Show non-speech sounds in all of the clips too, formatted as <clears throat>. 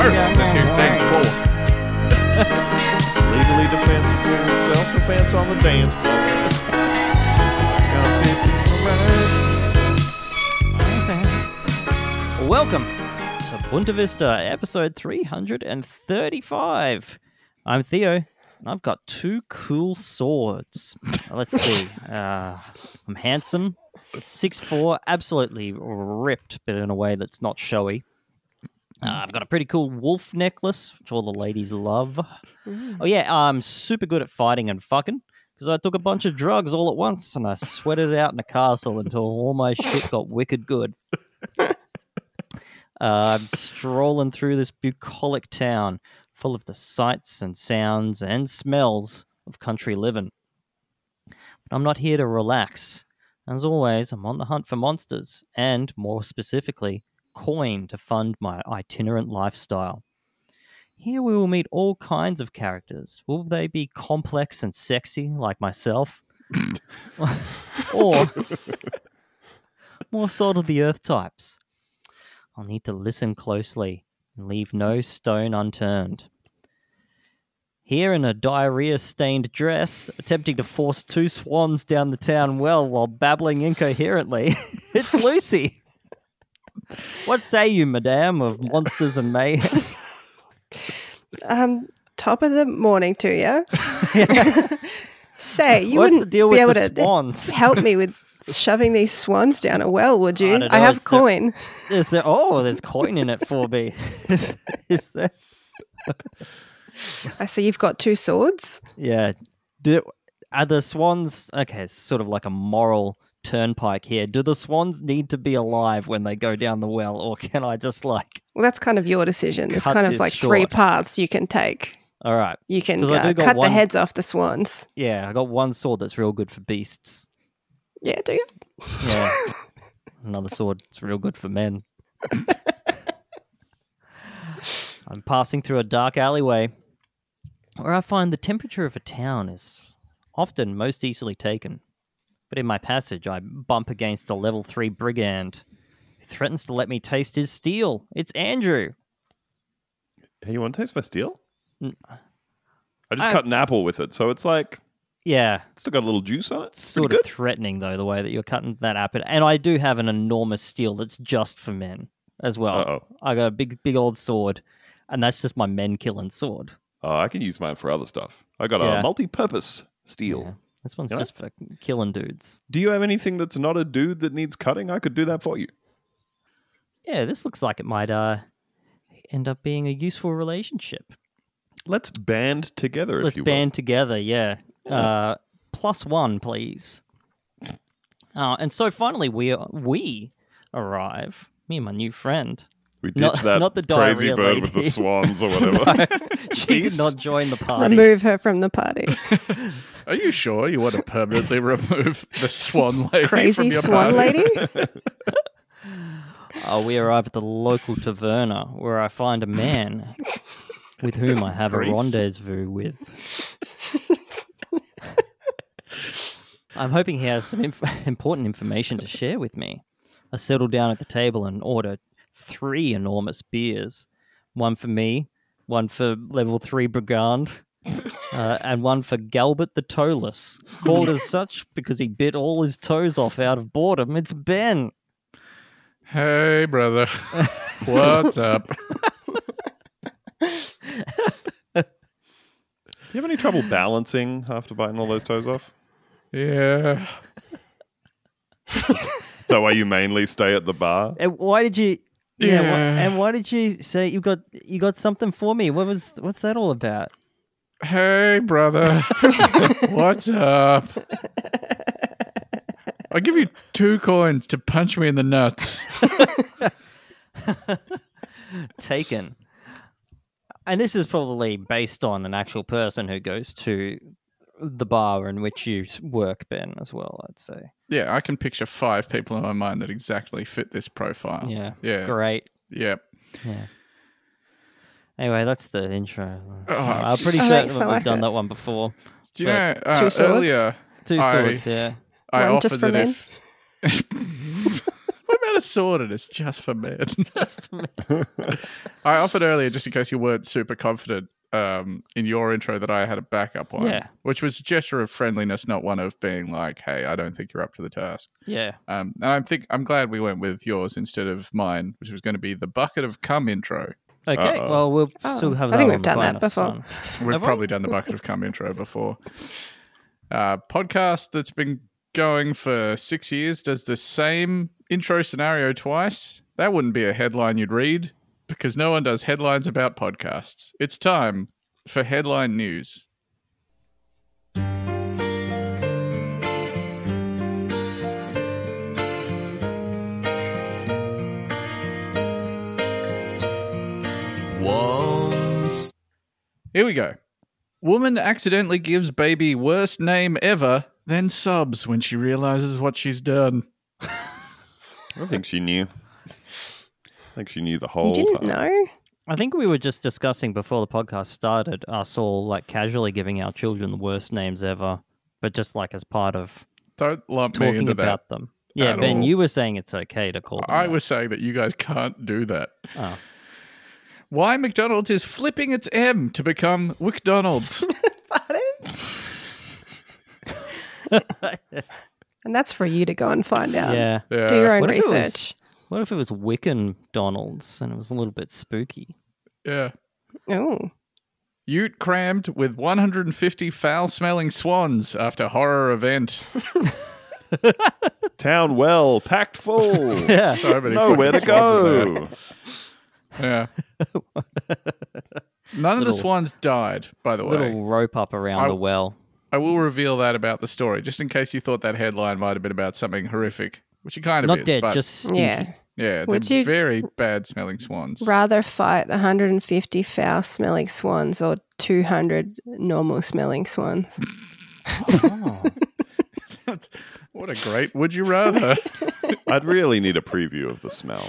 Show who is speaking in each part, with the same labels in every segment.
Speaker 1: Perfect. Let's hear thing four.
Speaker 2: <laughs>
Speaker 3: Legally defensible, self defense on the dance floor. Constitutional
Speaker 4: Welcome to Bunta Vista, episode 335. I'm Theo, and I've got two cool swords. Let's see. Uh, I'm handsome, 6'4, absolutely ripped, but in a way that's not showy. Uh, I've got a pretty cool wolf necklace, which all the ladies love. Oh, yeah, I'm super good at fighting and fucking. Because I took a bunch of drugs all at once and I sweated it out in a castle until all my shit got wicked good. Uh, I'm strolling through this bucolic town full of the sights and sounds and smells of country living. But I'm not here to relax. As always, I'm on the hunt for monsters and, more specifically, coin to fund my itinerant lifestyle. Here we will meet all kinds of characters. Will they be complex and sexy like myself? <laughs> or more salt of the earth types? I'll need to listen closely and leave no stone unturned. Here in a diarrhea stained dress, attempting to force two swans down the town well while babbling incoherently, <laughs> it's Lucy. what say you, madame, of monsters and mayhem?
Speaker 5: Um, top of the morning to <laughs> you.
Speaker 4: <laughs>
Speaker 5: Say, you
Speaker 4: What's the
Speaker 5: wouldn't
Speaker 4: deal
Speaker 5: be
Speaker 4: with
Speaker 5: able
Speaker 4: the
Speaker 5: to
Speaker 4: swans?
Speaker 5: <laughs> help me with shoving these swans down a well, would you?
Speaker 4: don't
Speaker 5: I,
Speaker 4: know,
Speaker 5: have
Speaker 4: it's the-
Speaker 5: coin.
Speaker 4: Is there, oh, there's coin in it for me. <laughs> is, is there?
Speaker 5: I see you've got two swords.
Speaker 4: Yeah. Do, are the swans okay? It's sort of like a moral turnpike here. Do the swans need to be alive when they go down the well, or <laughs> can I just like?
Speaker 5: Well, that's kind of your decision. There's
Speaker 4: Cut
Speaker 5: kind of
Speaker 4: this
Speaker 5: like three
Speaker 4: short.
Speaker 5: paths you can take.
Speaker 4: All right,
Speaker 5: You can
Speaker 4: 'Cause I
Speaker 5: uh,
Speaker 4: do got
Speaker 5: cut
Speaker 4: one-
Speaker 5: the heads off the swans.
Speaker 4: yeah, I got one sword that's real good for beasts.
Speaker 5: Yeah, do you?
Speaker 4: Yeah, another sword that's real good for men. I'm passing through a dark alleyway, where I find the temperature of a town is often most easily taken. But in my passage, I bump against a level 3 brigand who threatens to let me taste his steel. It's Andrew.
Speaker 3: Hey, you want to taste my steel?
Speaker 4: N-
Speaker 3: I just
Speaker 4: Mm. I-
Speaker 3: cut an apple with it, so it's like
Speaker 4: Yeah,
Speaker 3: it's still got a little juice on it. It's
Speaker 4: sort
Speaker 3: pretty
Speaker 4: of threatening, though, the way that you're cutting that up. And I do have an enormous steel that's just for men as well.
Speaker 3: good. Uh oh.
Speaker 4: I got a big, big old sword, and that's just my men killing sword.
Speaker 3: Oh, I can use mine for other stuff. I got
Speaker 4: Yeah.
Speaker 3: a multi-purpose steel.
Speaker 4: Yeah. This one's
Speaker 3: Yeah.
Speaker 4: just for killing dudes.
Speaker 3: Do you have anything that's not a dude that needs cutting? I could do that for you.
Speaker 4: Yeah, this looks like it might uh end up being a useful relationship.
Speaker 3: Let's band together if
Speaker 4: Let's
Speaker 3: you
Speaker 4: band together. Yeah. Uh, plus one, please. Uh, and so finally, we uh, we arrive. Me and my new friend.
Speaker 3: will. We ditch
Speaker 4: not-
Speaker 3: that
Speaker 4: not the
Speaker 3: crazy
Speaker 4: diarrhea
Speaker 3: bird with the
Speaker 4: lady.
Speaker 3: swans or
Speaker 4: <laughs>
Speaker 3: whatever.
Speaker 4: She did
Speaker 3: Peace.
Speaker 4: not join the party.
Speaker 5: Remove her from
Speaker 2: <laughs>
Speaker 5: the party.
Speaker 2: Are you sure you want to
Speaker 3: <laughs>
Speaker 2: permanently remove the swan lady from
Speaker 5: Crazy
Speaker 2: your
Speaker 5: swan
Speaker 2: party? <laughs>
Speaker 5: lady.
Speaker 4: Uh, we arrive at the local taverna where I find a man with whom I have a
Speaker 2: Grease.
Speaker 4: rendezvous with. I'm hoping he has some inf- <laughs> important information to share with me. I settle down at the table and order three enormous beers one for me, one for level three brigand, uh, and one for Galbert the Toeless, called as such because he bit all his toes off out of boredom. It's Ben.
Speaker 2: Hey, brother. What's up?
Speaker 3: Do you have any trouble balancing after biting all those toes off?
Speaker 2: Yeah.
Speaker 3: Is that why you mainly stay at the bar?
Speaker 4: And why did you? Yeah. why-
Speaker 2: Yeah.
Speaker 4: and why did you say you got you got something for me? What was what's that all about?
Speaker 2: Hey, brother. What's up? I'll give you two coins to punch me in the nuts.
Speaker 4: Taken. And this is probably based on an actual person who goes to the bar in which you s- work, Ben, as well. I'd say.
Speaker 2: Yeah, I can picture five people in my mind that exactly fit this profile.
Speaker 4: Yeah.
Speaker 2: Yeah.
Speaker 4: Great.
Speaker 2: Yeah.
Speaker 4: Yeah. Anyway, that's the intro.
Speaker 2: Oh,
Speaker 4: I'm pretty certain
Speaker 5: I like- I
Speaker 4: that we've
Speaker 5: like
Speaker 4: done
Speaker 5: it.
Speaker 4: that one before.
Speaker 2: Do you know,
Speaker 5: Two
Speaker 2: uh,
Speaker 5: swords?
Speaker 2: earlier
Speaker 4: Two
Speaker 2: I-
Speaker 4: swords, yeah.
Speaker 2: I
Speaker 5: One
Speaker 2: offered
Speaker 5: just for
Speaker 2: that
Speaker 5: men?
Speaker 2: if. <laughs> what about a a sword and it's just for men. I offered earlier, just in case you weren't super confident um, in your intro, that I had a backup one,
Speaker 4: Yeah.
Speaker 2: which was a gesture of friendliness, not one of being like, "Hey, I don't think you're up to the task."
Speaker 4: Yeah.
Speaker 2: Um, and I think I'm glad we went with yours instead of mine, which was going to be the bucket of cum intro.
Speaker 4: Okay.
Speaker 3: Uh-oh.
Speaker 4: Well, we'll
Speaker 5: Oh,
Speaker 4: still have.
Speaker 5: I
Speaker 4: that
Speaker 5: think we've
Speaker 4: on the
Speaker 5: done that
Speaker 4: bonus
Speaker 5: before.
Speaker 4: one.
Speaker 2: We've
Speaker 4: Have I?
Speaker 2: probably done the bucket of cum intro before. Uh, podcast that's been going for six years does the same intro scenario twice. That wouldn't be a headline you'd read because no one does headlines about podcasts. It's time for headline news. Here we go. Woman accidentally gives baby worst name ever, then sobs when she realizes what she's done.
Speaker 3: I think she knew. I think she knew the whole
Speaker 5: You
Speaker 3: time.
Speaker 5: didn't know?
Speaker 4: I think we were just discussing before the podcast started us all like casually giving our children the worst names ever, but just like as part of
Speaker 2: Don't lump me
Speaker 4: talking
Speaker 2: into that.
Speaker 4: about them. Yeah,
Speaker 2: At
Speaker 4: Ben,
Speaker 2: all.
Speaker 4: you were saying it's okay to call them.
Speaker 2: I
Speaker 4: that.
Speaker 2: was saying that you guys can't do that.
Speaker 4: Oh.
Speaker 2: Why McDonald's is flipping its M to become
Speaker 4: <laughs>
Speaker 2: McDonald's.
Speaker 5: Pardon? and that's for you to go and find out.
Speaker 4: Yeah.
Speaker 2: Yeah.
Speaker 5: Do your own
Speaker 4: What if it was-
Speaker 5: research.
Speaker 4: What if it was Wiccan Donald's and it was a little bit spooky?
Speaker 2: yeah.
Speaker 5: Oh,
Speaker 2: Ute crammed with 150 foul smelling swans after horror
Speaker 4: <laughs>
Speaker 2: event.
Speaker 3: Town well, packed
Speaker 2: <laughs>
Speaker 3: full.
Speaker 2: <laughs>
Speaker 4: Yeah.
Speaker 2: So many
Speaker 3: Nowhere to
Speaker 2: fucking swans in there.
Speaker 3: go.
Speaker 2: Yeah.
Speaker 4: <laughs>
Speaker 2: None of the
Speaker 4: Little-
Speaker 2: swans died, by the way.
Speaker 4: Little rope up around
Speaker 2: I-
Speaker 4: the well.
Speaker 2: I will reveal that about the story, just in case you thought that headline might have been about something horrific, which it kind of
Speaker 4: Not
Speaker 2: is.
Speaker 4: dead,
Speaker 2: but
Speaker 4: just stinky.
Speaker 5: yeah.
Speaker 2: yeah,
Speaker 5: Would
Speaker 2: they're
Speaker 5: you-
Speaker 2: very bad smelling swans.
Speaker 5: Rather fight 150 foul smelling swans or 200 normal smelling swans.
Speaker 4: Oh.
Speaker 2: <laughs> what a great would you
Speaker 4: <laughs>
Speaker 2: rather?
Speaker 3: I'd really need a preview of the smell.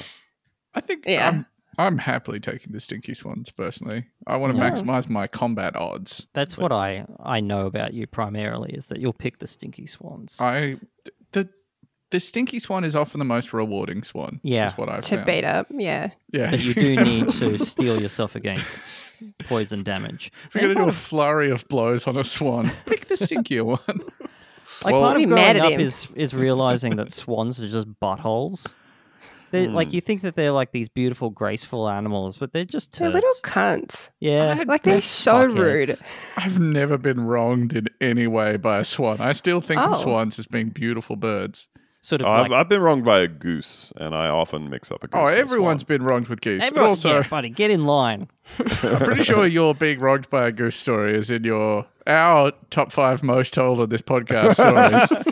Speaker 2: I think
Speaker 5: Yeah.
Speaker 2: I'm, I'm happily taking the stinky swans personally. I want to
Speaker 5: Yeah.
Speaker 2: maximize my combat odds.
Speaker 4: That's what I, I know about you primarily is that you'll pick the stinky swans.
Speaker 2: I the the stinky swan is often the most rewarding swan.
Speaker 4: Yeah.
Speaker 2: is what I've
Speaker 5: to
Speaker 2: found.
Speaker 5: beat up. Yeah.
Speaker 2: Yeah, <laughs>
Speaker 4: but you do need to steel yourself against poison damage.
Speaker 2: If you're
Speaker 5: <laughs>
Speaker 2: gonna do a flurry of blows on a swan, pick the stinkier one. <laughs>
Speaker 4: Like
Speaker 2: Well-
Speaker 4: part
Speaker 5: Be
Speaker 4: of
Speaker 5: mad
Speaker 4: growing
Speaker 5: at
Speaker 4: up
Speaker 5: him.
Speaker 4: is is realizing that swans are just buttholes. They like you think that they're like these beautiful, graceful animals, but they're just
Speaker 5: They're
Speaker 4: turds.
Speaker 5: little cunts.
Speaker 4: <laughs> yeah,
Speaker 5: Like they're so
Speaker 4: fuckheads.
Speaker 5: rude.
Speaker 2: I've never been wronged in any way by a swan. I still think
Speaker 5: Oh.
Speaker 2: of swans as being beautiful birds.
Speaker 4: Sort of.
Speaker 3: Oh, I've,
Speaker 4: like,
Speaker 3: I've been wronged by a goose, and I often mix up a goose.
Speaker 2: Oh,
Speaker 3: and a
Speaker 2: everyone's
Speaker 3: swan.
Speaker 2: been wronged with geese.
Speaker 4: Everyone,
Speaker 2: but also,
Speaker 4: yeah, buddy, get in line.
Speaker 2: I'm pretty
Speaker 4: <laughs>
Speaker 2: sure your being wronged by a goose story is in your our top five most told on this podcast
Speaker 4: <laughs>
Speaker 2: stories.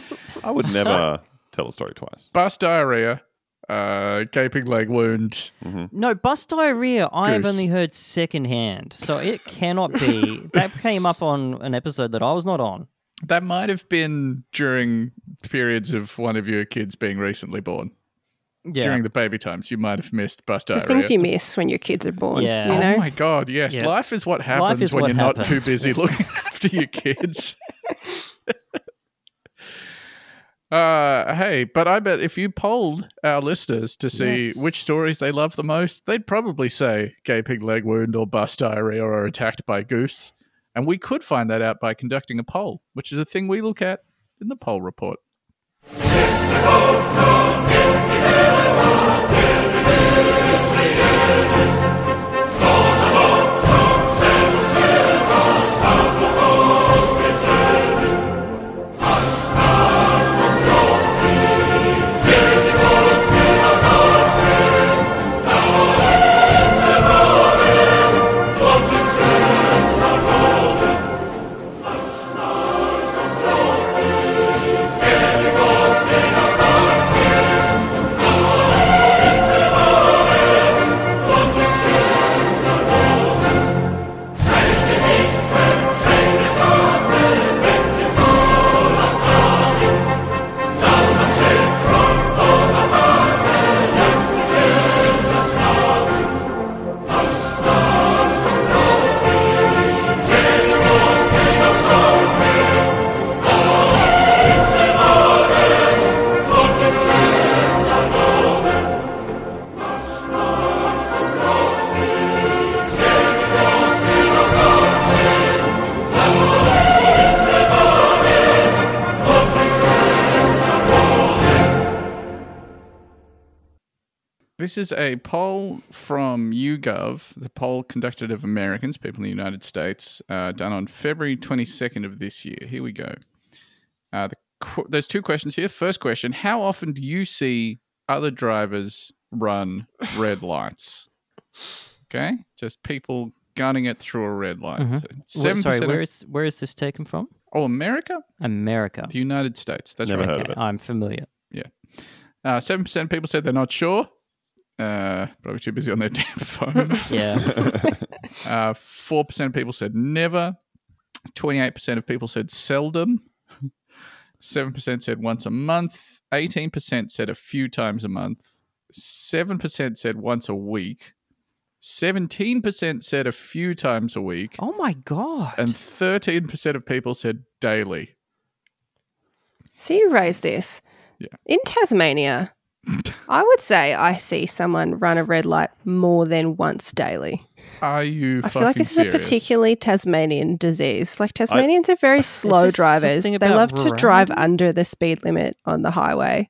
Speaker 3: I would
Speaker 2: <laughs>
Speaker 3: never tell a story twice.
Speaker 2: Bus diarrhea, uh, gaping leg wound.
Speaker 4: No, bus diarrhea. I have
Speaker 2: Goose.
Speaker 4: only heard secondhand, so it cannot
Speaker 3: <laughs>
Speaker 4: be. that came up on an episode that I was not on.
Speaker 2: That might have been during periods of one of your kids being recently born.
Speaker 4: Yeah,
Speaker 2: During the baby times, you might have missed bus
Speaker 5: The
Speaker 2: diarrhea.
Speaker 5: things you miss when your kids are born.
Speaker 4: Yeah.
Speaker 5: You
Speaker 2: Oh
Speaker 5: know?
Speaker 2: my god, yes.
Speaker 4: Yeah.
Speaker 2: Life is what happens
Speaker 4: Life is
Speaker 2: when
Speaker 4: what
Speaker 2: you're not too
Speaker 4: happens.
Speaker 2: busy looking <laughs> after your kids. <laughs> uh hey, but I bet if you polled our listeners to see
Speaker 4: Yes.
Speaker 2: which stories they love the most, they'd probably say gaping leg wound or bus diarrhea or attacked by goose. And we could find that out by conducting a poll, which is a thing we look at in the poll report. This is a poll from YouGov, the poll conducted of Americans, people in the United States, uh, done on February 22nd of this year. Here we go. Uh, the, qu- there's two questions here. First question How often do you see other drivers run red lights? Okay, just people gunning it through a red light.
Speaker 4: Mhm.
Speaker 2: So
Speaker 4: Wait,
Speaker 2: 7%
Speaker 4: sorry,
Speaker 2: of-
Speaker 4: where is where is this taken from?
Speaker 2: oh, America?
Speaker 4: America.
Speaker 2: The United States. That's
Speaker 3: Never
Speaker 2: right.
Speaker 3: heard
Speaker 4: Okay,
Speaker 3: of it.
Speaker 4: I'm <laughs> familiar.
Speaker 2: Uh, 7% of people said they're not sure. Uh, probably too busy on their <laughs> damn phones.
Speaker 4: Yeah.
Speaker 2: Uh, 4% of people said never. 28% of people said seldom. <laughs> 7% said once a month. 18% said a few times a month. 7% said once a week. 17% said a few times a week.
Speaker 4: oh my god.
Speaker 2: And 13% of people said daily.
Speaker 5: So you raised this.
Speaker 2: Yeah.
Speaker 5: In
Speaker 2: <laughs>
Speaker 5: Tasmania, I would say I see someone run a red light more than once daily.
Speaker 2: Are you
Speaker 5: I
Speaker 2: fucking
Speaker 5: feel like this
Speaker 2: serious?
Speaker 5: is a particularly Tasmanian disease. Like Tasmanians are very slow
Speaker 4: this
Speaker 5: drivers. They
Speaker 4: something about
Speaker 5: love to drive
Speaker 4: variety?
Speaker 5: under the speed limit on the highway,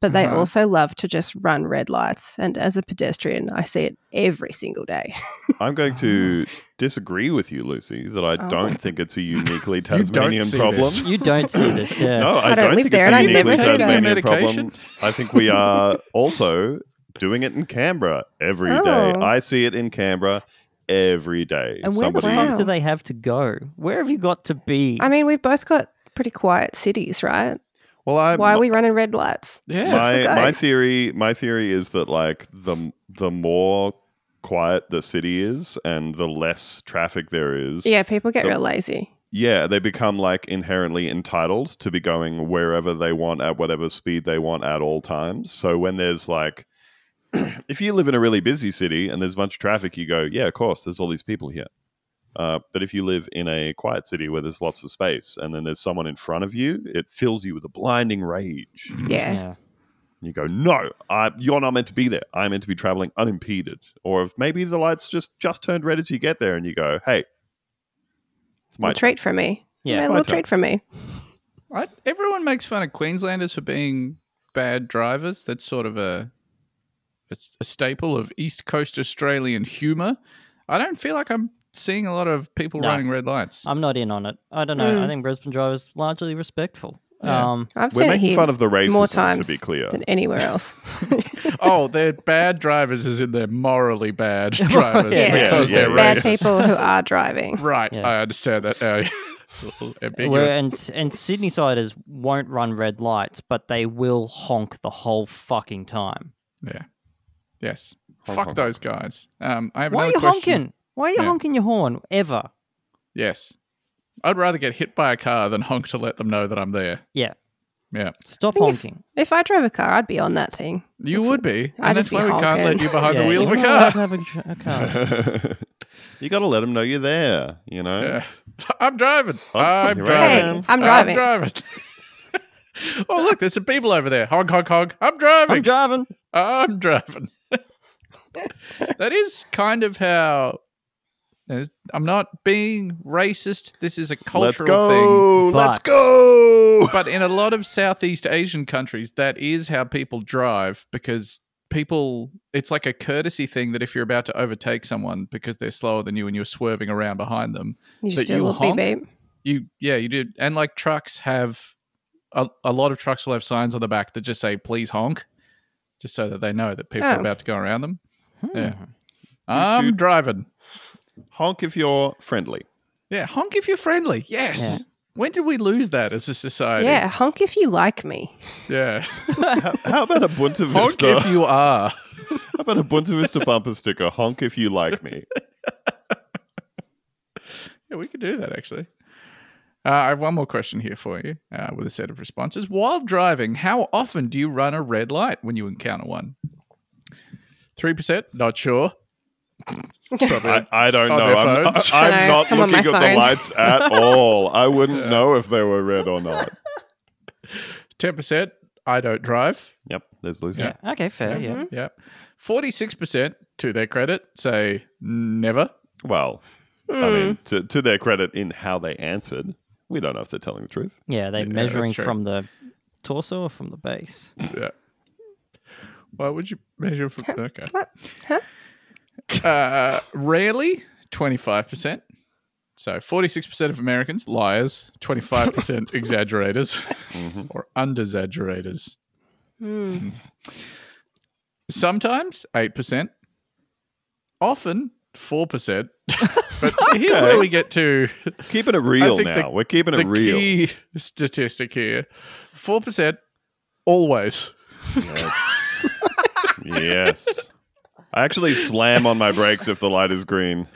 Speaker 5: but they
Speaker 2: Uh-huh.
Speaker 5: also love to just run red lights. And as a pedestrian, I see it every single day.
Speaker 3: I'm going to disagree with you, Lucy, that I
Speaker 5: Oh.
Speaker 3: don't think it's a uniquely
Speaker 2: don't
Speaker 3: Tasmanian
Speaker 2: see
Speaker 3: problem.
Speaker 2: this.
Speaker 4: you don't see this,
Speaker 3: <laughs>
Speaker 4: yeah.
Speaker 3: No, I,
Speaker 5: I don't
Speaker 3: don't,
Speaker 5: live
Speaker 3: think
Speaker 5: there
Speaker 3: it's
Speaker 5: and
Speaker 3: a
Speaker 5: I've
Speaker 3: uniquely
Speaker 5: never heard of it.
Speaker 3: Tasmanian
Speaker 2: Medication?
Speaker 3: problem. I think we are also doing it in Canberra every day.
Speaker 5: Oh.
Speaker 3: I see it in Canberra every day.
Speaker 4: And where
Speaker 3: Somebody,
Speaker 4: the fuck
Speaker 5: Wow.
Speaker 4: do they have to go? Where have you got to be?
Speaker 5: I mean, we've both got pretty quiet cities, right?
Speaker 3: well, I,
Speaker 5: Why are we running red lights?
Speaker 2: Yeah.
Speaker 5: What's the
Speaker 3: my,
Speaker 5: go?
Speaker 3: my theory my theory is that like the the more quiet the city is and the less traffic there is
Speaker 5: Yeah, people get
Speaker 3: The-
Speaker 5: real lazy.
Speaker 3: yeah, they become like inherently entitled to be going wherever they want at whatever speed they want at all times. So when there's like, <clears throat> if you live in a really busy city and there's a bunch of traffic, you go, yeah, of course, there's all these people here. Uh, but if you live in a quiet city where there's lots of space and then there's someone in front of you, it fills you with a blinding rage.
Speaker 2: Mm,
Speaker 5: Yeah.
Speaker 4: yeah.
Speaker 3: And you go, no, I, you're not meant to be there. I'm meant to be traveling unimpeded. Or if maybe the lights just just turned red as you get there, and you go, hey, it's
Speaker 5: A
Speaker 3: my
Speaker 5: treat for me.
Speaker 4: Yeah.
Speaker 5: A little
Speaker 3: My turn.
Speaker 5: treat for me.
Speaker 2: I, everyone makes fun of Queenslanders for being bad drivers. That's sort of a it's a staple of East Coast Australian humour. I don't feel like I'm seeing a lot of people
Speaker 4: No.
Speaker 2: running red lights.
Speaker 4: I'm not in on it. I don't know.
Speaker 5: Mm.
Speaker 4: I think Brisbane drivers largely respectful.
Speaker 2: Yeah.
Speaker 4: Um,
Speaker 5: I've
Speaker 3: We're
Speaker 5: seen it
Speaker 3: making
Speaker 5: here
Speaker 3: fun of the racism,
Speaker 5: more times
Speaker 3: to be clear.
Speaker 5: <laughs> than anywhere else.
Speaker 2: <laughs> oh, they're bad drivers as in they're morally <laughs> bad drivers
Speaker 4: Yeah.
Speaker 3: Yeah,
Speaker 2: because
Speaker 3: yeah,
Speaker 2: they're
Speaker 3: yeah.
Speaker 5: Bad
Speaker 2: racist.
Speaker 5: people who are driving.
Speaker 2: Right,
Speaker 4: Yeah.
Speaker 2: I understand that. Uh, <laughs>
Speaker 4: where,
Speaker 2: ambiguous.
Speaker 4: and and Sydney siders won't run red lights, but they will honk the whole fucking time.
Speaker 2: yeah. Yes.
Speaker 3: Honk,
Speaker 2: Fuck
Speaker 3: honk,
Speaker 2: those guys. Um, I have
Speaker 4: Why are
Speaker 2: another
Speaker 4: you
Speaker 2: question.
Speaker 4: honking? Why are you
Speaker 2: Yeah.
Speaker 4: honking your horn ever?
Speaker 2: Yes. I'd rather get hit by a car than honk to let them know that I'm there.
Speaker 4: Yeah.
Speaker 2: Yeah.
Speaker 4: Stop
Speaker 5: think if-
Speaker 4: honking.
Speaker 5: If I drove a car, I'd be on that thing.
Speaker 2: You
Speaker 5: That's
Speaker 2: would
Speaker 5: it.
Speaker 2: be.
Speaker 5: I
Speaker 2: and that's
Speaker 5: just
Speaker 2: why we
Speaker 5: be
Speaker 2: can't
Speaker 5: honking.
Speaker 2: let you behind
Speaker 4: Yeah,
Speaker 2: the wheel of
Speaker 4: you're
Speaker 2: a
Speaker 4: not allowed to
Speaker 2: car.
Speaker 4: have a j- a car.
Speaker 3: <laughs> you got to let them know you're there. You know,
Speaker 2: <laughs> Yeah. I'm driving.
Speaker 3: Honk,
Speaker 2: I'm
Speaker 3: you're
Speaker 2: driving.
Speaker 3: right.
Speaker 5: Hey,
Speaker 3: man.
Speaker 5: I'm
Speaker 2: I'm
Speaker 5: driving.
Speaker 2: driving. <laughs> oh, look, there's some people over there. Honk, honk, honk. I'm driving.
Speaker 4: I'm driving.
Speaker 2: I'm driving. <laughs> that is kind of how. I'm not being racist. This is a
Speaker 3: let's
Speaker 2: cultural thing.
Speaker 3: go. Let's
Speaker 2: <laughs>
Speaker 4: But-
Speaker 3: go.
Speaker 2: but in a lot of Southeast Asian countries, that is how people drive because people, it's like a courtesy thing that if you're about to overtake someone because they're slower than you and you're swerving around behind them,
Speaker 5: You
Speaker 2: But
Speaker 5: just do a
Speaker 2: you'll
Speaker 5: little beep
Speaker 2: honk?
Speaker 5: beep.
Speaker 2: you, yeah, you do. And like trucks have, a, a lot of trucks will have signs on the back that just say, please honk, just so that they know that people
Speaker 5: Oh.
Speaker 2: are about to go around them. Yeah.
Speaker 4: Hmm.
Speaker 2: I'm
Speaker 3: dude.
Speaker 2: driving.
Speaker 3: Honk if you're friendly.
Speaker 2: Yeah, honk if you're friendly. Yes.
Speaker 4: Yeah.
Speaker 2: When did we lose that as a society?
Speaker 5: Yeah, honk if you like me.
Speaker 2: Yeah.
Speaker 3: How, how about a Bunta
Speaker 2: honk
Speaker 3: Vista?
Speaker 2: if you are.
Speaker 3: <laughs> how about a Bunta Vista bumper sticker? Honk if you like me.
Speaker 2: Yeah, we could do that actually. Uh, I have one more question here for you uh, with a set of responses. While driving, how often do you run a red light when you encounter one? 3%? Not sure.
Speaker 3: I, I don't know.
Speaker 2: On their
Speaker 3: I'm, <laughs>
Speaker 2: phones.
Speaker 3: I,
Speaker 5: Dunno.
Speaker 3: am not
Speaker 5: I'm on
Speaker 3: looking
Speaker 5: my
Speaker 3: at
Speaker 5: phone.
Speaker 3: the lights at
Speaker 5: <laughs>
Speaker 3: all. I wouldn't know if they were red or not.
Speaker 2: 10%? I don't drive.
Speaker 3: Yep, there's Lucy.
Speaker 4: Yeah. Okay, fair. Yeah.
Speaker 5: Mhm.
Speaker 2: Yeah. 46%, to their credit, say never.
Speaker 3: Well, I
Speaker 5: Mm.
Speaker 3: mean, to, to their credit, in how they answered, we don't know if they're telling the truth.
Speaker 4: Yeah, they're
Speaker 2: Yeah, that's
Speaker 4: measuring
Speaker 2: true.
Speaker 4: from the torso or from the base.
Speaker 2: Yeah. Why would you measure for? Okay.
Speaker 5: What? Huh?
Speaker 2: Uh, rarely, 25%. So 46% of Americans, liars, 25% exaggerators
Speaker 3: Mhm.
Speaker 2: or underexaggerators.
Speaker 5: Hmm.
Speaker 2: Sometimes 8%. Often 4%. <laughs> but here's where we get to
Speaker 3: Keeping it real
Speaker 2: think
Speaker 3: now.
Speaker 2: the-
Speaker 3: We're keeping
Speaker 2: the
Speaker 3: it real.
Speaker 2: key statistic here 4% always.
Speaker 3: Yes. yes. I actually slam on my brakes if the light is green.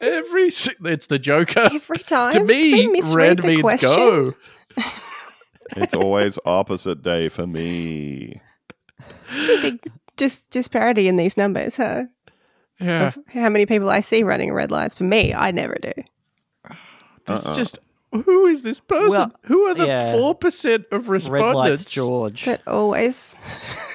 Speaker 2: Every si- it's the Joker.
Speaker 5: Every time
Speaker 2: to
Speaker 5: they
Speaker 2: me,
Speaker 5: misread
Speaker 2: red
Speaker 5: the
Speaker 2: means
Speaker 5: question.
Speaker 2: go.
Speaker 3: It's always opposite day for me.
Speaker 5: Just disparity in these numbers, huh?
Speaker 2: Yeah,
Speaker 5: Of how many people I see running red lights. For me, I never do.
Speaker 2: it's
Speaker 3: Uh-uh.
Speaker 2: just who is this person?
Speaker 4: Well,
Speaker 2: who are the
Speaker 4: yeah.
Speaker 2: four percent of
Speaker 4: Red lights,
Speaker 2: respondents?
Speaker 4: George.
Speaker 5: But always,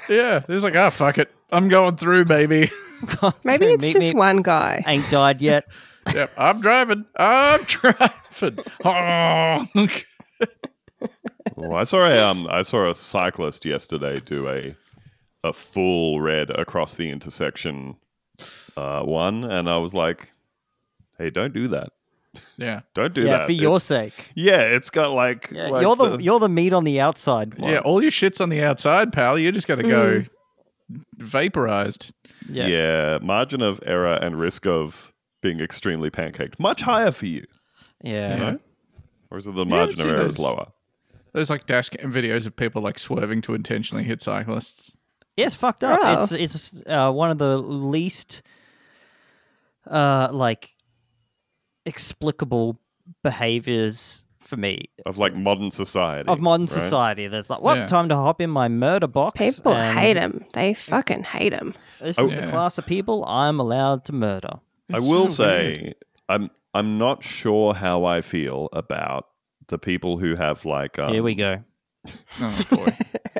Speaker 2: yeah, it's like, oh fuck it, I'm going through, baby. <laughs>
Speaker 4: <laughs>
Speaker 5: maybe it's
Speaker 4: Meet
Speaker 5: just
Speaker 4: me-
Speaker 5: one guy.
Speaker 4: Ain't
Speaker 3: <laughs>
Speaker 4: died yet.
Speaker 2: yep, I'm driving. I'm <laughs> driving. Honk.
Speaker 3: Well, I saw a um, I saw a cyclist yesterday do a a full red across the intersection uh, one, and I was like, "Hey, don't do that!
Speaker 2: yeah,
Speaker 3: Don't do
Speaker 4: yeah,
Speaker 3: that
Speaker 4: for your
Speaker 3: It's-
Speaker 4: sake.
Speaker 3: Yeah, it's got like,
Speaker 4: Yeah,
Speaker 3: like
Speaker 4: you're the, you're the meat on the outside.
Speaker 2: yeah. All your shit's on the outside, pal. You just got to go vaporized.
Speaker 3: yeah. margin of error and risk of being extremely pancaked much higher for you,
Speaker 4: Yeah.
Speaker 2: Yeah.
Speaker 3: or is it the
Speaker 2: You ever
Speaker 3: margin of
Speaker 2: see
Speaker 3: error is
Speaker 2: those-
Speaker 3: lower?
Speaker 2: There's like dash cam videos of people like swerving to intentionally hit cyclists.
Speaker 4: Yeah, it's fucked up.
Speaker 5: Oh.
Speaker 4: It's it's uh, one of the least uh like explicable behaviors for me
Speaker 3: Of like modern society,
Speaker 4: of modern
Speaker 3: right?
Speaker 4: society. There's like, what
Speaker 2: Yeah.
Speaker 4: time to hop in my murder box?
Speaker 5: People
Speaker 4: and
Speaker 5: hate him. They fucking hate him.
Speaker 4: This
Speaker 3: Oh.
Speaker 4: is the
Speaker 2: Yeah.
Speaker 4: class of people I'm allowed to murder.
Speaker 3: I
Speaker 2: It's
Speaker 3: will
Speaker 2: so
Speaker 3: say
Speaker 2: weird.
Speaker 3: I'm I'm not sure how I feel about the people who have like um,
Speaker 4: Here we
Speaker 5: <laughs>
Speaker 4: go.
Speaker 2: Oh boy.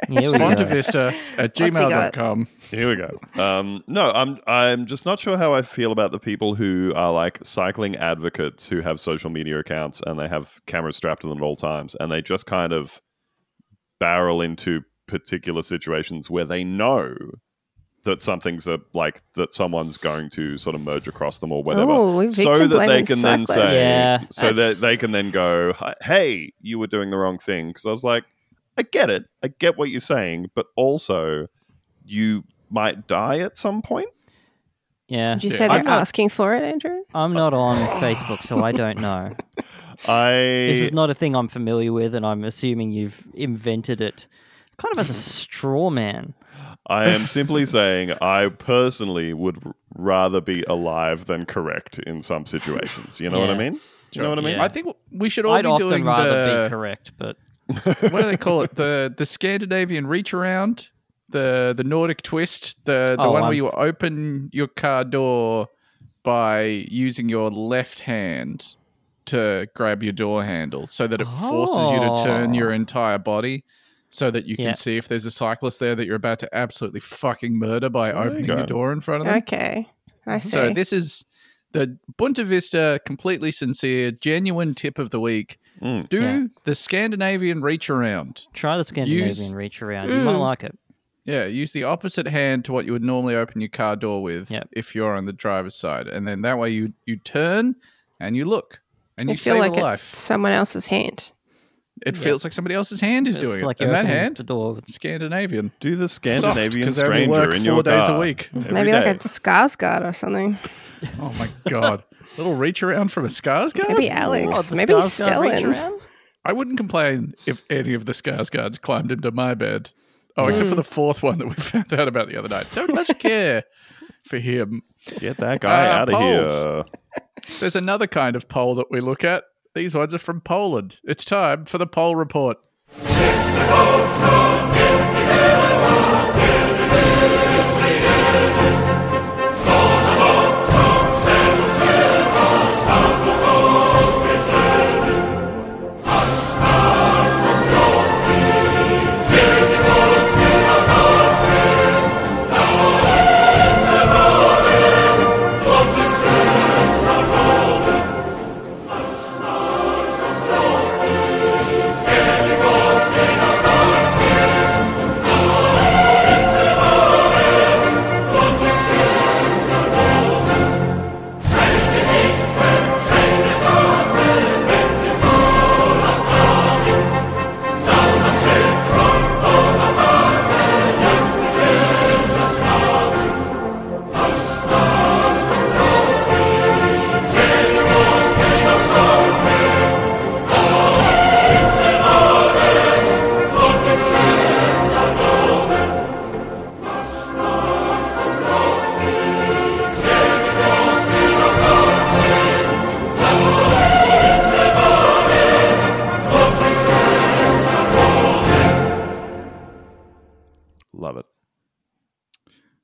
Speaker 4: Here we go.
Speaker 2: Montavista at
Speaker 5: What's he got?
Speaker 2: gmail.com.
Speaker 3: Here we go. Um, no, I'm I'm just not sure how I feel about the people who are like cycling advocates who have social media accounts and they have cameras strapped to them at all times and they just kind of barrel into particular situations where they know that something's a like that someone's going to sort of merge across them or whatever.
Speaker 5: Oh, we
Speaker 3: so
Speaker 5: victim
Speaker 3: that they
Speaker 5: blaming
Speaker 3: can then
Speaker 5: cyclists.
Speaker 3: say
Speaker 4: Yeah,
Speaker 3: so that
Speaker 5: that's-
Speaker 3: they can then go hey you were doing the wrong thing because i was like i get it i get what you're saying but also you might die at some point
Speaker 4: Yeah.
Speaker 5: Did you
Speaker 2: Yeah.
Speaker 5: say they're
Speaker 4: I'm not-
Speaker 5: asking for it, Andrew?
Speaker 4: I'm not on Facebook, so I don't know.
Speaker 2: Eh,
Speaker 4: This
Speaker 3: i
Speaker 4: is not a thing I'm familiar with, and I'm assuming you've invented it kind of as a
Speaker 2: <laughs>
Speaker 4: straw man.
Speaker 3: i am simply saying i personally would r- rather be alive than correct in some situations you know what i
Speaker 4: Yeah.
Speaker 3: mean do you know what i mean
Speaker 4: Yeah.
Speaker 2: I think we should all
Speaker 4: I'd
Speaker 2: be
Speaker 4: often
Speaker 2: doing <laughs>
Speaker 4: rather be
Speaker 2: the
Speaker 4: correct, but
Speaker 2: <laughs> what do they call
Speaker 4: <laughs>
Speaker 2: it? The the Scandinavian reach around, the the Nordic twist, the the
Speaker 4: Oh,
Speaker 2: one where
Speaker 4: I'm-
Speaker 2: you open your car door by using your left hand to grab your door handle so that it forces you to turn
Speaker 4: Oh.
Speaker 2: your entire body so that you can
Speaker 4: Yeah.
Speaker 2: see if there's a cyclist there that you're about to absolutely fucking murder by
Speaker 3: you
Speaker 2: opening your
Speaker 3: go.
Speaker 2: door in front of them.
Speaker 5: Okay. I see.
Speaker 2: <laughs> So this is the Bunta Vista completely sincere, genuine tip of the week.
Speaker 3: Mm.
Speaker 2: Do
Speaker 4: Yeah.
Speaker 2: the Scandinavian reach around.
Speaker 4: try the Scandinavian reach around.
Speaker 2: Hmm.
Speaker 4: You might
Speaker 5: Mm.
Speaker 4: like it.
Speaker 2: Yeah, use the opposite hand to what you would normally open your car door with
Speaker 4: Yep.
Speaker 2: if you're on the driver's side. And then that way you you turn and you look and
Speaker 5: I
Speaker 2: you
Speaker 5: feel
Speaker 2: save
Speaker 5: like
Speaker 2: a
Speaker 5: it's
Speaker 2: life.
Speaker 5: someone else's hand.
Speaker 2: It
Speaker 4: Yeah.
Speaker 2: feels like somebody else's hand is
Speaker 4: It's
Speaker 2: doing
Speaker 4: like
Speaker 2: it.
Speaker 4: you're
Speaker 2: And that
Speaker 4: opening
Speaker 2: hand,
Speaker 4: the door. with-
Speaker 2: Scandinavian.
Speaker 3: do the scandinavian
Speaker 2: Soft, 'cause they only
Speaker 3: stranger
Speaker 2: work
Speaker 3: in
Speaker 2: four
Speaker 3: your
Speaker 2: days
Speaker 3: car
Speaker 2: a week.
Speaker 3: every
Speaker 5: Maybe like
Speaker 3: day.
Speaker 5: a Skarsgård or something.
Speaker 2: Oh my god. Little reach around from a Skarsgård?
Speaker 5: Maybe
Speaker 4: Oh,
Speaker 5: Alex.
Speaker 4: the
Speaker 5: Maybe he's
Speaker 4: Skarsgård reach
Speaker 5: Stellan.
Speaker 2: Uh-huh.
Speaker 4: around?
Speaker 2: I wouldn't complain if any of the Skarsgårds climbed into my bed. Oh, except for
Speaker 4: Mm.
Speaker 2: the fourth one that we <laughs> found out about the other night. Don't much care for him.
Speaker 3: get that guy
Speaker 2: Uh,
Speaker 3: out of here
Speaker 2: There's another kind of poll that we look at. These ones are from Poland. It's time for the poll report.
Speaker 6: Santa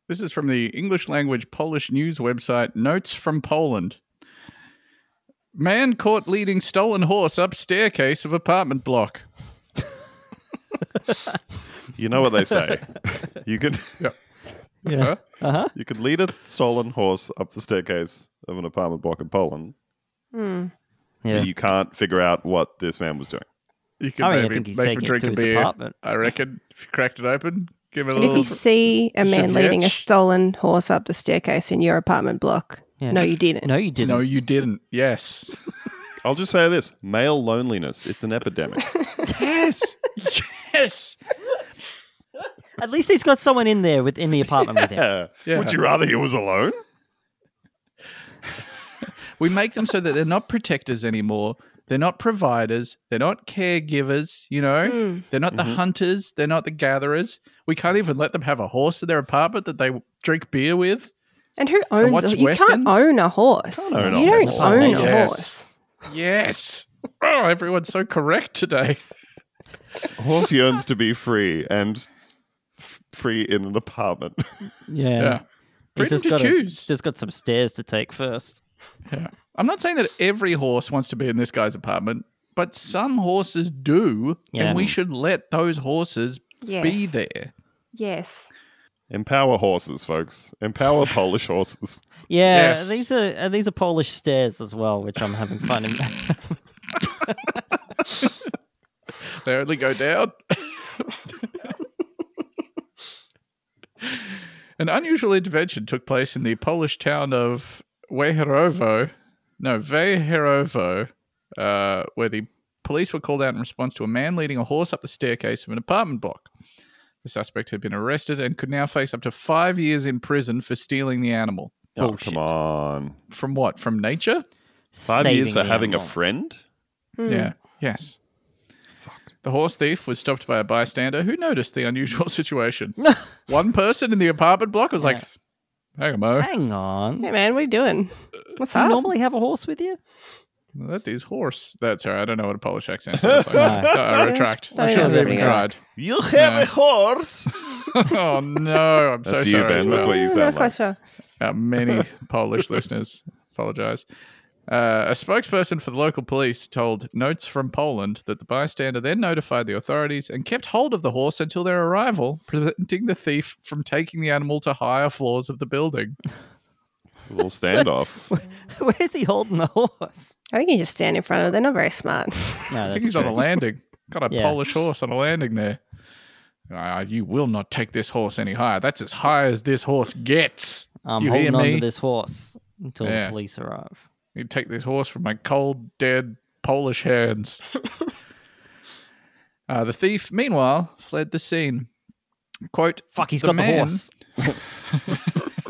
Speaker 2: This is from the English language Polish news website Notes from Poland. Man caught leading stolen horse up staircase of apartment block.
Speaker 3: You know what they
Speaker 2: <laughs>
Speaker 3: say. you could
Speaker 4: Yeah. Uh huh.
Speaker 3: you could lead a stolen horse up the staircase of an apartment block in Poland,
Speaker 5: Hmm.
Speaker 4: Yeah.
Speaker 3: but you can't figure out what this man was doing.
Speaker 2: You can
Speaker 4: I mean, I
Speaker 2: maybe
Speaker 4: think he's
Speaker 2: make him
Speaker 4: taking it
Speaker 2: drink
Speaker 4: to
Speaker 2: a
Speaker 4: his
Speaker 2: beer.
Speaker 4: apartment.
Speaker 2: I reckon if you cracked it open, give it a
Speaker 5: And if
Speaker 2: little.
Speaker 5: you see a man
Speaker 2: Should
Speaker 5: leading a
Speaker 2: match.
Speaker 5: stolen horse up the staircase in your apartment block,
Speaker 4: Yeah.
Speaker 5: no, you didn't.
Speaker 4: No, you didn't.
Speaker 2: no, you didn't. Yes.
Speaker 3: I'll just say this: male loneliness. It's an epidemic.
Speaker 2: yes. Yes.
Speaker 4: At least he's got someone in there with in the apartment with him.
Speaker 3: yeah.
Speaker 2: <laughs>
Speaker 3: <laughs>
Speaker 2: Yeah.
Speaker 3: Would you rather he was alone?
Speaker 2: We make them so that they're not protectors anymore. They're not providers. They're not caregivers, you know?
Speaker 5: Hmm.
Speaker 2: They're not the
Speaker 3: Mhm.
Speaker 2: hunters. They're not the gatherers. We can't even let them have a horse in their apartment that they drink beer with.
Speaker 5: And who owns
Speaker 2: watch
Speaker 5: a, you
Speaker 2: westerns?
Speaker 5: can't own a horse.
Speaker 3: Can't own a
Speaker 5: you don't
Speaker 3: horse.
Speaker 5: own a
Speaker 2: Yes.
Speaker 5: horse.
Speaker 2: Yes. Oh, everyone's so correct today.
Speaker 3: A horse yearns to be free and f- free in an apartment. <laughs>
Speaker 4: Yeah.
Speaker 2: Yeah.
Speaker 4: He's
Speaker 2: Freedom
Speaker 4: just
Speaker 2: to
Speaker 4: got
Speaker 2: choose.
Speaker 4: just got some stairs to take first.
Speaker 2: Yeah. I'm not saying that every horse wants to be in this guy's apartment, but some horses do,
Speaker 4: Yeah.
Speaker 2: and we should let those horses
Speaker 5: Yes.
Speaker 2: be there.
Speaker 5: Yes.
Speaker 3: Empower horses, folks. Empower Polish horses.
Speaker 4: Yeah,
Speaker 2: Yes.
Speaker 4: these are and these are Polish stairs as well, which I'm having fun in.
Speaker 2: They only go down. An unusual intervention took place in the Polish town of Weherowo, no, Weherowo, uh, where the police were called out in response to a man leading a horse up the staircase of an apartment block. The suspect had been arrested and could now face up to five years in prison for stealing the animal.
Speaker 3: Oh,
Speaker 4: Bullshit.
Speaker 3: come on.
Speaker 2: From what? From nature?
Speaker 3: Five years
Speaker 4: saving
Speaker 3: for
Speaker 4: the
Speaker 3: having
Speaker 4: animal.
Speaker 3: a friend? Mm.
Speaker 5: Hmm.
Speaker 2: Yeah. Yes. The horse thief was stopped by a bystander who noticed the unusual <laughs> situation.
Speaker 3: <laughs>
Speaker 2: One person in the apartment block was like, "Hang on, Mo,
Speaker 4: Hang on,
Speaker 5: Hey man, what are you doing? What's
Speaker 4: do you
Speaker 5: up?
Speaker 4: normally have a horse with you? <laughs>
Speaker 2: that is horse." That's sorry, I don't know what a
Speaker 3: <laughs>
Speaker 2: Polish accent sounds like.
Speaker 4: No.
Speaker 2: I retract.
Speaker 5: That's-
Speaker 2: I should have
Speaker 5: that's
Speaker 2: even
Speaker 5: pretty
Speaker 2: tried. <laughs>
Speaker 3: You have
Speaker 2: No.
Speaker 3: a horse.
Speaker 2: oh no, I'm so
Speaker 3: That's you,
Speaker 2: sorry.
Speaker 3: Ben. That's
Speaker 2: as well.
Speaker 3: what you
Speaker 5: Mm,
Speaker 3: sound
Speaker 5: not
Speaker 3: like.
Speaker 5: quite sure.
Speaker 2: Our Uh,
Speaker 4: <laughs>
Speaker 2: many Polish listeners. Apologize. Uh, a spokesperson for the local police told Notes from Poland that the bystander then notified the authorities and kept hold of the horse until their arrival, preventing the thief from taking the animal to higher floors of the building.
Speaker 3: little standoff.
Speaker 4: Where's he holding the horse?
Speaker 5: I think you just stand in front of it. They're not very smart.
Speaker 4: No,
Speaker 2: I
Speaker 4: that's
Speaker 2: think he's on a
Speaker 4: true.
Speaker 2: landing. Got a
Speaker 4: <laughs> Yeah.
Speaker 2: Polish horse on a landing there. Ah, you will not take this horse any higher. That's as high as this horse gets.
Speaker 4: I'm
Speaker 2: You hear
Speaker 4: holding on
Speaker 2: me?
Speaker 4: to this horse until
Speaker 2: Yeah.
Speaker 4: the police arrive.
Speaker 2: You take this horse from my cold, dead Polish
Speaker 4: <laughs>
Speaker 2: hands. uh, the thief, meanwhile, fled the scene. Quote,
Speaker 4: Fuck, he's
Speaker 2: The
Speaker 4: got
Speaker 2: man-
Speaker 4: the horse.
Speaker 2: <laughs>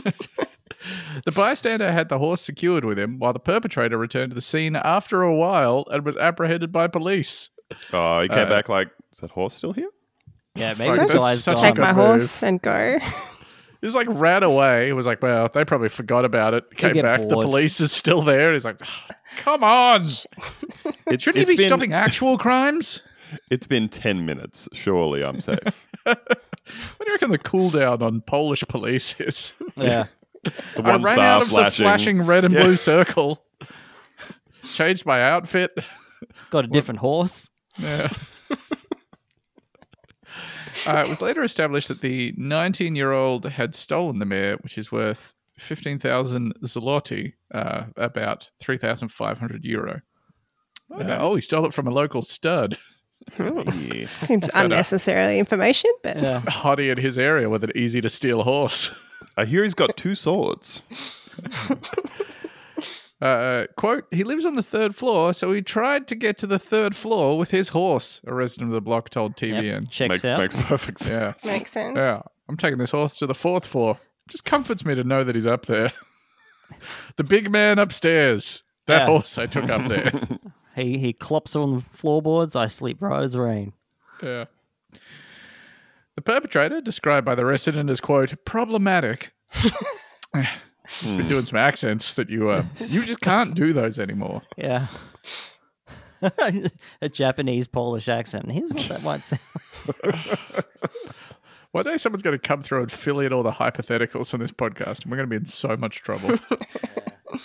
Speaker 2: the bystander had the horse secured with him while the perpetrator returned to the scene after a while and was apprehended by police.
Speaker 3: Oh, he came
Speaker 2: Uh,
Speaker 3: back like, is that horse still here?
Speaker 4: Yeah,
Speaker 2: Fuck,
Speaker 4: maybe
Speaker 2: that's
Speaker 4: July's
Speaker 2: such a
Speaker 4: gone.
Speaker 5: Take my
Speaker 2: good
Speaker 5: horse and go. <laughs>
Speaker 2: He's like ran away. He was like, well, they probably forgot about it. Came
Speaker 4: get
Speaker 2: back. The
Speaker 4: bored.
Speaker 2: police is still there. He's like, "Ah, come on.
Speaker 3: It, it's
Speaker 2: Shouldn't he be
Speaker 3: been-
Speaker 2: stopping actual crimes?
Speaker 3: It's been 10 minutes. Surely I'm safe.
Speaker 2: <laughs> What do you reckon the cooldown on Polish police is?
Speaker 4: Yeah.
Speaker 3: The
Speaker 2: I
Speaker 3: one
Speaker 2: ran
Speaker 3: star
Speaker 2: out of the flashing red and
Speaker 3: Yeah. <laughs>
Speaker 2: blue circle. Changed my outfit. <laughs>
Speaker 4: Got a different horse.
Speaker 2: Yeah. uh, it was later established that the 19 year old had stolen the mare, which is worth 15,000 zloty, uh, about 3,500 euro. Uh, oh, he stole it from a local stud.
Speaker 3: Yeah.
Speaker 5: Seems unnecessarily information, but
Speaker 4: Yeah.
Speaker 2: <laughs> Hottie in his area with an easy to steal horse.
Speaker 3: I hear he's got two swords.
Speaker 2: Uh, quote, he lives on the third floor, so he tried to get to the third floor with his horse, a resident of the block told TVN.
Speaker 4: Yep. Checks
Speaker 3: Makes,
Speaker 4: out.
Speaker 3: makes perfect sense.
Speaker 2: Yeah.
Speaker 5: makes sense.
Speaker 2: Yeah. I'm taking this horse to the fourth floor. Just comforts me to know that he's up there. <laughs> the big man upstairs. That
Speaker 4: Yeah.
Speaker 2: horse I took up
Speaker 4: <laughs>
Speaker 2: there.
Speaker 4: He he clops on the floorboards. I sleep right as rain.
Speaker 2: yeah. The perpetrator, described by the resident as quote,
Speaker 4: <laughs>
Speaker 2: problematic. He's been doing some accents that you uh, you just can't do those anymore.
Speaker 4: Yeah. <laughs> a Japanese Polish accent. Here's what that might sound.
Speaker 2: One day someone's going to come through and fill in all the hypotheticals on this podcast, and we're going to be in so much trouble.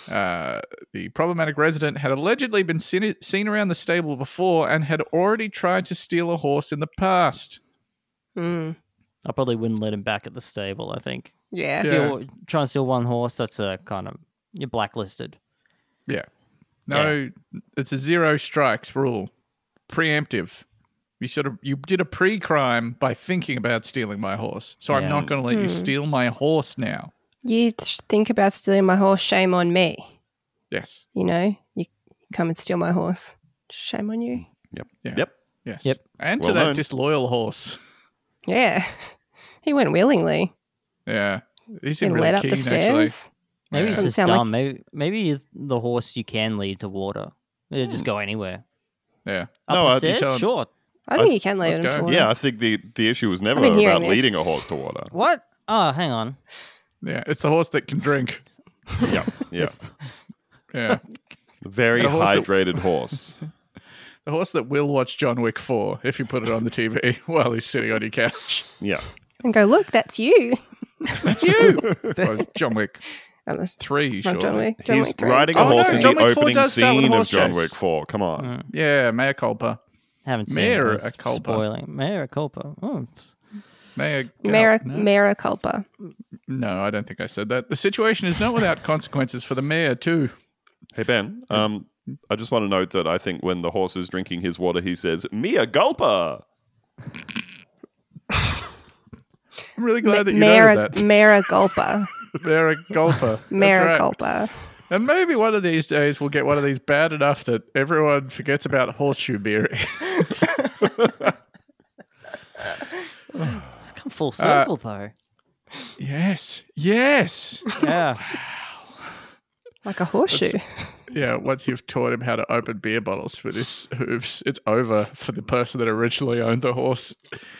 Speaker 2: uh, the problematic resident had allegedly been seen, seen around the stable before and had already tried to steal a horse in the past.
Speaker 5: Mm.
Speaker 4: I probably wouldn't let him back at the stable. I think
Speaker 2: Yeah.
Speaker 5: Yeah.
Speaker 4: steal, try and steal one horse. That's a kind of you're blacklisted.
Speaker 2: No, it's a zero strikes rule. Preemptive. You sort of you did a pre-crime by thinking about stealing my horse, so I'm
Speaker 4: Yeah.
Speaker 2: not going to let you
Speaker 5: Hmm.
Speaker 2: steal my horse now.
Speaker 5: You t- think about stealing my horse, shame on me.
Speaker 2: Yes.
Speaker 5: You know, you come and steal my horse. Shame on you.
Speaker 2: Yes.
Speaker 4: Yep.
Speaker 2: And to
Speaker 3: Well
Speaker 2: that
Speaker 3: known.
Speaker 2: disloyal horse.
Speaker 5: Yeah. <laughs> He went willingly
Speaker 2: Yeah. He seemed
Speaker 5: and
Speaker 2: really
Speaker 5: led up
Speaker 2: keen,
Speaker 5: the stairs.
Speaker 4: Maybe
Speaker 2: Yeah.
Speaker 4: he's
Speaker 5: Doesn't
Speaker 4: just
Speaker 5: sound like-
Speaker 4: dumb. Maybe maybe he's the horse you can lead to water. It'll
Speaker 5: Hmm.
Speaker 4: just go anywhere.
Speaker 2: Yeah.
Speaker 4: Up
Speaker 3: No,
Speaker 4: the
Speaker 3: I'd be
Speaker 4: stairs,
Speaker 2: telling-
Speaker 4: sure.
Speaker 5: I think
Speaker 3: I-
Speaker 5: you can lead
Speaker 2: let's go.
Speaker 5: him to water.
Speaker 3: Yeah, I think the, the issue was never
Speaker 5: been hearing
Speaker 3: about
Speaker 5: this.
Speaker 3: leading a horse to
Speaker 2: <laughs>
Speaker 3: water.
Speaker 4: What? Oh, hang on.
Speaker 2: actually. Yeah. It's the horse that can drink.
Speaker 3: yeah, yeah.
Speaker 2: Yeah.
Speaker 3: Very
Speaker 2: The horse that-
Speaker 3: hydrated
Speaker 2: <laughs>
Speaker 3: horse.
Speaker 2: the horse that will watch John Wick 4 if you put it on the TV <laughs> while he's sitting on your couch.
Speaker 3: Yeah.
Speaker 5: And go, look, that's you. <laughs>
Speaker 2: <laughs> That's you. Well, John Wick
Speaker 5: Oh, that's
Speaker 2: 3, sure.
Speaker 5: not John Wick. John
Speaker 3: He's
Speaker 5: Wick 3.
Speaker 3: riding
Speaker 2: Oh,
Speaker 3: a
Speaker 2: no,
Speaker 3: horse in
Speaker 2: John
Speaker 3: the
Speaker 2: Wick 4
Speaker 3: opening
Speaker 2: does start with a
Speaker 3: scene of
Speaker 2: horse
Speaker 3: John
Speaker 2: chase.
Speaker 3: Wick 4. Come on.
Speaker 4: Mm,
Speaker 2: Yeah, Mea culpa.
Speaker 4: haven't seen
Speaker 2: Mea
Speaker 4: it. It's
Speaker 2: culpa.
Speaker 4: Spoiling. Mea culpa. Oh,
Speaker 2: Mea,
Speaker 5: Mara,
Speaker 2: no.
Speaker 5: Mara culpa.
Speaker 2: No, I don't think I said that. The situation is not without consequences for the mayor, too.
Speaker 3: Hey, Ben. Um, I just want to note that I think when the horse is drinking his water, he says, Mia Gulpa.
Speaker 2: I'm really glad that you know
Speaker 5: Mara,
Speaker 2: that. <laughs>
Speaker 5: Mara culpa.
Speaker 2: Mayor Golfer. That's
Speaker 5: Mara
Speaker 2: right.
Speaker 5: culpa.
Speaker 2: And maybe one of these days we'll get one of these bad enough that everyone forgets about horseshoe beer. <laughs>
Speaker 4: it's come
Speaker 3: Uh,
Speaker 4: full circle
Speaker 3: <laughs>
Speaker 2: yes. Yes.
Speaker 4: though. Yeah.
Speaker 5: Like a horseshoe.
Speaker 2: Yeah, once you've taught him how to open beer bottles with his hooves, it's over for the person that originally owned the horse.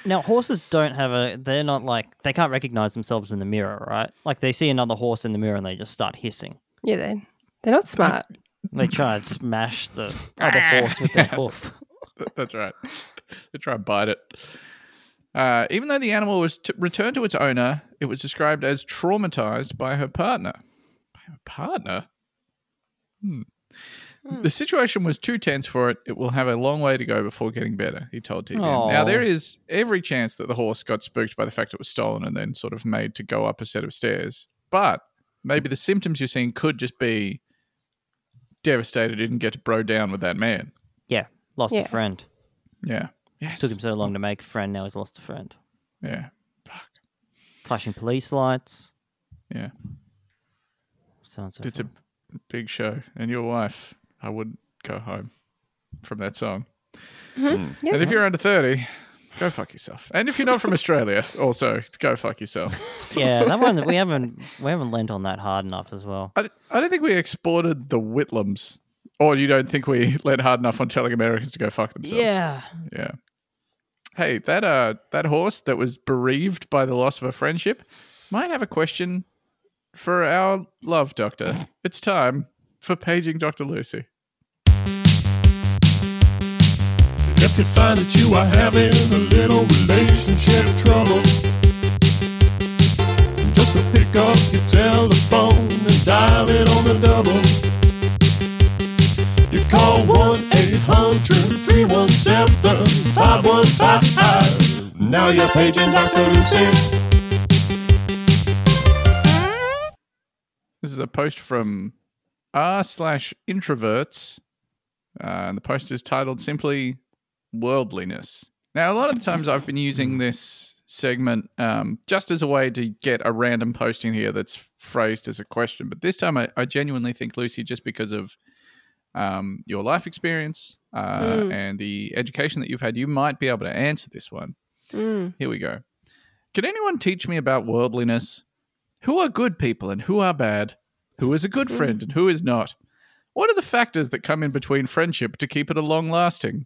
Speaker 4: Now horses don't have a. They're not like they can't recognize themselves in the mirror, right? Like they see another horse in the mirror and they just start hissing.
Speaker 5: Yeah, they they're
Speaker 2: <laughs>
Speaker 5: not smart.
Speaker 4: They try and smash the
Speaker 3: <laughs>
Speaker 4: other horse with their hoof.
Speaker 2: Th- <laughs> That's right. They try and bite it. Uh, even though the animal was t- returned to its owner, it was described as traumatized by her partner. By her partner? Hmm. The situation was too tense for it. It will have a long way to go before getting better, he told TVN. Now,
Speaker 4: Aw.
Speaker 2: there is every chance that the horse got spooked by the fact it was stolen and then sort of made to go up a set of stairs. But maybe the symptoms you're seeing could just be devastated, didn't get to bro down with that man.
Speaker 4: Lost
Speaker 5: Yeah.
Speaker 4: a friend.
Speaker 2: Yeah. Yes.
Speaker 4: Took him so long to make a friend. Now he's lost a friend.
Speaker 2: Yeah.
Speaker 4: Flashing police lights.
Speaker 2: Yeah.
Speaker 4: So and so.
Speaker 2: It's a
Speaker 4: forth.
Speaker 2: big show. And your wife, I would go home from that song.
Speaker 5: Yeah.
Speaker 2: And if you're under 30, go fuck yourself. And if you're not from Australia, <laughs> also go fuck yourself.
Speaker 4: yeah. That one we haven't we haven't lent on that hard enough as well.
Speaker 2: I, I don't think we exported the Whitlams. Or you don't think we led hard enough on telling Americans to go fuck themselves?
Speaker 4: Yeah.
Speaker 2: Yeah. Hey, that uh that horse that was bereaved by the loss of a friendship might have a question for our love doctor. It's time for paging Dr. Lucy.
Speaker 6: If you find that you are having a little relationship trouble, just to pick up your telephone and dial it on the double. You call 1 800 317 5155. Now you're paging Dr. Lucy.
Speaker 2: This is a post from r slash introverts. Uh, and the post is titled simply Worldliness. Now, a lot of times I've been using this segment um, just as a way to get a random post in here that's phrased as a question. But this time I, I genuinely think, Lucy, just because of um, your life experience uh,
Speaker 5: Mm.
Speaker 2: and the education that you've had, you might be able to answer this one.
Speaker 5: Mm.
Speaker 2: Here we go. Can anyone teach me about worldliness? Who are good people and who are bad? Who is a good friend and who is not? What are the factors that come in between friendship to keep it a long lasting?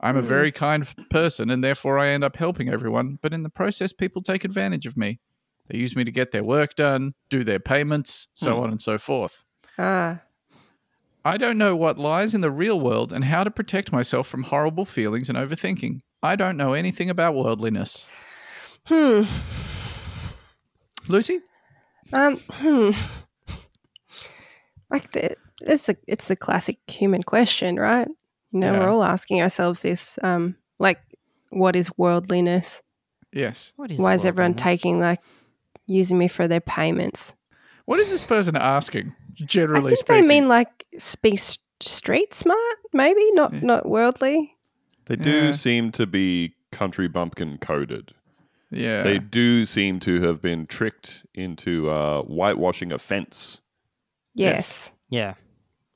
Speaker 2: I'm a very kind person and therefore I end up helping everyone, but in the process, people take advantage of me. They use me to get their work done, do their payments, so on and so forth.
Speaker 5: Ah.
Speaker 2: I don't know what lies in the real world and how to protect myself from horrible feelings and overthinking. I don't know anything about worldliness.
Speaker 5: Hmm.
Speaker 2: Lucy?
Speaker 5: Um. Hmm. Like the, it's the it's the classic human question, right? You know,
Speaker 2: Yeah.
Speaker 5: we're all asking ourselves this. Um, like, what is worldliness?
Speaker 2: Yes.
Speaker 4: What is
Speaker 5: Why is everyone
Speaker 4: worldliness?
Speaker 5: taking like using me for their payments?
Speaker 2: What is this person asking? Generally
Speaker 5: I think
Speaker 2: speaking,
Speaker 5: they mean like be s- street smart, maybe not
Speaker 2: Yeah.
Speaker 5: not worldly.
Speaker 3: They do
Speaker 2: Yeah.
Speaker 3: seem to be country bumpkin coded.
Speaker 2: yeah,
Speaker 3: They do seem to have been tricked into uh, whitewashing a fence
Speaker 5: Yes.
Speaker 4: Yeah.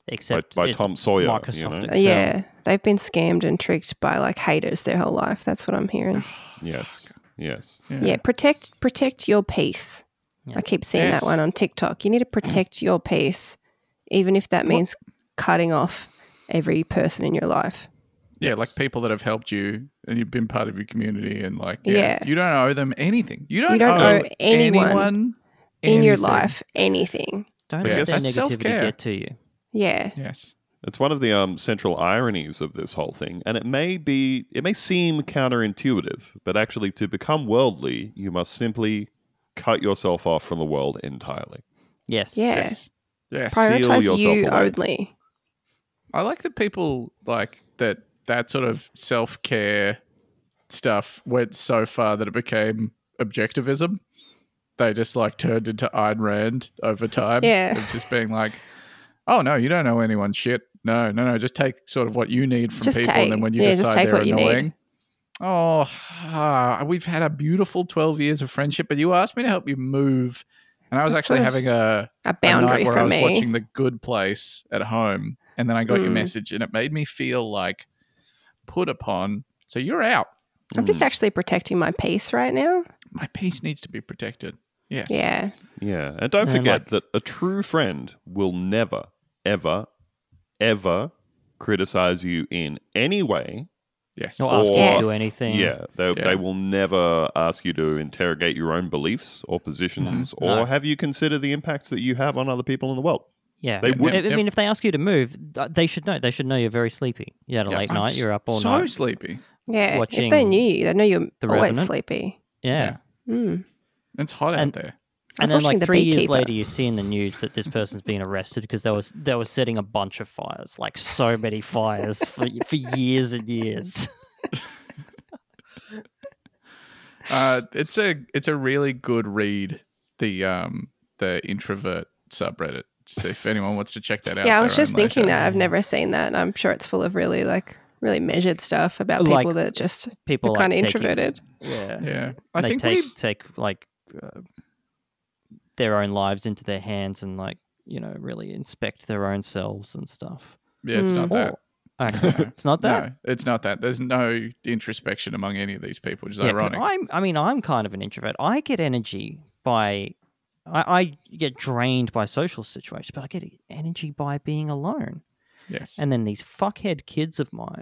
Speaker 3: by,
Speaker 4: Except
Speaker 3: by
Speaker 4: it's
Speaker 3: Tom Sawyer. you
Speaker 4: Microsoft
Speaker 3: know?
Speaker 4: Excel.
Speaker 5: Yeah. They've been scammed and tricked by like haters their whole life. That's what I'm hearing.
Speaker 3: Yes. Yes.
Speaker 2: yeah.
Speaker 5: Yeah, protect protect your peace.
Speaker 4: Yeah.
Speaker 5: I keep seeing
Speaker 2: Yes.
Speaker 5: that one on TikTok. You need to protect your peace, even if that means cutting off every person in your life.
Speaker 2: Yeah,
Speaker 3: Yes.
Speaker 2: like people that have helped you and you've been part of your community, and like, yeah,
Speaker 5: Yeah.
Speaker 2: you don't owe them anything. You don't,
Speaker 5: You don't
Speaker 2: owe,
Speaker 5: owe anyone
Speaker 2: anyone
Speaker 5: In your
Speaker 2: anything.
Speaker 5: life, anything.
Speaker 4: Don't
Speaker 3: Yeah.
Speaker 4: let that
Speaker 2: That's
Speaker 4: negativity
Speaker 2: self-care.
Speaker 4: get to you.
Speaker 5: Yeah.
Speaker 2: Yes.
Speaker 3: It's one of the um, central ironies of this whole thing, and it may be, it may seem counterintuitive, but actually, to become worldly, you must simply cut yourself off from the world entirely.
Speaker 4: Yes.
Speaker 5: Yeah.
Speaker 2: Yes. Yes.
Speaker 5: Prioritize
Speaker 3: yourself away.
Speaker 5: you only.
Speaker 2: I like that people like that that sort of self care stuff went so far that it became objectivism. They just like turned into Ayn Rand over time.
Speaker 5: Yeah.
Speaker 2: Of just being like, oh no, you don't know anyone shit. No, no, no. Just take sort of what you need from
Speaker 5: Just
Speaker 2: people
Speaker 5: take-
Speaker 2: and then when you
Speaker 5: yeah, just
Speaker 2: decide
Speaker 5: take
Speaker 2: they're
Speaker 5: what you need.
Speaker 2: annoying. Oh, ah, we've had a beautiful 12 years of friendship, but you asked me to help you move. And I was
Speaker 5: That's
Speaker 2: actually
Speaker 5: sort of
Speaker 2: having a
Speaker 5: A
Speaker 2: a night
Speaker 5: boundary
Speaker 2: where I
Speaker 5: for
Speaker 2: was
Speaker 5: me.
Speaker 2: watching The Good Place at home, and then I got your
Speaker 5: Mm.
Speaker 2: message, and it made me feel like put upon. So you're out.
Speaker 5: I'm
Speaker 2: Mm.
Speaker 5: just actually protecting my peace right now.
Speaker 2: My peace needs to be protected. Yes.
Speaker 5: Yeah.
Speaker 3: Mm, Yeah, and don't
Speaker 4: And,
Speaker 3: forget that
Speaker 4: like-
Speaker 3: a true friend will never, ever, ever criticize you in any way.
Speaker 2: Yes.
Speaker 4: Not asking you to do
Speaker 3: Or-
Speaker 4: anything.
Speaker 3: Yeah, they,
Speaker 2: Yeah.
Speaker 3: they will never ask you to interrogate your own beliefs or positions, or
Speaker 4: No.
Speaker 3: have you consider the impacts that you have on other people in the world.
Speaker 4: Yeah.
Speaker 3: They
Speaker 4: I-
Speaker 3: wouldn't.
Speaker 4: I
Speaker 2: Yep.
Speaker 4: mean, if they ask you to move, th- they should know. They should know you're very sleepy. You had a
Speaker 2: Yeah,
Speaker 4: late
Speaker 2: I'm
Speaker 4: night. You're up all
Speaker 2: so
Speaker 4: night.
Speaker 2: sleepy.
Speaker 5: Yeah. if they
Speaker 4: Watching
Speaker 5: knew you, they know you're
Speaker 4: The
Speaker 5: always
Speaker 4: Revenant.
Speaker 5: sleepy.
Speaker 4: yeah.
Speaker 5: Mm.
Speaker 2: It's hot
Speaker 4: And-
Speaker 2: out there.
Speaker 5: I
Speaker 4: and
Speaker 5: was
Speaker 4: then
Speaker 5: watching
Speaker 4: like
Speaker 5: The
Speaker 4: three years
Speaker 5: Beekeeper.
Speaker 4: later you see in the news that this person's been arrested because they was they were setting a bunch of fires like so many fires for for years and years
Speaker 2: Uh, it's a it's a really good read. The um the introvert subreddit. Just if anyone wants to check that out.
Speaker 5: Yeah, I was
Speaker 2: they're on
Speaker 5: just thinking
Speaker 2: later.
Speaker 5: that. I've never seen that. and I'm sure it's full of really like really measured stuff about people
Speaker 4: Like,
Speaker 5: that just
Speaker 4: people
Speaker 5: are
Speaker 4: like,
Speaker 5: kind of
Speaker 4: taking-
Speaker 5: introverted.
Speaker 4: yeah,
Speaker 2: Yeah, I
Speaker 4: they
Speaker 2: think
Speaker 4: take
Speaker 2: we.
Speaker 4: take like uh, their own lives into their hands and like you know really inspect their own selves and stuff
Speaker 2: Yeah, it's
Speaker 5: Mm.
Speaker 2: not
Speaker 4: Oh,
Speaker 2: that.
Speaker 4: okay. it's not that
Speaker 2: <laughs> No, it's not that. There's no introspection among any of these people, which is
Speaker 4: Yeah, 'cause
Speaker 2: ironic.
Speaker 4: I'm. I mean, I'm kind of an introvert. I get energy by. I, I get drained by social situations, but I get energy by being alone.
Speaker 2: yes.
Speaker 4: And then these fuckhead kids of
Speaker 2: <laughs>
Speaker 4: mine.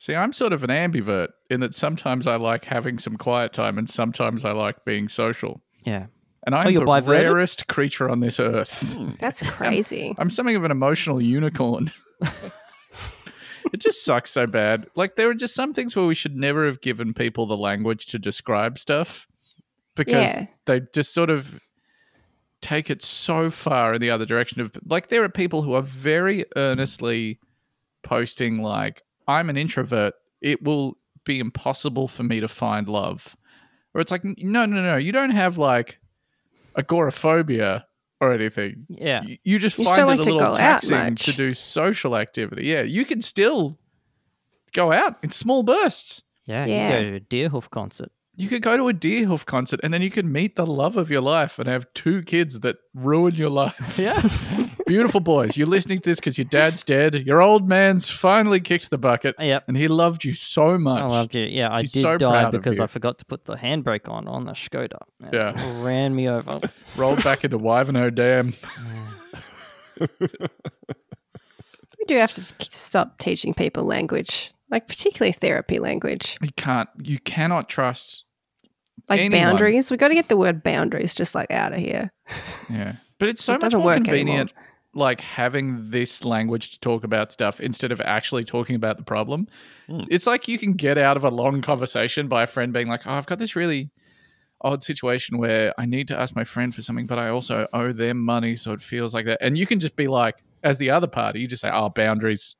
Speaker 2: See, I'm sort of an ambivert in that sometimes I like having some quiet time and sometimes I like being social.
Speaker 4: Yeah.
Speaker 2: And I'm
Speaker 4: Oh, you're
Speaker 2: the
Speaker 4: biverted?
Speaker 2: rarest creature on this earth.
Speaker 5: That's crazy.
Speaker 2: <laughs> I'm something of an emotional unicorn. <laughs> it just sucks so bad. Like there are just some things where we should never have given people the language to describe stuff because
Speaker 5: Yeah.
Speaker 2: they just sort of take it so far in the other direction of like there are people who are very earnestly posting like I'm an introvert. It will be impossible for me to find love. Or it's like no no no, you don't have like agoraphobia or anything
Speaker 4: Yeah.
Speaker 2: you, you just
Speaker 5: You
Speaker 2: find
Speaker 5: still
Speaker 2: it
Speaker 5: like
Speaker 2: a
Speaker 5: to
Speaker 2: little
Speaker 5: go out
Speaker 2: taxing
Speaker 5: much.
Speaker 2: to do social activity. Yeah, you can still go out in small bursts.
Speaker 4: Yeah.
Speaker 5: Yeah.
Speaker 4: You go to a
Speaker 2: <laughs>
Speaker 4: Deerhoof concert.
Speaker 2: You could go to a Deerhoof concert and then you could meet the love of your life and have two kids that ruin your life.
Speaker 4: <laughs> Yeah.
Speaker 2: Beautiful boys, you're listening to this because your dad's dead. Your old man's finally kicked the bucket
Speaker 4: yep.
Speaker 2: and he loved you so much.
Speaker 4: I loved you. Yeah, I
Speaker 2: He's
Speaker 4: did
Speaker 2: so proud
Speaker 4: die
Speaker 2: of
Speaker 4: because
Speaker 2: you.
Speaker 4: I forgot to put the handbrake on on the Skoda. and it
Speaker 2: Yeah.
Speaker 4: ran
Speaker 2: <laughs>
Speaker 4: me over.
Speaker 2: Rolled back into Wivenhoe Dam.
Speaker 5: we do have to s- stop teaching people language, like particularly therapy language,
Speaker 2: You can't, you cannot trust
Speaker 5: like
Speaker 2: Anyone.
Speaker 5: boundaries. We got to get the word boundaries just like out of here.
Speaker 2: Yeah. But it's so
Speaker 5: It
Speaker 2: much
Speaker 5: doesn't
Speaker 2: more
Speaker 5: work
Speaker 2: convenient like having this language to talk about stuff instead of actually talking about the problem.
Speaker 3: Hmm.
Speaker 2: It's like you can get out of a long conversation by a friend being like, "Oh, I've got this really odd situation where I need to ask my friend for something, but I also owe them money, so it feels like that." And you can just be like, as the other party, you just say, "Oh, boundaries.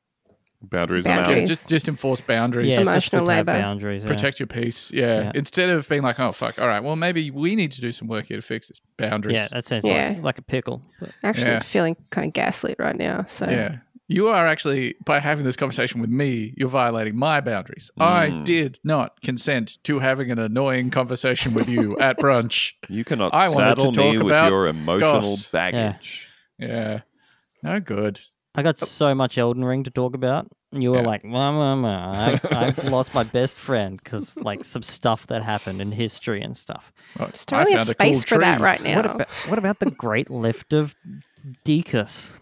Speaker 3: Boundaries,
Speaker 2: Yeah,
Speaker 3: boundaries.
Speaker 5: Boundaries.
Speaker 2: just just enforce boundaries."
Speaker 4: Yeah, it's just
Speaker 5: Emotional
Speaker 4: good to have
Speaker 5: labour.
Speaker 4: boundaries. yeah.
Speaker 2: Protect your peace. Yeah.
Speaker 4: Yeah.
Speaker 2: Instead of being like, oh, fuck. All right. Well, maybe we need to do some work here to fix this. Boundaries.
Speaker 4: Yeah, that sounds
Speaker 5: Yeah.
Speaker 4: Like, like a pickle. But
Speaker 5: Actually,
Speaker 2: Yeah.
Speaker 5: feeling kind of gaslit right now. So
Speaker 2: Yeah. You are actually, by having this conversation with me, you're violating my boundaries. I
Speaker 3: Mm.
Speaker 2: did not consent to having an annoying conversation with
Speaker 5: <laughs>
Speaker 2: you at brunch.
Speaker 3: You cannot
Speaker 2: I wanted to
Speaker 3: saddle
Speaker 2: talk
Speaker 3: me with
Speaker 2: about
Speaker 3: your emotional
Speaker 2: Goss.
Speaker 3: baggage.
Speaker 2: Yeah. No good.
Speaker 4: I got so much Elden Ring to talk about. And you were
Speaker 2: Oh. Yeah.
Speaker 4: like, "Mama, I, <laughs> I've lost my best friend because like some stuff that happened in history and stuff."
Speaker 2: Well,
Speaker 5: just don't
Speaker 2: I
Speaker 5: really have
Speaker 2: found a
Speaker 5: space
Speaker 2: cool
Speaker 5: for that
Speaker 2: tree.
Speaker 5: right now.
Speaker 4: What about what about the great lift of Deacus?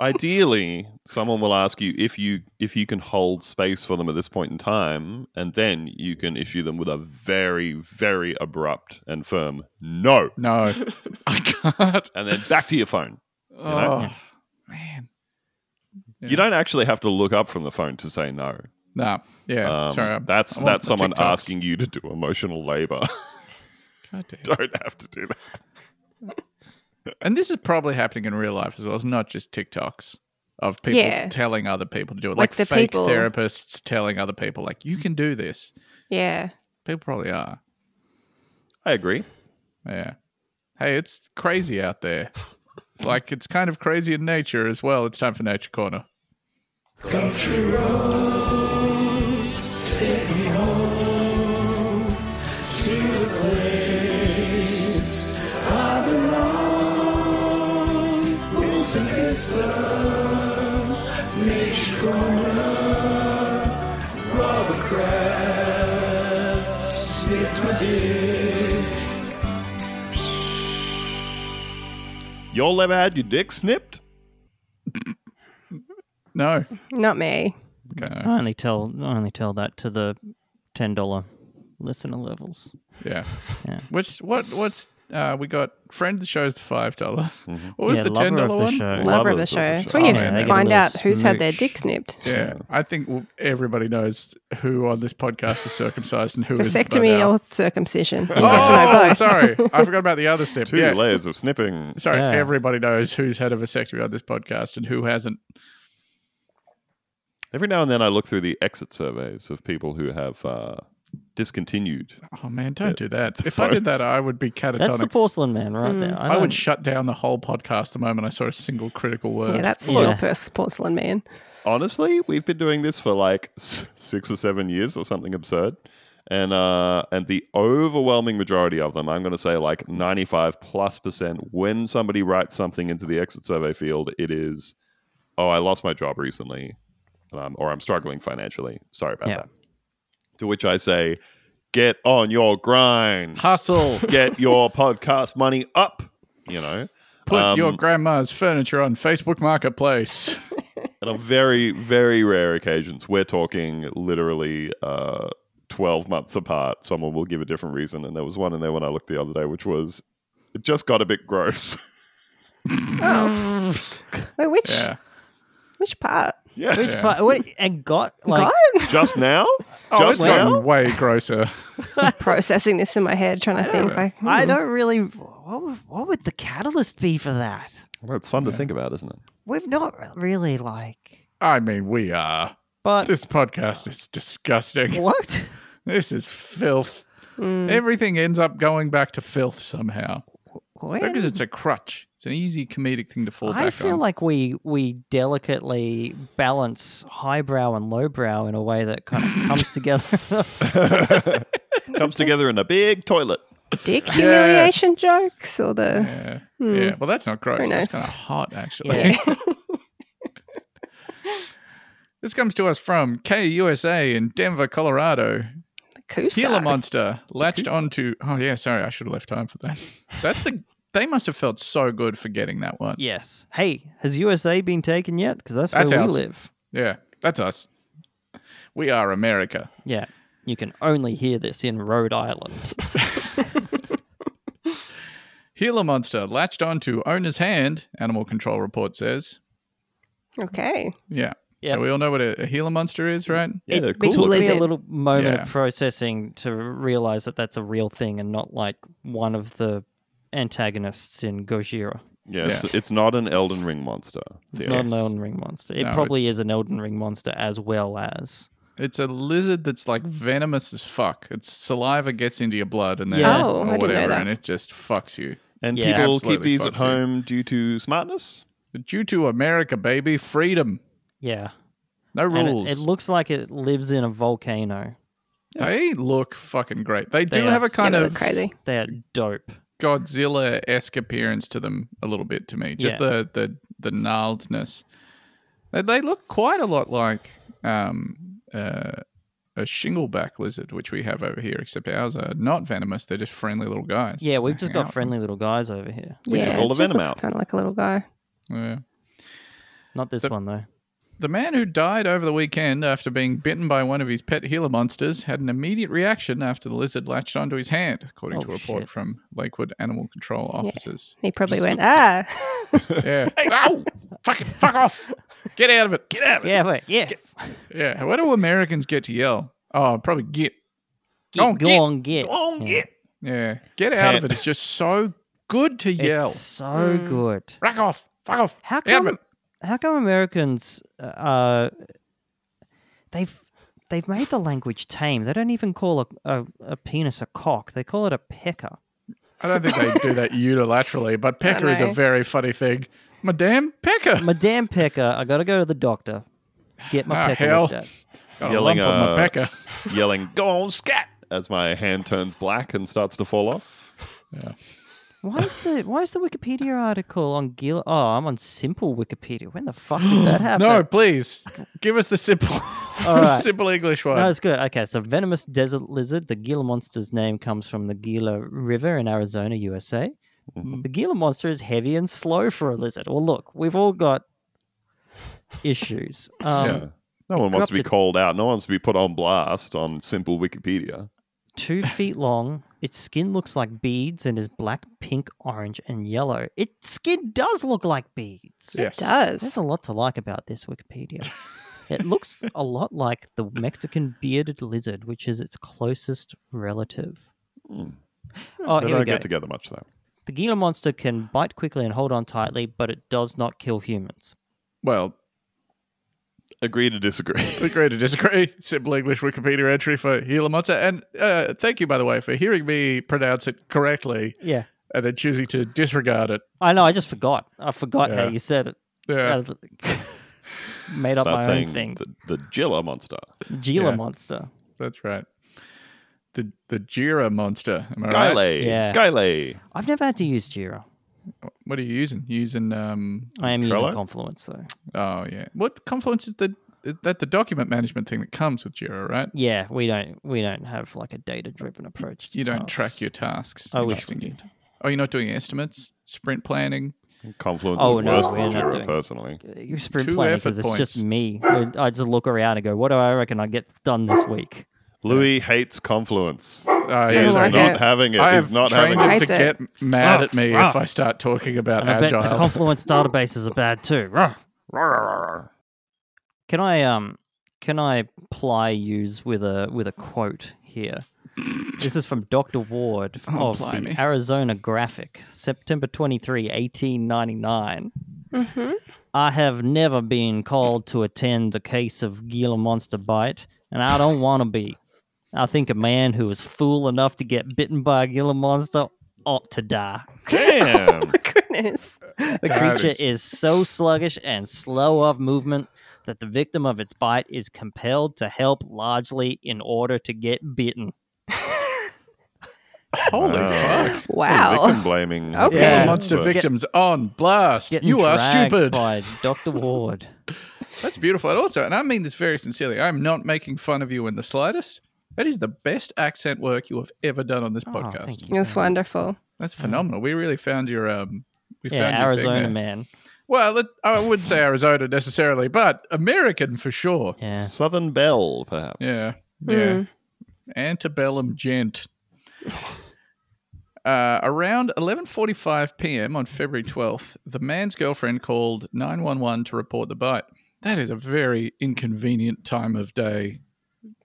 Speaker 3: Ideally, someone will ask you if you if you can hold space for them at this point in time, and then you can issue them with a very, very abrupt and firm no,
Speaker 5: <laughs>
Speaker 2: No, I can't.
Speaker 3: and then back to your phone. know?
Speaker 2: Oh, man.
Speaker 3: You don't actually have to look up from the phone to say no.
Speaker 2: Nah. Yeah.
Speaker 3: Um,
Speaker 2: Sorry. I-
Speaker 3: that's
Speaker 2: I want
Speaker 3: that's
Speaker 2: my
Speaker 3: someone
Speaker 2: TikToks.
Speaker 3: asking you to do emotional labor. <laughs>
Speaker 2: God damn.
Speaker 3: Don't have to do that.
Speaker 2: And this is probably happening in real life as well. It's not just TikToks of people
Speaker 5: Yeah.
Speaker 2: telling other people to do it. Like,
Speaker 5: Like the
Speaker 2: fake
Speaker 5: people-
Speaker 2: therapists telling other people, like, you can do this.
Speaker 5: yeah.
Speaker 2: People probably are.
Speaker 3: I agree.
Speaker 2: Yeah. Hey, it's crazy out there. Like it's kind of crazy in nature as well. It's time for Nature Corner.
Speaker 3: Y'all ever had your dick snipped?
Speaker 2: No.
Speaker 5: Not me.
Speaker 2: Okay.
Speaker 4: I only tell I only tell that to the ten dollar listener levels.
Speaker 2: Yeah.
Speaker 4: Yeah.
Speaker 2: Which what what's uh we got friend of the show's the five dollar. <laughs> What was
Speaker 4: yeah,
Speaker 2: the
Speaker 4: lover
Speaker 2: ten dollar
Speaker 4: of the
Speaker 2: one?
Speaker 4: show.
Speaker 5: Lover
Speaker 3: Lovers
Speaker 5: of the show. It's where
Speaker 2: Oh,
Speaker 5: you
Speaker 2: yeah, they get a
Speaker 5: find
Speaker 4: little
Speaker 5: out who's had their
Speaker 4: smooch.
Speaker 5: dick snipped.
Speaker 2: <laughs> Yeah, I think w- everybody knows who on this podcast is circumcised and who is
Speaker 5: Vasectomy or
Speaker 2: <laughs>
Speaker 5: circumcision. You
Speaker 2: oh,
Speaker 5: get to know both.
Speaker 2: sorry, I forgot about the other step.
Speaker 3: Two
Speaker 2: yeah,
Speaker 3: layers of snipping.
Speaker 2: sorry,
Speaker 4: Yeah.
Speaker 2: everybody knows who's had a vasectomy on this podcast and who hasn't.
Speaker 3: Every now and then, I look through the exit surveys of people who have uh, discontinued.
Speaker 2: Oh man, don't
Speaker 3: Yeah.
Speaker 2: do that. If I did that, I would be
Speaker 4: That's
Speaker 2: catatonic.
Speaker 4: the porcelain man right there.
Speaker 2: I,
Speaker 4: don't-
Speaker 2: would shut down the whole podcast the moment I saw a single critical word.
Speaker 5: Yeah, that's
Speaker 4: Yeah.
Speaker 5: your pers- porcelain man.
Speaker 3: Honestly, we've been doing this for like s- six or seven years or something absurd, and uh, and the overwhelming majority of them, I'm going to say like 95 plus percent, when somebody writes something into the exit survey field, it is, oh, I lost my job recently, um, or I'm struggling financially. Sorry about
Speaker 4: Yeah.
Speaker 3: that. To which I say, get on your
Speaker 2: <laughs>
Speaker 3: grind.
Speaker 4: <laughs>
Speaker 2: Hustle.
Speaker 3: get your podcast money up. You know,
Speaker 2: Put
Speaker 3: Um,
Speaker 2: your grandma's furniture on Facebook
Speaker 4: <laughs>
Speaker 2: Marketplace.
Speaker 3: and on very, very rare occasions, we're talking literally uh, 12 months apart. Someone will give a different reason. And there was one in there when I looked the other day, which was it just got a bit gross. <laughs>
Speaker 5: Wait, which
Speaker 2: Yeah.
Speaker 5: which part?
Speaker 3: yeah.
Speaker 4: Which part- what- and got like
Speaker 5: God,
Speaker 3: Just now?
Speaker 2: Oh, it's
Speaker 3: just now?
Speaker 2: gotten way grosser. <laughs>
Speaker 5: processing this in my head, trying to think. Like, hmm.
Speaker 4: I don't really. What, would- what would the catalyst be for that?
Speaker 3: Well, it's fun to think about, isn't it?
Speaker 4: We've not really like.
Speaker 2: I mean, we are.
Speaker 4: But
Speaker 2: This podcast is disgusting.
Speaker 4: what?
Speaker 2: This is filth.
Speaker 4: Mm.
Speaker 2: Everything ends up going back to filth somehow
Speaker 4: Where
Speaker 2: because
Speaker 4: did-
Speaker 2: it's a crutch. It's an easy comedic thing to fall
Speaker 4: I
Speaker 2: back
Speaker 4: feel
Speaker 2: on.
Speaker 4: like we we delicately balance highbrow and lowbrow in a way that kind of
Speaker 2: <laughs>
Speaker 4: comes together. <laughs>
Speaker 3: <laughs> Comes together in a big toilet.
Speaker 5: dick humiliation jokes or the
Speaker 2: yeah.
Speaker 5: Hmm.
Speaker 2: yeah. Well, that's not gross.
Speaker 5: Very
Speaker 2: That's
Speaker 5: nice.
Speaker 2: kind of hot, actually.
Speaker 4: yeah.
Speaker 2: <laughs> This comes to us from KUSA in Denver, Colorado. Gila
Speaker 5: Kusa.
Speaker 2: monster latched onto. Oh yeah, sorry, I should have left time for that. That's the. They must have felt so good for getting that one. Yeah,
Speaker 4: Yes. Hey, has USA been taken yet? Because that's,
Speaker 2: That's
Speaker 4: where
Speaker 2: ours.
Speaker 4: we live.
Speaker 2: that's us. We are America.
Speaker 4: Yeah. You can only hear this in Rhode Island.
Speaker 2: Gila monster latched onto owner's hand, animal control report says.
Speaker 5: Okay.
Speaker 2: Yeah.
Speaker 4: Yeah.
Speaker 2: So we all know what a, a Gila monster is, right?
Speaker 3: Yeah, they're
Speaker 5: It
Speaker 3: cool.
Speaker 5: took
Speaker 3: looking.
Speaker 4: Took me a
Speaker 5: Blizzard.
Speaker 4: little moment
Speaker 2: Yeah.
Speaker 4: of processing to realize that that's a real thing and not like one of the antagonists in Gojira.
Speaker 3: Yeah, It's, it's not an Elden Ring monster.
Speaker 4: It's
Speaker 3: Theo.
Speaker 4: not an Elden Ring monster. It
Speaker 2: No,
Speaker 4: probably
Speaker 2: it's-
Speaker 4: is an Elden Ring monster as well as.
Speaker 2: It's a lizard that's like venomous as fuck. Its saliva gets into your blood and then
Speaker 4: Yeah.
Speaker 5: Oh, I
Speaker 2: or
Speaker 5: didn't know
Speaker 2: whatever,
Speaker 5: that.
Speaker 2: and it just fucks you.
Speaker 3: And
Speaker 4: Yeah.
Speaker 3: people keep
Speaker 2: Absolutely
Speaker 3: these at
Speaker 2: fucks you.
Speaker 3: home due to smartness.
Speaker 2: Due to America, baby, freedom,
Speaker 4: Yeah.
Speaker 2: no
Speaker 4: And it-
Speaker 2: rules.
Speaker 4: it, looks like it lives in a volcano.
Speaker 2: they look fucking great. They do
Speaker 4: They are-
Speaker 2: have a kind
Speaker 5: Kind yeah, they
Speaker 2: of
Speaker 5: look crazy.
Speaker 4: They are dope.
Speaker 2: Godzilla esque appearance to them a little bit to me. Just
Speaker 4: Yeah.
Speaker 2: the the the gnarledness. They, they look quite a lot like um, uh, a shingleback lizard, which we have over here. Except ours are not venomous; they're just friendly little guys.
Speaker 4: Yeah, we've
Speaker 2: They
Speaker 4: just
Speaker 2: hang
Speaker 4: got
Speaker 2: out.
Speaker 4: friendly little guys over here.
Speaker 3: We
Speaker 5: yeah,
Speaker 3: took all
Speaker 5: it
Speaker 3: of Venom
Speaker 5: just looks
Speaker 3: out.
Speaker 5: kind of like a little guy.
Speaker 2: Yeah.
Speaker 4: Not this
Speaker 2: The-
Speaker 4: one though.
Speaker 2: The man who died over the weekend after being bitten by one of his pet Gila monsters had an immediate reaction after the lizard latched onto his hand, according
Speaker 4: Oh,
Speaker 2: to a report
Speaker 4: shit.
Speaker 2: from Lakewood Animal Control officers.
Speaker 5: He probably went, ah.
Speaker 4: <laughs>
Speaker 2: Yeah. Ow! Fucking fuck off! Get out of it! Get out
Speaker 4: Yeah, wait, yeah.
Speaker 2: Yeah. What do Americans get to yell? Oh, probably get.
Speaker 4: Get,
Speaker 2: on,
Speaker 4: go
Speaker 2: get.
Speaker 4: on, get. Yeah.
Speaker 2: Yeah. Get out of
Speaker 3: Pant.
Speaker 2: it. It's just so good to yell.
Speaker 4: It's so
Speaker 5: Mm.
Speaker 4: good.
Speaker 2: Rack off. Fuck off.
Speaker 4: How
Speaker 2: Get out of
Speaker 4: come? How come Americans? Uh, they've they've made the language tame. They don't even call a, a, a penis a cock. They call it a pecker.
Speaker 2: I don't think they do that <laughs> unilaterally, but pecker is a
Speaker 5: know.
Speaker 2: very funny thing. Madame Pecker.
Speaker 4: Madame Pecker, I gotta go to the doctor. Get my
Speaker 2: Ah,
Speaker 4: pecker
Speaker 2: hell.
Speaker 4: looked at.
Speaker 2: Got a
Speaker 3: Yelling,
Speaker 2: Oh, lump on my
Speaker 3: uh,
Speaker 2: pecker.
Speaker 3: Yelling, go on, scat, as my hand turns black and starts to fall off.
Speaker 4: Why is the Why is the Wikipedia article on Gil? Oh, I'm on simple Wikipedia. When the fuck did that happen?
Speaker 2: <gasps> No, please give us the simple, <laughs>
Speaker 4: All right.
Speaker 2: simple English one.
Speaker 4: No, it's good. Okay, so venomous desert lizard. The Gila monster's name comes from the Gila River in Arizona, USA. The Gila monster is heavy and slow for a lizard. Well, look, we've all got issues. Um,
Speaker 3: yeah. No one wants to be
Speaker 4: corrupted-
Speaker 3: called out. No one wants to be put on blast on simple Wikipedia.
Speaker 4: Two feet long, its skin looks like beads and is black, pink, orange, and yellow. Its skin does look like beads.
Speaker 2: yes.
Speaker 4: There's
Speaker 5: <laughs> Does.
Speaker 4: a lot to like about this Wikipedia. it looks
Speaker 2: <laughs>
Speaker 4: a lot like the Mexican bearded lizard, which is its closest relative.
Speaker 2: Hmm.
Speaker 4: Oh,
Speaker 3: they
Speaker 4: here we
Speaker 3: don't
Speaker 4: go.
Speaker 3: get together much, though.
Speaker 4: The Gila monster can bite quickly and hold on tightly, but it does not kill humans.
Speaker 2: Well,
Speaker 3: Agree to
Speaker 4: <laughs>
Speaker 3: disagree.
Speaker 2: agree to disagree. <laughs> Simple English Wikipedia entry for Gila monster. And uh, thank you, by the way, for hearing me pronounce it correctly
Speaker 4: Yeah.
Speaker 2: and then choosing to disregard it.
Speaker 4: I know, I just forgot. I forgot how
Speaker 2: Yeah.
Speaker 4: you said it.
Speaker 2: Yeah.
Speaker 4: Out of the- <laughs> Made up
Speaker 3: Start
Speaker 4: my
Speaker 3: saying
Speaker 4: own thing.
Speaker 3: The, the Jilla monster.
Speaker 4: Gila
Speaker 2: Yeah.
Speaker 4: monster.
Speaker 2: That's right. The the Jira monster. Am I right?
Speaker 3: Guile.
Speaker 4: Yeah.
Speaker 3: Guile.
Speaker 4: I've never had to use Jira.
Speaker 2: What are you using? You using um
Speaker 4: I am using
Speaker 3: Trello?
Speaker 4: Confluence though.
Speaker 2: oh yeah. What confluence is the is that the document management thing that comes with Jira, right?
Speaker 4: Yeah, we don't we don't have like a data driven approach. To
Speaker 2: You don't track
Speaker 4: tasks.
Speaker 2: your tasks.
Speaker 4: I wish we
Speaker 2: Interesting.
Speaker 4: did.
Speaker 2: Oh, you're not doing estimates, sprint planning.
Speaker 3: Confluence
Speaker 4: Oh,
Speaker 3: is
Speaker 4: no,
Speaker 3: worse than
Speaker 4: we're not
Speaker 3: Jira,
Speaker 4: doing-
Speaker 3: personally.
Speaker 4: You're sprint
Speaker 2: Two
Speaker 4: planning
Speaker 2: effort
Speaker 4: because it's just
Speaker 2: points.
Speaker 4: me. I just look around and go, what do I reckon I get done this week?
Speaker 3: Louis hates Confluence.
Speaker 2: Uh,
Speaker 3: He's
Speaker 2: yeah,
Speaker 5: like
Speaker 3: not
Speaker 5: it.
Speaker 3: having it.
Speaker 2: I
Speaker 3: He's
Speaker 2: have
Speaker 3: not having
Speaker 2: trained
Speaker 3: it.
Speaker 2: him to
Speaker 5: Hates
Speaker 2: get
Speaker 5: it.
Speaker 2: mad at me if I start talking about
Speaker 4: Oh, And I bet
Speaker 2: agile.
Speaker 4: the Confluence databases are bad too. Ruh. Can I um can I ply use with a with a quote here? This is from Dr. Ward
Speaker 2: Oh,
Speaker 4: of the
Speaker 2: blimey.
Speaker 4: Arizona Graphic, September 23, 1899.
Speaker 5: Mm-hmm. <laughs>
Speaker 4: I have never been called to attend a case of Gila monster bite, and I don't want to be. I think a man who is fool enough to get bitten by a Gila monster ought
Speaker 2: <laughs>
Speaker 4: to die. <laughs>
Speaker 3: Damn.
Speaker 5: Goodness.
Speaker 4: The
Speaker 2: That
Speaker 4: creature
Speaker 2: is-
Speaker 4: is so sluggish and slow of movement that the victim of its bite is compelled to help largely in order to get bitten.
Speaker 2: <laughs> Holy
Speaker 3: Wow.
Speaker 2: fuck.
Speaker 5: Wow.
Speaker 3: Victim blaming.
Speaker 5: Okay.
Speaker 2: Gila
Speaker 4: Yeah.
Speaker 2: monster victims on blast.
Speaker 4: Getting
Speaker 2: You are
Speaker 4: dragged
Speaker 2: stupid.
Speaker 4: by <laughs> Dr. Ward.
Speaker 2: That's beautiful. And also, and I mean this very sincerely, I'm not making fun of you in the slightest. That is the best accent work you have ever done on this
Speaker 4: Oh,
Speaker 2: podcast.
Speaker 4: thank you.
Speaker 5: <laughs> That's wonderful.
Speaker 2: That's phenomenal. We really found your um we found
Speaker 4: Yeah,
Speaker 2: your thing
Speaker 4: Arizona
Speaker 2: there.
Speaker 4: man.
Speaker 2: Well, it, I wouldn't say Arizona necessarily, but American for sure.
Speaker 4: Yeah.
Speaker 3: Southern Belle, perhaps.
Speaker 2: Yeah. Yeah.
Speaker 5: Mm.
Speaker 2: Antebellum gent. Uh, around 11:45 p.m. on February 12th, the man's girlfriend called 911 to report the bite. That is a very inconvenient time of day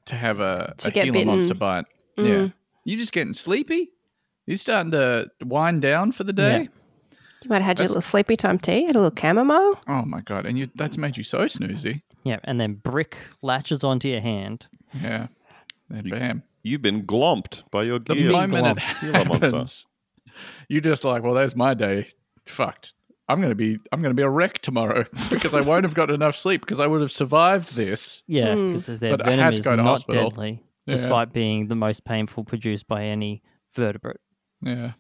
Speaker 2: to have a,
Speaker 5: To
Speaker 2: a
Speaker 5: get
Speaker 2: Gila
Speaker 5: bitten. Mm.
Speaker 2: monster bite. Yeah, you just getting sleepy. You starting to wind down for the day.
Speaker 5: You might have had your
Speaker 2: That's-
Speaker 5: little sleepy time tea, had a little chamomile.
Speaker 2: Oh my god! And you that's made you so snoozy.
Speaker 4: Yeah, and then brick latches onto your hand.
Speaker 2: Yeah. Then bam.
Speaker 3: You've been glomped by your
Speaker 2: The
Speaker 3: Gila,
Speaker 2: moment <laughs> it
Speaker 3: Gila monster.
Speaker 2: happens, you just like, well, there's my day. Fucked. I'm gonna be I'm gonna be a wreck tomorrow <laughs> because I won't have got enough sleep because I would have survived this.
Speaker 4: Yeah,
Speaker 5: Mm.
Speaker 4: because their
Speaker 2: But I had
Speaker 4: venom
Speaker 2: to
Speaker 4: is
Speaker 2: go to
Speaker 4: not
Speaker 2: hospital.
Speaker 4: deadly,
Speaker 2: Yeah.
Speaker 4: despite being the most painful produced by any vertebrate.
Speaker 2: Yeah.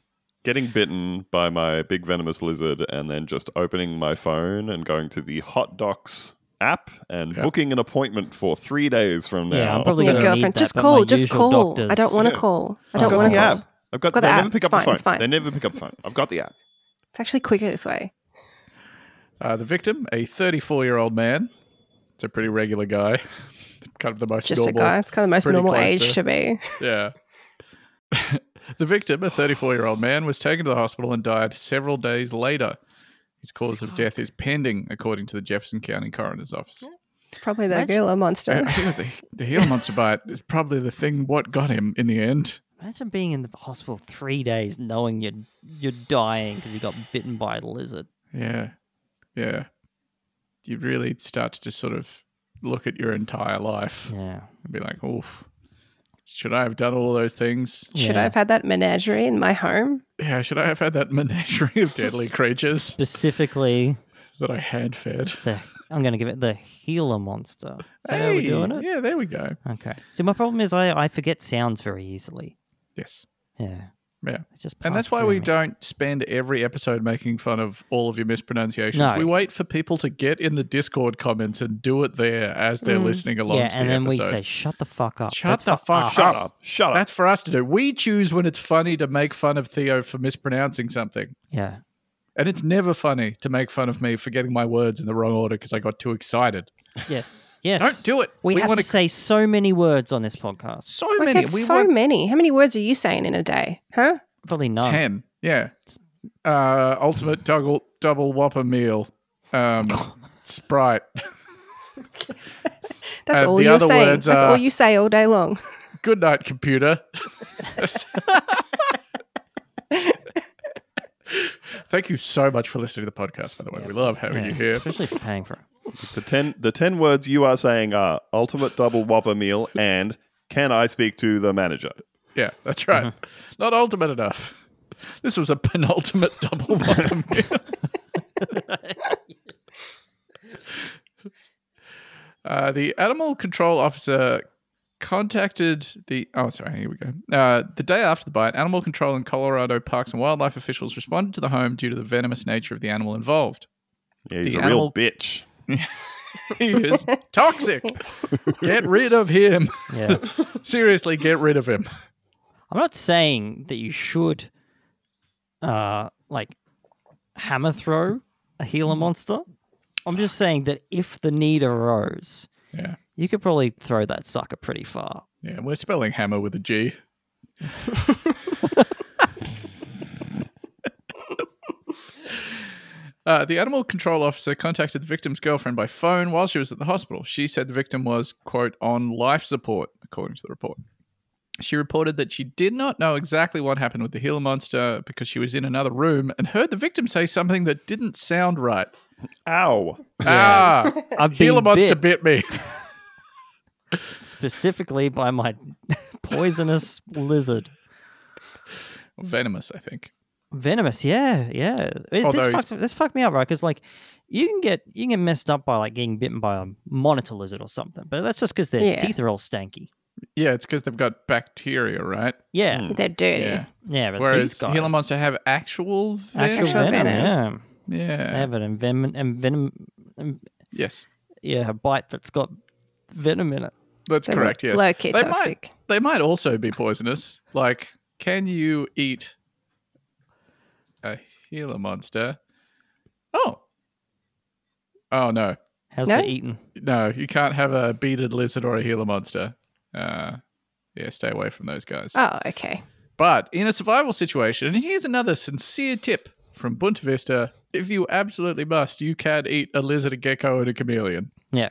Speaker 3: Getting bitten by my big venomous lizard and then just opening my phone and going to the Hot Docs app and
Speaker 2: Yeah. booking
Speaker 3: booking an appointment for three days from now.
Speaker 4: Yeah, I'm probably
Speaker 5: Your
Speaker 4: gonna need
Speaker 5: girlfriend,
Speaker 4: that,
Speaker 5: just
Speaker 4: but my
Speaker 5: call, just
Speaker 4: usual
Speaker 5: call. I
Speaker 4: doctors-
Speaker 5: don't want to
Speaker 3: Yeah.
Speaker 5: call. I
Speaker 4: I've
Speaker 5: don't
Speaker 3: got
Speaker 5: want
Speaker 3: the
Speaker 5: to call.
Speaker 3: app. I've got,
Speaker 5: Got the
Speaker 3: they
Speaker 5: app.
Speaker 3: never pick
Speaker 5: It's
Speaker 3: up the
Speaker 5: fine,
Speaker 3: phone.
Speaker 5: it's fine.
Speaker 3: They never pick up the phone. I've got the app.
Speaker 5: It's actually quicker this way.
Speaker 2: Uh, the victim, a 34 year old man. It's a pretty regular guy. <laughs> kind of the most
Speaker 5: Just
Speaker 2: normal.
Speaker 5: a guy. It's kind of the most
Speaker 2: pretty
Speaker 5: normal
Speaker 2: close to-
Speaker 5: age to be.
Speaker 2: Yeah. <laughs> the victim, a 34 year old man, was taken to the hospital and died several days later. His cause of death is pending, according to the Jefferson County Coroner's Office.
Speaker 5: It's probably the
Speaker 2: Imagine-
Speaker 5: Gila monster.
Speaker 2: And I think the, the heel monster bite is probably the thing what got him in the end.
Speaker 4: Imagine being in the hospital three days knowing you're you're dying because you got bitten by a lizard.
Speaker 2: Yeah. Yeah. You really start to just sort of look at your entire life
Speaker 4: Yeah.
Speaker 2: and be like, oof, should I have done all those things?
Speaker 5: Should
Speaker 4: Yeah.
Speaker 5: I have had that menagerie in my home?
Speaker 2: Yeah, should I have had that <laughs> menagerie of deadly
Speaker 4: <laughs>
Speaker 2: creatures
Speaker 4: Specifically,
Speaker 2: that I hand fed?
Speaker 4: the I'm going to give it the Gila monster. So how we
Speaker 2: Hey,
Speaker 4: doing it?
Speaker 2: Yeah, there we go.
Speaker 4: Okay. See, my problem is I, I forget sounds very easily.
Speaker 2: Yes.
Speaker 4: Yeah.
Speaker 2: Yeah.
Speaker 4: They just
Speaker 2: And
Speaker 4: pass
Speaker 2: that's why
Speaker 4: through
Speaker 2: we
Speaker 4: me.
Speaker 2: don't spend every episode making fun of all of your mispronunciations.
Speaker 4: No.
Speaker 2: We wait for people to get in the Discord comments and do it there as they're
Speaker 5: Mm.
Speaker 2: listening along.
Speaker 4: Yeah,
Speaker 2: to
Speaker 4: and
Speaker 2: the
Speaker 4: then we
Speaker 2: episode.
Speaker 4: say, "Shut the fuck up."
Speaker 2: Shut
Speaker 4: That's
Speaker 2: the
Speaker 4: for
Speaker 2: fuck
Speaker 4: us.
Speaker 3: Shut up. Shut up.
Speaker 2: That's for us to do. We choose when it's funny to make fun of Theo for mispronouncing something.
Speaker 4: Yeah.
Speaker 2: And it's never funny to make fun of me for getting my words in the wrong order because I got too excited.
Speaker 4: Yes. Yes.
Speaker 2: Don't do it.
Speaker 4: we, have
Speaker 2: want
Speaker 4: to say so many words on this podcast.
Speaker 2: so
Speaker 5: Like
Speaker 2: many.
Speaker 5: it's
Speaker 2: We
Speaker 5: so
Speaker 2: want
Speaker 5: many. How many words are you saying in a day? Huh?
Speaker 4: Probably not.
Speaker 2: 10. Yeah. Uh, ultimate double, double whopper meal. Um,
Speaker 4: <laughs>
Speaker 2: Sprite. <laughs>
Speaker 5: That's
Speaker 2: Uh,
Speaker 5: all
Speaker 2: the
Speaker 5: you're
Speaker 2: other
Speaker 5: saying.
Speaker 2: words
Speaker 5: That's
Speaker 2: are-
Speaker 5: all you say all day long.
Speaker 2: Good night, computer. <laughs> Thank you so much for listening to the podcast, by the way. We love having
Speaker 4: Yeah,
Speaker 2: you here.
Speaker 4: Especially for paying for it.
Speaker 3: The ten, the ten words you are saying are ultimate double whopper meal and can I speak to the manager?
Speaker 2: Yeah, that's right. Not ultimate enough. This was a penultimate double bottom. uh, the animal control officer contacted the. Oh, sorry. Here we go. Uh, the day after the bite, animal control and Colorado Parks and Wildlife officials responded to the home due to the venomous nature of the animal involved.
Speaker 3: Yeah, he's
Speaker 2: The
Speaker 3: a
Speaker 2: animal-
Speaker 3: real bitch.
Speaker 2: He is toxic. Get rid of him. <laughs>
Speaker 4: Yeah.
Speaker 2: Seriously, get rid of him.
Speaker 4: I'm not saying that you should, uh, like, hammer throw a healer
Speaker 2: Mm-hmm.
Speaker 4: monster. I'm just saying that if the need arose,
Speaker 2: Yeah.
Speaker 4: you could probably throw that sucker pretty far.
Speaker 2: Yeah, we're spelling hammer with a G. Uh, the animal control officer contacted the victim's girlfriend by phone while she was at the hospital. She said the victim was, quote, on life support, according to the report. She reported that she did not know exactly what happened with the Gila monster because she was in another room and heard the victim say something that didn't sound right.
Speaker 3: Ow.
Speaker 2: Ah,
Speaker 4: I've been
Speaker 2: Gila monster
Speaker 4: bit
Speaker 2: bit me.
Speaker 4: specifically by my <laughs> poisonous lizard.
Speaker 2: Venomous, I think.
Speaker 4: Venomous, yeah, yeah. It-
Speaker 2: Although
Speaker 4: this,
Speaker 2: he's-
Speaker 4: fucked, this fucked me up, right? Because like, you can get you can get messed up by like getting bitten by a monitor lizard or something, but that's just because their
Speaker 5: Yeah.
Speaker 4: teeth are all stanky.
Speaker 2: Yeah, it's because they've got bacteria, right?
Speaker 4: Yeah,
Speaker 3: Hmm.
Speaker 5: <laughs> They're dirty.
Speaker 2: Yeah.
Speaker 4: yeah. But
Speaker 2: Mm. Whereas
Speaker 4: these guys,
Speaker 2: Gila monster have actual venom.
Speaker 4: actual
Speaker 5: actual
Speaker 4: venom,
Speaker 5: venom.
Speaker 4: yeah.
Speaker 2: Yeah.
Speaker 4: They have an envenom, envenom, en-
Speaker 2: yes.
Speaker 4: yeah, a bite that's got venom in it.
Speaker 2: That's
Speaker 5: So they're
Speaker 2: correct. Yes.
Speaker 5: Low key
Speaker 2: they
Speaker 5: toxic.
Speaker 2: might they might also be poisonous. Like, can you eat a Gila monster? Oh. Oh no.
Speaker 4: How's
Speaker 5: No?
Speaker 4: it eaten?
Speaker 2: No, you can't have a beaded lizard or a Gila monster. Uh yeah, stay away from those guys.
Speaker 5: Oh, okay.
Speaker 2: But in a survival situation, and here's another sincere tip from Bunta Vista if you absolutely must, you can eat a lizard, a gecko, and a chameleon.
Speaker 4: Yeah.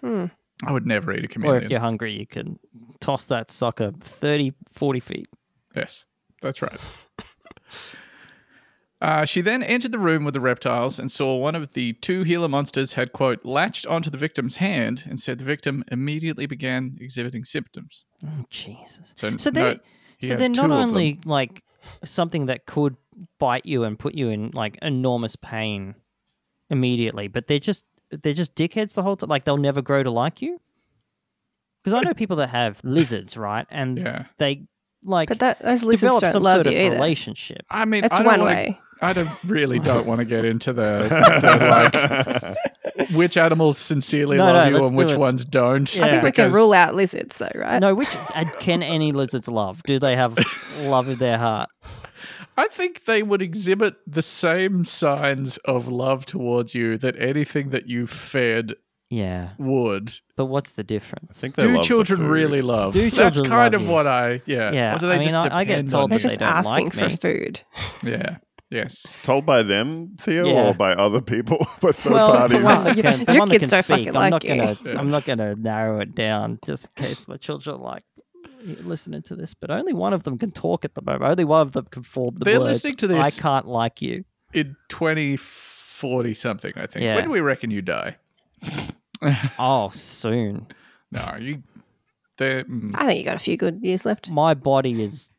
Speaker 5: Hmm.
Speaker 2: I would never eat a
Speaker 4: Or
Speaker 2: chameleon.
Speaker 4: if you're hungry, you can toss that sucker 30, 40 feet.
Speaker 2: Yes, that's right. Uh, she then entered the room with the reptiles and saw one of the two Gila monsters had, quote, latched onto the victim's hand and said the victim immediately began exhibiting symptoms.
Speaker 4: Oh, Jesus.
Speaker 2: So,
Speaker 4: So
Speaker 2: no,
Speaker 4: they
Speaker 2: he
Speaker 4: so
Speaker 2: had
Speaker 4: they're
Speaker 2: two
Speaker 4: not
Speaker 2: of them.
Speaker 4: only like something that could bite you and put you in like enormous pain immediately, but they're just they're just dickheads the whole time. Like they'll never grow to like you. Because I know people that have lizards, right? And
Speaker 2: Yeah.
Speaker 4: they like
Speaker 5: But that, those lizards
Speaker 4: develop some
Speaker 5: don't love
Speaker 4: sort
Speaker 5: you
Speaker 4: of
Speaker 5: either.
Speaker 4: relationship.
Speaker 2: I mean,
Speaker 5: That's
Speaker 2: I don't
Speaker 5: one
Speaker 2: wanna-
Speaker 5: way.
Speaker 2: I don't, really don't want to get
Speaker 3: <laughs>
Speaker 2: into the, the, like, which animals sincerely
Speaker 4: No,
Speaker 2: love
Speaker 4: no,
Speaker 2: you
Speaker 4: let's
Speaker 2: and
Speaker 4: do
Speaker 2: which
Speaker 4: it.
Speaker 2: ones don't.
Speaker 4: Yeah.
Speaker 5: I think we can
Speaker 2: because-
Speaker 5: rule out lizards, though, right?
Speaker 4: No, which and can any lizards love? Do they
Speaker 2: <laughs>
Speaker 4: have love in their heart?
Speaker 2: I think they would exhibit the same signs of love towards you that anything that you fed
Speaker 4: Yeah.
Speaker 2: would.
Speaker 4: But what's the difference?
Speaker 3: think
Speaker 2: do
Speaker 3: love the
Speaker 2: children
Speaker 3: food.
Speaker 2: really love?
Speaker 4: Do
Speaker 2: That's
Speaker 4: children
Speaker 2: kind
Speaker 4: love
Speaker 2: of
Speaker 4: you?
Speaker 2: what I yeah.
Speaker 4: Yeah,
Speaker 2: Or do they
Speaker 4: I mean,
Speaker 2: just
Speaker 4: I- I get
Speaker 2: depend
Speaker 4: told
Speaker 2: on
Speaker 5: They're
Speaker 2: you?
Speaker 4: they
Speaker 5: just
Speaker 4: don't
Speaker 5: asking
Speaker 4: like
Speaker 5: for
Speaker 4: me.
Speaker 5: food.
Speaker 2: Yeah. Yes.
Speaker 3: Told by them, Theo,
Speaker 4: Yeah.
Speaker 3: or by other people, <laughs> by third
Speaker 4: well, the
Speaker 3: parties?
Speaker 4: one that
Speaker 5: Your-
Speaker 4: can, the
Speaker 5: your
Speaker 4: one that can
Speaker 5: kids don't
Speaker 4: speak,
Speaker 5: fucking
Speaker 4: I'm not
Speaker 5: like you.
Speaker 4: gonna,
Speaker 2: Yeah.
Speaker 4: I'm not gonna narrow it down just in case my children are like listening to this. But only one of them can talk at the moment. Only one of them can form the
Speaker 2: They're
Speaker 4: words.
Speaker 2: listening to
Speaker 4: I
Speaker 2: this.
Speaker 4: can't like you.
Speaker 2: In twenty forty something, I think.
Speaker 4: Yeah.
Speaker 2: When do we reckon you die?
Speaker 4: Oh, soon.
Speaker 2: No, you they mm,
Speaker 5: I think you got a few good years left.
Speaker 4: My body is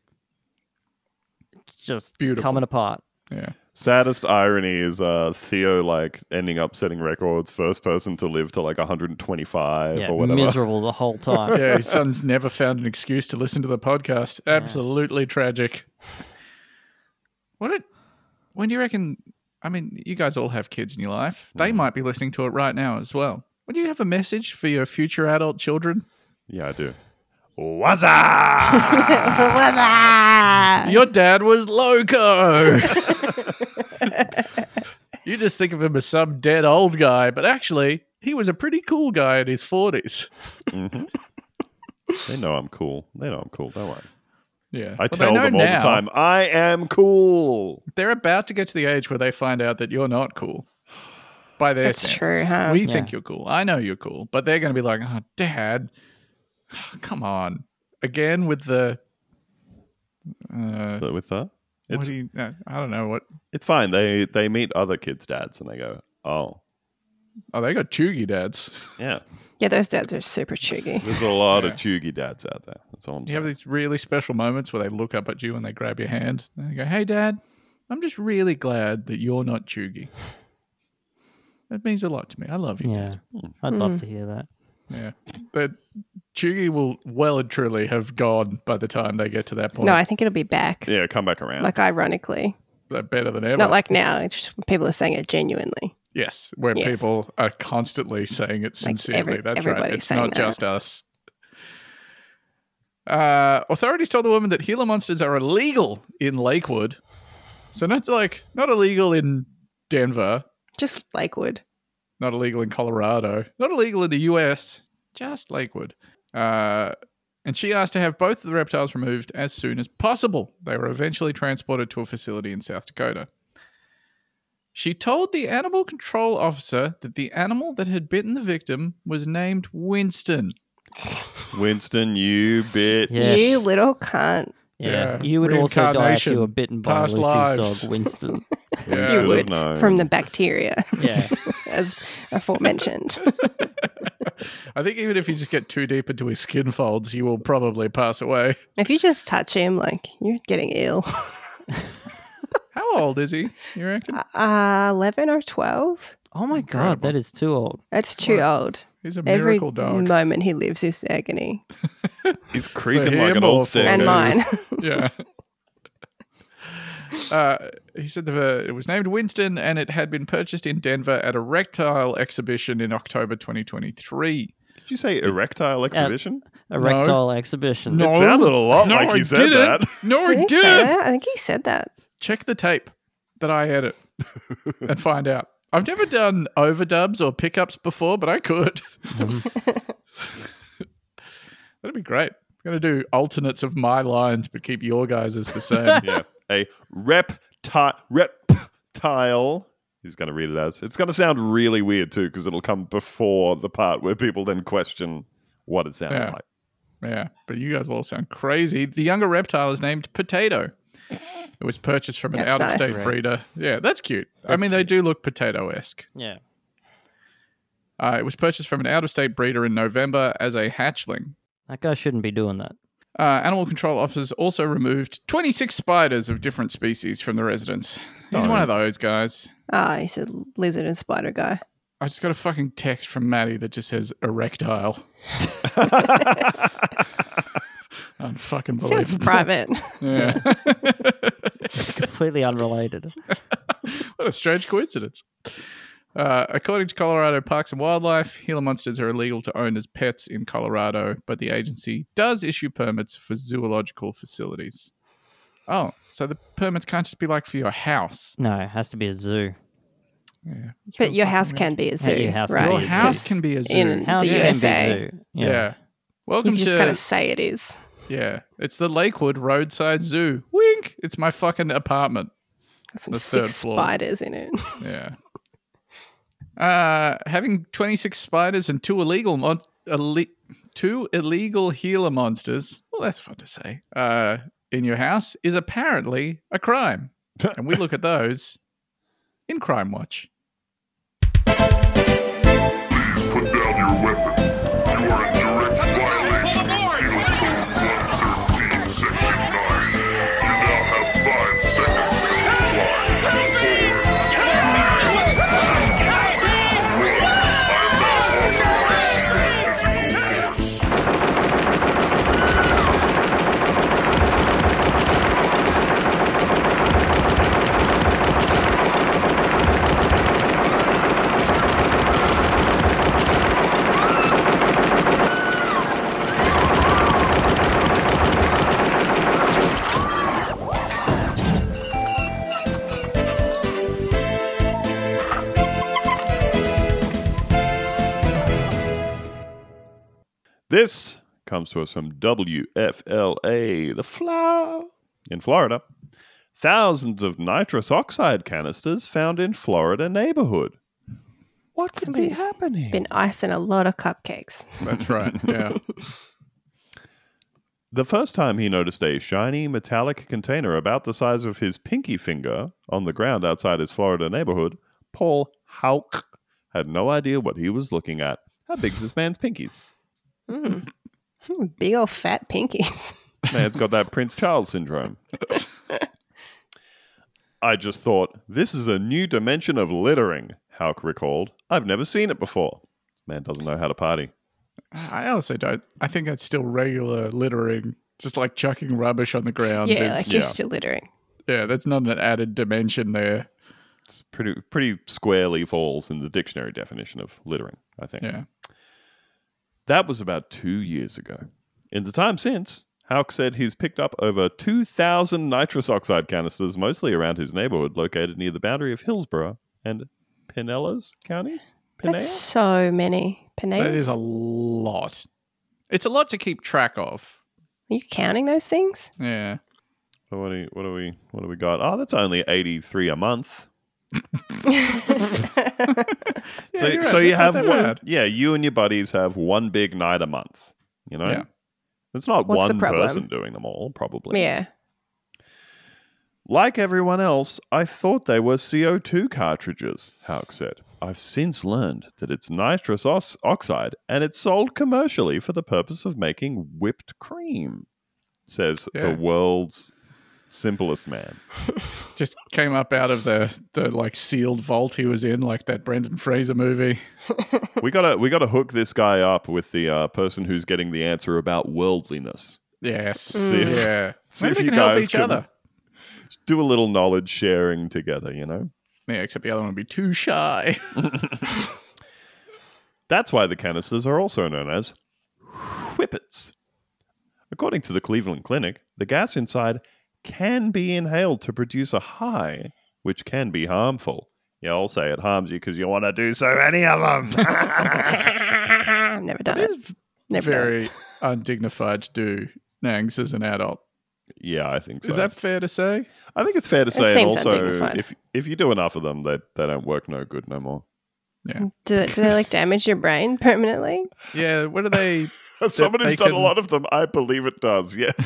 Speaker 4: just
Speaker 2: Beautiful.
Speaker 4: coming apart.
Speaker 2: yeah.
Speaker 3: Saddest irony is uh, Theo like ending up setting records, first person to live to like 125
Speaker 4: Yeah,
Speaker 3: or whatever.
Speaker 4: miserable
Speaker 2: <laughs>
Speaker 4: the whole time.
Speaker 2: Yeah, his son's never found an excuse to listen to the podcast. Absolutely tragic. What it when do you reckon I mean, you guys all have kids in your life. They
Speaker 3: Mm.
Speaker 2: might be listening to it right now as well. Would you have a message for your future adult children?
Speaker 3: Yeah, I do. Wazza!
Speaker 2: <laughs> Your dad was
Speaker 3: <laughs>
Speaker 2: loco. you just think of him as some dead old guy, but actually, he was a pretty cool guy in his 40s.
Speaker 3: they know I'm cool. They know I'm cool. Don't worry.
Speaker 2: Yeah.
Speaker 3: I tell them all the time, I am cool.
Speaker 2: They're about to get to the age where they find out that you're not cool. By their
Speaker 5: That's
Speaker 2: standards.
Speaker 5: true, huh?
Speaker 2: We
Speaker 4: Yeah.
Speaker 2: think you're cool. I know you're cool, but they're going to be like, "Oh, dad, <sighs> come on." Again with the uh,
Speaker 3: So with that,
Speaker 2: what
Speaker 3: it's
Speaker 2: do you, uh, I don't know what.
Speaker 3: it's fine. They they meet other kids' dads and they go, oh
Speaker 2: Oh, they got chuggy dads. <laughs>
Speaker 3: yeah,
Speaker 5: Yeah, those dads are super chuggy.
Speaker 3: there's a lot
Speaker 2: Yeah.
Speaker 3: of chuggy dads out there. That's all I'm
Speaker 2: You have
Speaker 3: saying.
Speaker 2: these really special moments where they look up at you and they grab your hand and they go, Hey, Dad, I'm just really glad that you're not Chugi. That means a lot to me. I love you.
Speaker 4: Yeah, I'd love to hear that.
Speaker 2: Yeah. But Chugi will well and truly have gone by the time they get to that point.
Speaker 5: No, I think it'll be back.
Speaker 3: yeah, come back around.
Speaker 5: Like ironically,
Speaker 2: They're better than ever.
Speaker 5: not like now. It's just people are saying it genuinely.
Speaker 2: yes, where
Speaker 5: Yes.
Speaker 2: people are constantly saying it
Speaker 5: Like
Speaker 2: sincerely.
Speaker 5: every-
Speaker 2: That's right.
Speaker 5: everybody's
Speaker 2: It's
Speaker 5: saying
Speaker 2: not
Speaker 5: that.
Speaker 2: just us. Uh, authorities told the woman that Gila monsters are illegal in Lakewood. So not like not illegal in Denver,
Speaker 5: Just Lakewood.
Speaker 2: not illegal in Colorado, not illegal in the US, just Lakewood. Uh, and she asked to have both of the reptiles removed as soon as possible. They were eventually transported to a facility in South Dakota. She told the animal control officer that the animal that had bitten the victim was named Winston.
Speaker 3: Winston, you bitch.
Speaker 4: Yeah. Yes.
Speaker 5: You little cunt.
Speaker 4: Yeah,
Speaker 2: Yeah,
Speaker 4: you would also die if
Speaker 2: reincarnation,
Speaker 4: you were bitten by
Speaker 2: past
Speaker 4: Lucy's
Speaker 2: lives. <laughs>
Speaker 4: dog, Winston.
Speaker 2: Yeah.
Speaker 3: should
Speaker 5: you
Speaker 3: have
Speaker 5: would
Speaker 3: known.
Speaker 5: from the bacteria, <laughs>
Speaker 4: yeah,
Speaker 5: as aforementioned.
Speaker 2: I think even if you just get too deep into his skin folds, you will probably pass away.
Speaker 5: if you just touch him, like you're getting ill.
Speaker 2: How old is he, you reckon?
Speaker 5: Uh, Eleven or twelve?
Speaker 4: Oh my god,
Speaker 2: Incredible.
Speaker 4: that is too old.
Speaker 5: That's too old.
Speaker 2: He's a
Speaker 5: Every
Speaker 2: miracle dog.
Speaker 5: moment he lives is agony.
Speaker 3: He's creaking
Speaker 2: For
Speaker 3: like
Speaker 2: him
Speaker 3: an
Speaker 2: or
Speaker 3: old
Speaker 2: for-
Speaker 3: staircase.
Speaker 5: and
Speaker 2: is.
Speaker 5: mine.
Speaker 3: <laughs>
Speaker 2: yeah. Uh, he said the, it was named Winston and it had been purchased in Denver at a reptile exhibition in October 2023.
Speaker 3: Did you say erectile
Speaker 2: uh, <laughs>
Speaker 3: exhibition?
Speaker 4: A rectile exhibition.
Speaker 2: No.
Speaker 3: it sounded a lot
Speaker 2: Oh, no,
Speaker 3: like
Speaker 2: I
Speaker 3: you said
Speaker 2: didn't.
Speaker 3: that.
Speaker 2: No, it
Speaker 5: Did he say
Speaker 2: did.
Speaker 5: that? I think he said that.
Speaker 2: Check the tape that I edit and find out. I've never done overdubs or pickups before, but I could. <laughs> That'd be great. gonna do alternates of my lines, but keep your guys as the same.
Speaker 3: yeah. A reptile reptile. He's going to read it as. It's going to sound really weird too because it'll come before the part where people then question what it sounded
Speaker 2: Yeah.
Speaker 3: like.
Speaker 2: yeah, but you guys all sound crazy. The younger reptile is named Potato. It was purchased from an
Speaker 5: That's nice.
Speaker 2: out-of-state breeder. Yeah, that's cute. I
Speaker 4: That's
Speaker 2: mean, they do look potato-esque.
Speaker 4: Yeah.
Speaker 2: Uh, it was purchased from an out of state breeder in November as a hatchling.
Speaker 4: That guy shouldn't be doing that.
Speaker 2: Uh, animal control officers also removed 26 spiders of different species from the residence. He's
Speaker 3: Oh.
Speaker 2: one of those guys.
Speaker 5: Ah, he's a lizard and spider guy.
Speaker 2: I just got a fucking text from Maddie that just says erectile. Unfucking
Speaker 5: Sounds
Speaker 2: believable.
Speaker 5: private.
Speaker 2: Yeah. <laughs>
Speaker 4: Completely unrelated.
Speaker 2: what a strange coincidence. Uh, according to Colorado Parks and Wildlife, Gila monsters are illegal to own as pets in Colorado, but the agency does issue permits for zoological facilities. Oh, so the permits can't just be like for your house.
Speaker 4: No, it has to be a zoo.
Speaker 2: Yeah. It's
Speaker 5: But
Speaker 2: real
Speaker 5: your
Speaker 2: fucking
Speaker 5: house
Speaker 2: weird.
Speaker 5: can be a zoo,
Speaker 4: your house can
Speaker 5: right?
Speaker 2: Your
Speaker 4: be a zoo.
Speaker 2: house can be a zoo.
Speaker 5: in
Speaker 4: House
Speaker 5: the
Speaker 4: can be
Speaker 5: USA.
Speaker 4: zoo.
Speaker 2: yeah.
Speaker 4: Yeah.
Speaker 2: Welcome
Speaker 5: You just
Speaker 2: to
Speaker 5: gotta say it is.
Speaker 2: Yeah. It's the Lakewood Roadside Zoo. Wink. It's my fucking apartment.
Speaker 5: Got Some
Speaker 2: The third
Speaker 5: six
Speaker 2: floor.
Speaker 5: spiders in it.
Speaker 2: Yeah. Uh, having 26 spiders and two illegal mon- alle- two illegal healer monsters. Well, that's fun to say. Uh, in your house is apparently a crime, and we look at those in Crime Watch.
Speaker 6: Put down your weapon. You are in direct violation of Penal Code 113, Section 9. You now have five seconds to comply. Four, three, two, one. I am now authorizing your physical force.
Speaker 3: This comes to us from WFLA, the Flow in Florida. Thousands of nitrous oxide canisters found in Florida neighborhood. What could be
Speaker 5: Somebody's
Speaker 3: happening?
Speaker 5: Been icing a lot of cupcakes.
Speaker 2: That's right. Yeah.
Speaker 3: The first time he noticed a shiny metallic container about the size of his pinky finger on the ground outside his Florida neighborhood, Paul Hauk had no idea what he was looking at. How big's this man's pinkies?
Speaker 5: Mm. Mm, Big old fat pinkies.
Speaker 3: Man's got that Prince Charles syndrome. I just thought, this is a new dimension of littering, Hauk recalled. I've never seen it before. Man doesn't know how to party.
Speaker 2: I also don't. I think that's still regular littering, just like chucking rubbish on the ground.
Speaker 5: <laughs> yeah,
Speaker 2: is-
Speaker 5: like
Speaker 3: yeah.
Speaker 5: you're still littering.
Speaker 2: yeah, that's not an added dimension there.
Speaker 3: It's pretty pretty squarely falls in the dictionary definition of littering, I think.
Speaker 2: Yeah.
Speaker 3: That was about two years ago. In the time since, Hauk said he's picked up over 2,000 nitrous oxide canisters, mostly around his neighborhood, located near the boundary of Hillsborough and Pinellas counties.
Speaker 5: That's
Speaker 3: Pinellas?
Speaker 5: so many. Pineas?
Speaker 2: That is a lot. It's a lot to keep track of.
Speaker 5: Are you counting those things?
Speaker 2: Yeah.
Speaker 3: So what do you- what do we what do we got? Oh, that's only 83 a month. so
Speaker 2: you're right.
Speaker 3: so you
Speaker 2: That's not
Speaker 3: have
Speaker 2: that
Speaker 3: one,
Speaker 2: bad.
Speaker 3: yeah, you and your buddies have one big night a month, you know?
Speaker 2: Yeah.
Speaker 3: It's not
Speaker 5: What's the
Speaker 3: one
Speaker 5: problem?
Speaker 3: person doing them all, probably.
Speaker 5: yeah.
Speaker 3: Like everyone else, I thought they were CO2 cartridges, Hauk said. I've since learned that it's nitrous os- oxide and it's sold commercially for the purpose of making whipped cream, says
Speaker 2: Yeah.
Speaker 3: the world's simplest man.
Speaker 2: Just came up out of the the like sealed vault he was in, like that Brendan Fraser movie.
Speaker 3: we gotta we gotta hook this guy up with the uh, person who's getting the answer about worldliness.
Speaker 2: Yes.
Speaker 3: See if-
Speaker 2: <laughs> yeah.
Speaker 3: see
Speaker 2: Mm. Maybe
Speaker 3: if
Speaker 2: they
Speaker 3: you
Speaker 2: can help
Speaker 3: guys
Speaker 2: each
Speaker 3: can-
Speaker 2: other.
Speaker 3: Do a little knowledge sharing together, you know?
Speaker 2: Yeah, except the other one would be too shy.
Speaker 3: That's why the canisters are also known as whippets. According to the Cleveland Clinic, the gas inside can be inhaled to produce a high, which can be harmful. Yeah, I'll say it harms you because you
Speaker 2: <laughs>
Speaker 3: want to do so many of them.
Speaker 5: I've never done it.
Speaker 2: It's
Speaker 5: Never done it.
Speaker 2: very undignified to do Nangs as an adult.
Speaker 3: Yeah, I think so.
Speaker 2: Is that fair to say?
Speaker 3: I think it's fair to say, and
Speaker 5: seems
Speaker 3: also,
Speaker 5: undignified.
Speaker 3: if if you do enough of them, they they don't work no good no more.
Speaker 5: Do, they- do they like damage your brain <laughs> permanently?
Speaker 2: Yeah. What are <laughs> they?
Speaker 3: <laughs> Somebody's
Speaker 2: they
Speaker 3: done a
Speaker 2: can-
Speaker 3: lot of them. I believe it does. Yes.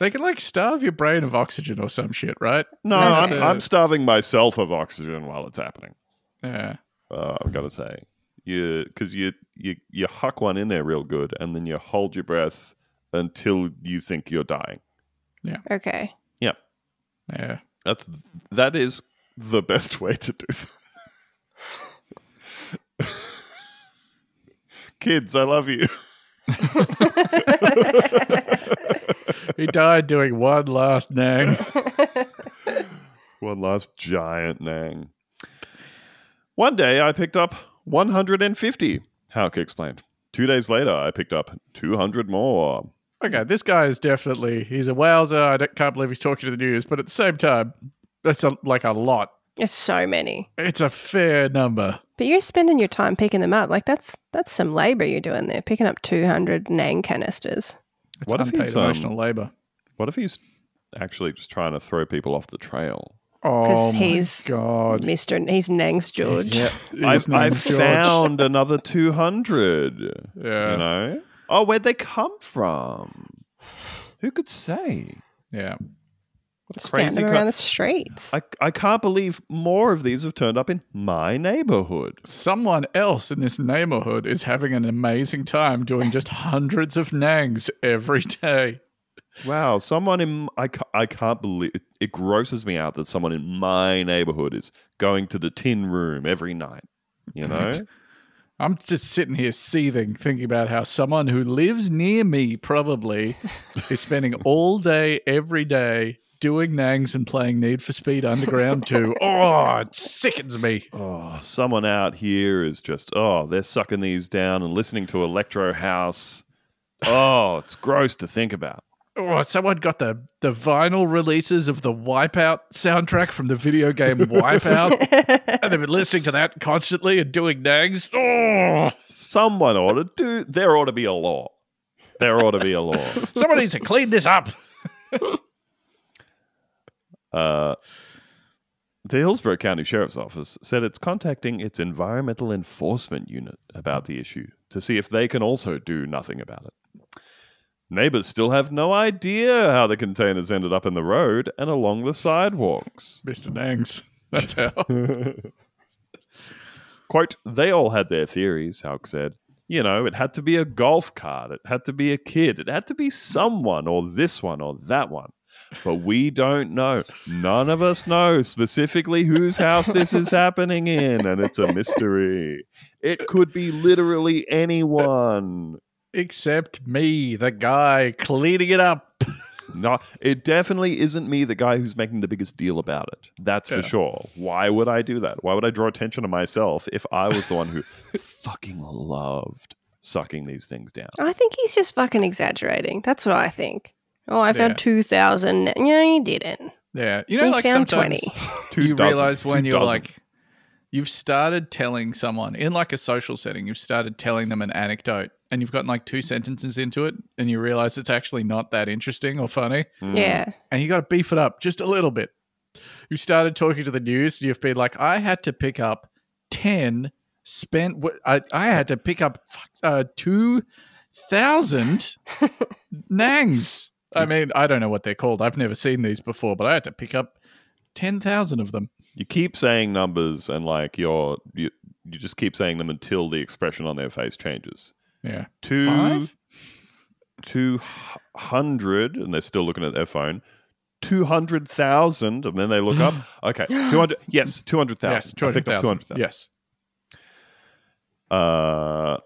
Speaker 2: They can like starve your brain of oxygen or some shit, right?
Speaker 3: <laughs> No,
Speaker 2: They
Speaker 3: I'm,
Speaker 2: have to-
Speaker 3: I'm starving myself of oxygen while it's happening.
Speaker 2: Yeah.
Speaker 3: Uh, I've got to say, you because you you you huck one in there real good, and then you hold your breath until you think you're dying.
Speaker 5: okay.
Speaker 2: Yeah.
Speaker 3: That's that is the best <laughs> way to do that. Kids, I love you. <laughs>
Speaker 2: He died doing one last Nang.
Speaker 3: One last giant nang. One day I picked up 150, Hauk explained. Two days later, I picked up 200 more.
Speaker 2: Okay, this guy is definitely he's a wowzer. I don't- can't believe he's talking to the news, but at the same time, that's a, like a lot.
Speaker 5: It's so many.
Speaker 2: It's a fair number.
Speaker 5: But you're spending your time picking them up. Like that's that's some labor you're doing there, picking up 200 Nang canisters.
Speaker 2: It's
Speaker 3: What if
Speaker 2: unpaid
Speaker 3: he's, um,
Speaker 2: emotional labor.
Speaker 3: What if he's actually just trying to throw people off the trail?
Speaker 2: Oh my
Speaker 5: he's-
Speaker 2: god!
Speaker 5: Mister, he's Nang's George.
Speaker 3: I,
Speaker 2: His
Speaker 3: I
Speaker 2: name's George.
Speaker 3: found another 200.
Speaker 2: Yeah,
Speaker 3: You know? Oh, where'd they come from? Who could say?
Speaker 2: yeah.
Speaker 5: Just
Speaker 3: Crazy
Speaker 5: found him
Speaker 3: co-
Speaker 5: around the streets.
Speaker 3: I, I can't believe more of these have turned up in my neighborhood.
Speaker 2: Someone else in this neighborhood is having an amazing time doing just hundreds of nangs every day.
Speaker 3: Wow, someone in I, ca- I can't believe it, it grosses me out that someone in my neighborhood is going to the tin room every night. You know,
Speaker 2: I'm just sitting here seething, thinking about how someone who lives near me
Speaker 5: <laughs>
Speaker 2: probably is spending all day, every day, doing nangs and playing Need for Speed Underground
Speaker 5: <laughs>
Speaker 2: 2. Oh, it sickens me.
Speaker 3: oh, someone out here is just oh, they're sucking these down and listening to electro house. Oh, it's gross to think about.
Speaker 2: Oh, someone got the, the vinyl releases of the Wipeout soundtrack from the video
Speaker 5: <laughs>
Speaker 2: game Wipeout, and they've been listening to that constantly and doing nangs. Oh,
Speaker 3: Someone ought to do. There ought to be a law. There ought to be a law.
Speaker 2: someone needs to clean this up.
Speaker 3: Uh, the Hillsborough County Sheriff's Office said it's contacting its environmental enforcement unit about the issue to see if they can also do nothing about it. Neighbors still have no idea how the containers ended up in the road and along the sidewalks.
Speaker 2: Mr. Nangs. That's
Speaker 5: <laughs>
Speaker 2: how.
Speaker 3: Quote, they all had their theories, Hauk said. You know, it had to be a golf cart, it had to be a kid, it had to be someone or this one or that one. But we don't know. None of us know specifically whose house this is happening in, and it's a mystery. It could be literally anyone.
Speaker 2: Except me, the guy cleaning it up.
Speaker 3: No, it definitely isn't me, the guy who's making the biggest deal about it. That's
Speaker 2: Yeah.
Speaker 3: for sure. Why would I do that? Why would I draw attention to myself if I was the one
Speaker 2: <laughs>
Speaker 3: who fucking loved sucking these things down?
Speaker 5: I think he's just fucking exaggerating. That's what I think. Oh, I found
Speaker 2: Yeah.
Speaker 5: 2,000. Na- No, you didn't.
Speaker 2: Yeah, you know,
Speaker 5: we
Speaker 2: like
Speaker 5: found
Speaker 2: sometimes
Speaker 5: 20.
Speaker 3: Two
Speaker 2: you
Speaker 3: dozen,
Speaker 2: realize
Speaker 3: two
Speaker 2: when you're
Speaker 3: dozen.
Speaker 2: like, you've started telling someone in like a social setting, you've started telling them an anecdote, and you've gotten like two sentences into it, and you realize it's actually not that interesting or funny,
Speaker 3: Mm.
Speaker 5: Yeah.
Speaker 2: and you got to beef it up just a little bit. You started talking to the news, and you've been like, I had to pick up ten spent. w- I I had to pick up fuck, uh, two
Speaker 3: <laughs>
Speaker 2: thousand nangs. I mean, I don't know what they're called. I've never seen these before, but I had to pick up ten thousand of them.
Speaker 3: You keep saying numbers and like you're you, you just keep saying them until the expression on their face changes.
Speaker 2: Yeah,
Speaker 3: Two
Speaker 2: five.
Speaker 3: 200 and they're still looking at their phone 200,000 and then they look
Speaker 2: <gasps>
Speaker 3: up okay 200 yes 200,000
Speaker 2: Yes,
Speaker 3: I
Speaker 2: two hundred
Speaker 3: picked up
Speaker 2: thousand.
Speaker 3: 200,000
Speaker 2: Yes.
Speaker 3: uh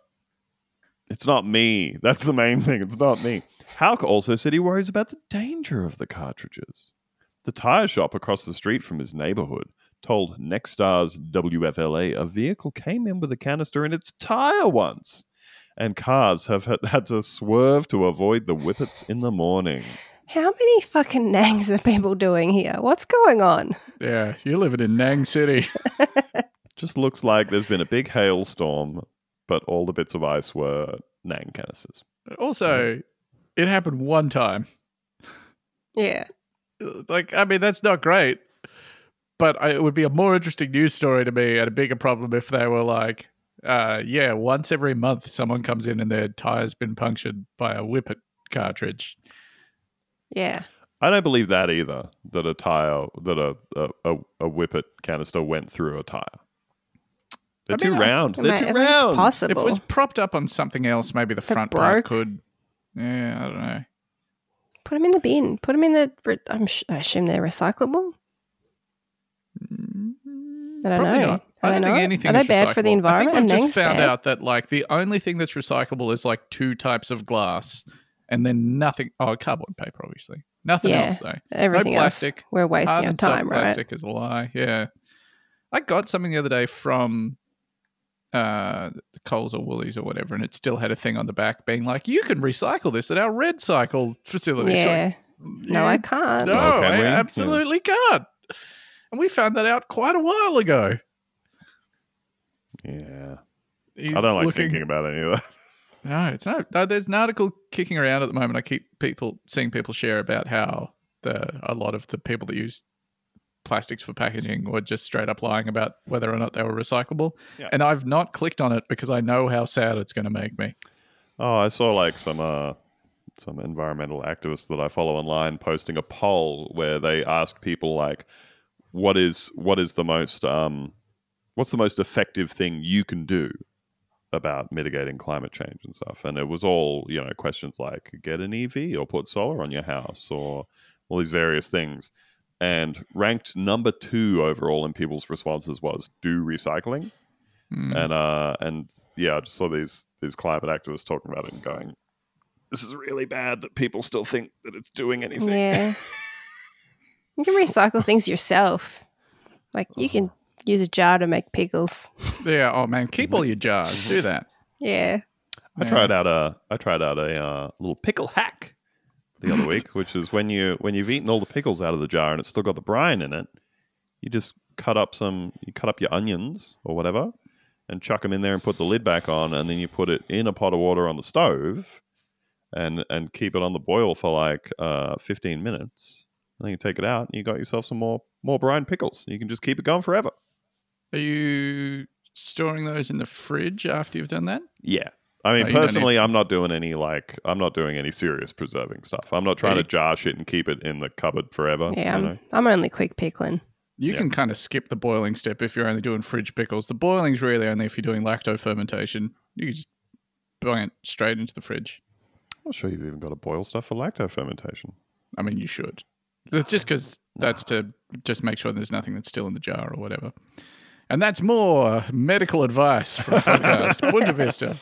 Speaker 3: it's not me that's the main thing it's not me Hauk also said he worries about the danger of the cartridges the tire shop across the street from his neighborhood told Nextars WFLA a vehicle came in with a canister in its tire once and cars have had- had to swerve to avoid the whippets in the morning
Speaker 5: How many fucking <laughs> nangs are people doing here? What's going on?
Speaker 2: Yeah, you're living in Nang <laughs> City.
Speaker 3: just looks like there's been a big hailstorm, but all the bits of ice were Nang canisters.
Speaker 2: Also, it happened one time.
Speaker 5: Yeah.
Speaker 2: Like, I mean, that's not great, but I, it would be a more interesting news story to me and a bigger problem if they were like, uh, yeah, once every month someone comes in and their tire's been punctured by a whippet cartridge.
Speaker 5: Yeah.
Speaker 3: I don't believe that either. That a tire, that a a, a, a whippet canister went through a tire. They're
Speaker 2: I mean,
Speaker 3: too
Speaker 2: I-
Speaker 3: round.
Speaker 5: I
Speaker 3: They're
Speaker 5: mean,
Speaker 3: too
Speaker 5: if it's
Speaker 3: round.
Speaker 2: If it
Speaker 5: possible.
Speaker 2: was propped up on something else, maybe the
Speaker 5: If it
Speaker 2: front part
Speaker 5: broke.
Speaker 2: could. Yeah, I don't know.
Speaker 5: Put them in the bin. Put them in the. re- I'm sh- I assume they're recyclable. I don't
Speaker 2: Probably
Speaker 5: know.
Speaker 2: not.
Speaker 5: I
Speaker 2: I
Speaker 5: don't
Speaker 2: don't think
Speaker 5: know.
Speaker 2: anything.
Speaker 5: Are they
Speaker 2: is
Speaker 5: bad for the
Speaker 2: recyclable.
Speaker 5: environment?
Speaker 2: I
Speaker 5: And
Speaker 2: think I've just
Speaker 5: Nang's
Speaker 2: found
Speaker 5: bad.
Speaker 2: out that like the only thing that's recyclable is like two types of glass, and then nothing. Oh, cardboard paper, obviously. Nothing
Speaker 5: Yeah.
Speaker 2: else though.
Speaker 5: Everything
Speaker 2: plastic.
Speaker 5: else. We're wasting our
Speaker 2: Hard soft
Speaker 5: time, right?
Speaker 2: plastic is a lie. Yeah, I got something the other day from uh Coles or Woolies or whatever, and it still had a thing on the back being like, "You can recycle this at our Red Cycle facility." It's
Speaker 5: Yeah.
Speaker 2: Like,
Speaker 5: No, I
Speaker 2: you
Speaker 5: can't.
Speaker 2: no,
Speaker 3: Well, Oh, can
Speaker 2: I
Speaker 3: we?
Speaker 2: absolutely can't. And we found that out quite a while ago.
Speaker 3: Yeah, I don't like
Speaker 2: Looking-
Speaker 3: thinking about any of that.
Speaker 2: No, it's not. No, there's an article kicking around at the moment. I keep people seeing people share about how the a lot of the people that use plastics for packaging were just straight up lying about whether or not they were recyclable.
Speaker 3: Yeah.
Speaker 2: And I've not clicked on it because I know how sad it's going to make me.
Speaker 3: Oh, I saw like some uh, some environmental activists that I follow online posting a poll where they asked people like, "What is what is the most um, what's the most effective thing you can do about mitigating climate change and stuff?" And it was all you know questions like, "Get an EV" or "Put solar on your house" or all these various things. And ranked number two overall in people's responses was do recycling
Speaker 2: Mm.
Speaker 3: and uh and yeah i just saw these these climate activists talking about it and going this is really bad that people still think that it's doing anything
Speaker 2: <laughs>
Speaker 5: Yeah. you can recycle things yourself. Like you can
Speaker 2: Oh.
Speaker 5: use a jar to make pickles.
Speaker 2: yeah. Oh man,
Speaker 3: Mhm.
Speaker 2: keep all your jars. Do that.
Speaker 5: Yeah.
Speaker 3: i
Speaker 2: Yeah.
Speaker 3: tried out a i tried out a uh, little pickle hack the other week which is when you when you've eaten all the pickles out of the jar and it's still got the brine in it you just cut up some you cut up your onions or whatever and chuck them in there and put the lid back on and then you put it in a pot of water on the stove and and keep it on the boil for like uh, 15 minutes and then you take it out and you got yourself some more more brine pickles you can just keep it going forever
Speaker 2: Are you storing those in the fridge after you've done that?
Speaker 3: yeah i mean
Speaker 2: No, you don't need
Speaker 3: personally i'm not doing any like i'm not doing any serious preserving stuff i'm not trying
Speaker 2: Yeah,
Speaker 3: to jar shit and keep it in the cupboard
Speaker 2: Oh,
Speaker 3: forever
Speaker 5: Yeah.
Speaker 3: you know?
Speaker 5: I'm, I'm only quick pickling.
Speaker 2: You
Speaker 3: Yeah.
Speaker 2: can kind of skip the boiling step if you're only doing fridge pickles. The boiling's really only if you're doing lacto fermentation. You can just bung it straight into the fridge.
Speaker 3: i'm sure you've even got to boil stuff for lacto fermentation
Speaker 2: I mean, you should. That's just because that's to just make sure there's nothing that's still in the jar or whatever. And that's more medical advice from the podcast Buena Vista.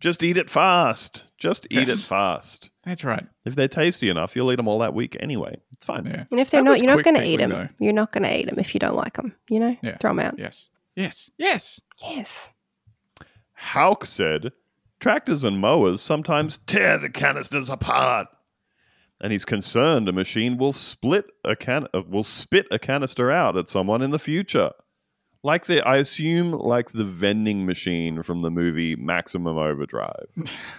Speaker 3: just eat it fast just eat
Speaker 2: Yes.
Speaker 3: it fast
Speaker 2: That's right.
Speaker 3: if they're tasty enough you'll eat them all that week anyway it's fine
Speaker 2: Yeah.
Speaker 5: And if they're
Speaker 2: That
Speaker 5: not,
Speaker 2: was
Speaker 5: you're not
Speaker 2: quick
Speaker 5: going to
Speaker 2: pickling,
Speaker 5: eat them.
Speaker 2: though.
Speaker 5: You're not going to eat them if you don't like them. You know,
Speaker 2: Yeah.
Speaker 5: throw them out.
Speaker 2: Yes. Yes. Yes.
Speaker 5: Yes.
Speaker 3: Hauk said, Tractors and mowers sometimes tear the canisters apart. And he's concerned a machine will split a can uh, will spit a canister out at someone in the future. Like the I assume like the vending machine from the movie Maximum Overdrive.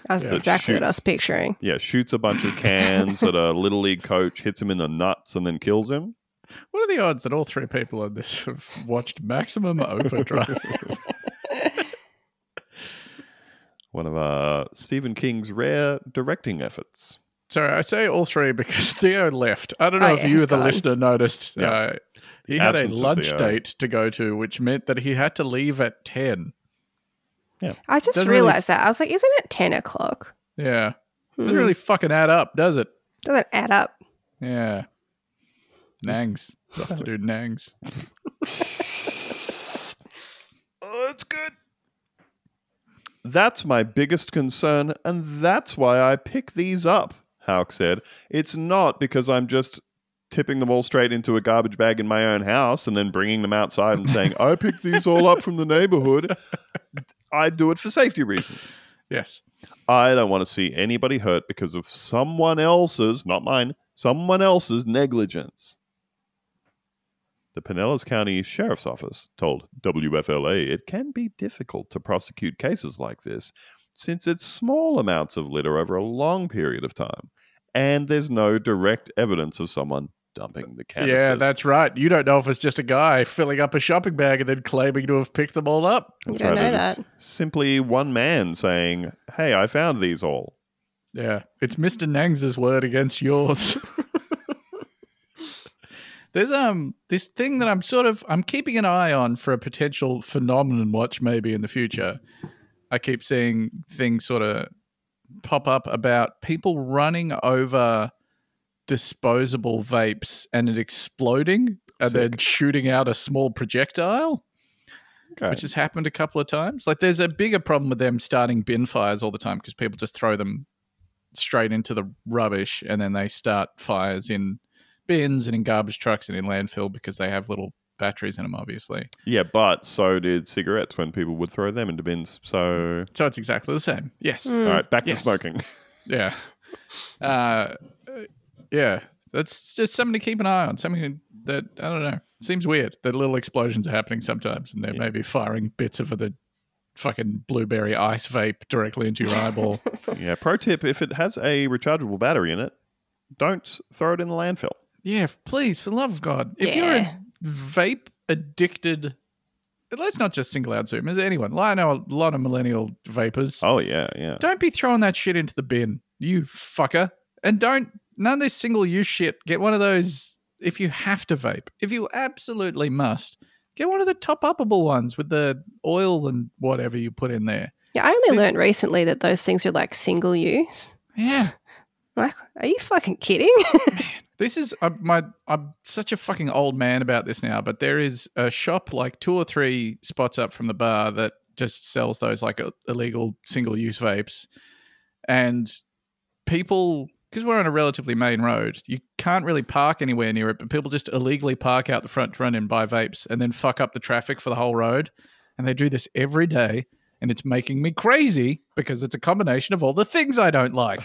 Speaker 5: That's
Speaker 3: Yeah.
Speaker 5: exactly what
Speaker 3: Shoots.
Speaker 5: I was picturing.
Speaker 3: Yeah, shoots a bunch of cans at a little league coach, hits him in the nuts and then kills him.
Speaker 2: What are the odds that all three people on this have watched Maximum Overdrive?
Speaker 3: One of uh, Stephen King's rare directing efforts.
Speaker 2: Sorry, I say all three because <laughs> Theo left. I don't know
Speaker 5: Oh,
Speaker 2: if
Speaker 5: yeah,
Speaker 2: you,
Speaker 5: he's
Speaker 2: the
Speaker 5: gone.
Speaker 2: listener, noticed.
Speaker 3: Yeah.
Speaker 2: Uh, he had
Speaker 3: Absence
Speaker 2: a
Speaker 3: of
Speaker 2: lunch
Speaker 3: Theo.
Speaker 2: date to go to, which meant that he had to leave at 10.
Speaker 5: I just
Speaker 2: Doesn't really-
Speaker 5: realized that. I was like, isn't it 10 o'clock?
Speaker 2: Yeah. Doesn't
Speaker 5: Hmm.
Speaker 2: really fucking add up, does it?
Speaker 5: Doesn't add up.
Speaker 3: <laughs>
Speaker 2: Yeah. Nangs. Stuff to do nangs.
Speaker 3: Oh, that's good. That's my biggest concern, and that's why I pick these up, Hauk said. It's not because I'm just tipping them all straight into a garbage bag in my own house and then bringing them outside and saying, I picked these all up from the neighborhood. I do it for safety reasons.
Speaker 2: Yes.
Speaker 3: I don't want to see anybody hurt because of someone else's, not mine, someone else's negligence. The Pinellas County Sheriff's Office told WFLA it can be difficult to prosecute cases like this since it's small amounts of litter over a long period of time, and there's no direct evidence of someone dumping the canisters.
Speaker 2: Yeah, that's right. You don't know if it's just a guy filling up a shopping bag and then claiming to have picked them all up.
Speaker 5: You don't know
Speaker 3: there's
Speaker 5: that.
Speaker 3: Simply one man saying, "Hey, I found these all."
Speaker 2: Yeah, it's Mr. Nangs's word against yours. <laughs> There's um this thing that I'm sort of I'm keeping an eye on for a potential phenomenon watch maybe in the future. I keep seeing things sort of pop up about people running over disposable vapes and it exploding and then shooting out a small projectile
Speaker 3: Okay.
Speaker 2: which has happened a couple of times. Like there's a bigger problem with them starting bin fires all the time because people just throw them straight into the rubbish and then they start fires in bins and in garbage trucks and in landfill because they have little batteries in them, obviously.
Speaker 3: Yeah, but so did cigarettes when people would throw them into bins. So,
Speaker 2: So it's exactly the same. Yes.
Speaker 5: Mm.
Speaker 3: all right, back
Speaker 2: Hmm. Yes.
Speaker 3: to
Speaker 2: <laughs>
Speaker 3: smoking.
Speaker 2: Yeah. Uh, yeah. That's just something to keep an eye on. Something that I don't know. It seems weird that little explosions are happening sometimes, and they're maybe firing bits of the fucking blueberry ice vape directly into your eyeball.
Speaker 3: yeah, pro tip if it has a rechargeable battery in it, don't throw it in the landfill.
Speaker 2: Yeah, f- please, for the love of God. If you're
Speaker 5: Yeah.
Speaker 2: a vape addicted, let's not just single out Zoomers, anyone. I know a lot of millennial vapors.
Speaker 3: Oh, yeah, yeah.
Speaker 2: Don't be throwing that shit into the bin, you fucker. And don't, none of this single use shit. Get one of those if you have to vape. If you absolutely must, get one of the top uppable ones with the oil and whatever you put in there.
Speaker 5: Yeah, I only
Speaker 2: This-
Speaker 5: learned recently that those things are like single use.
Speaker 2: Yeah.
Speaker 5: Like, are you fucking kidding? <laughs>
Speaker 2: This is I'm, my I'm such a fucking old man about this now, but there is a shop like two or three spots up from the bar that just sells those like uh, illegal single use vapes, and people because we're on a relatively main road, you can't really park anywhere near it, but people just illegally park out the front to run and buy vapes and then fuck up the traffic for the whole road, and they do this every day, and it's making me crazy because it's a combination of all the things I don't like.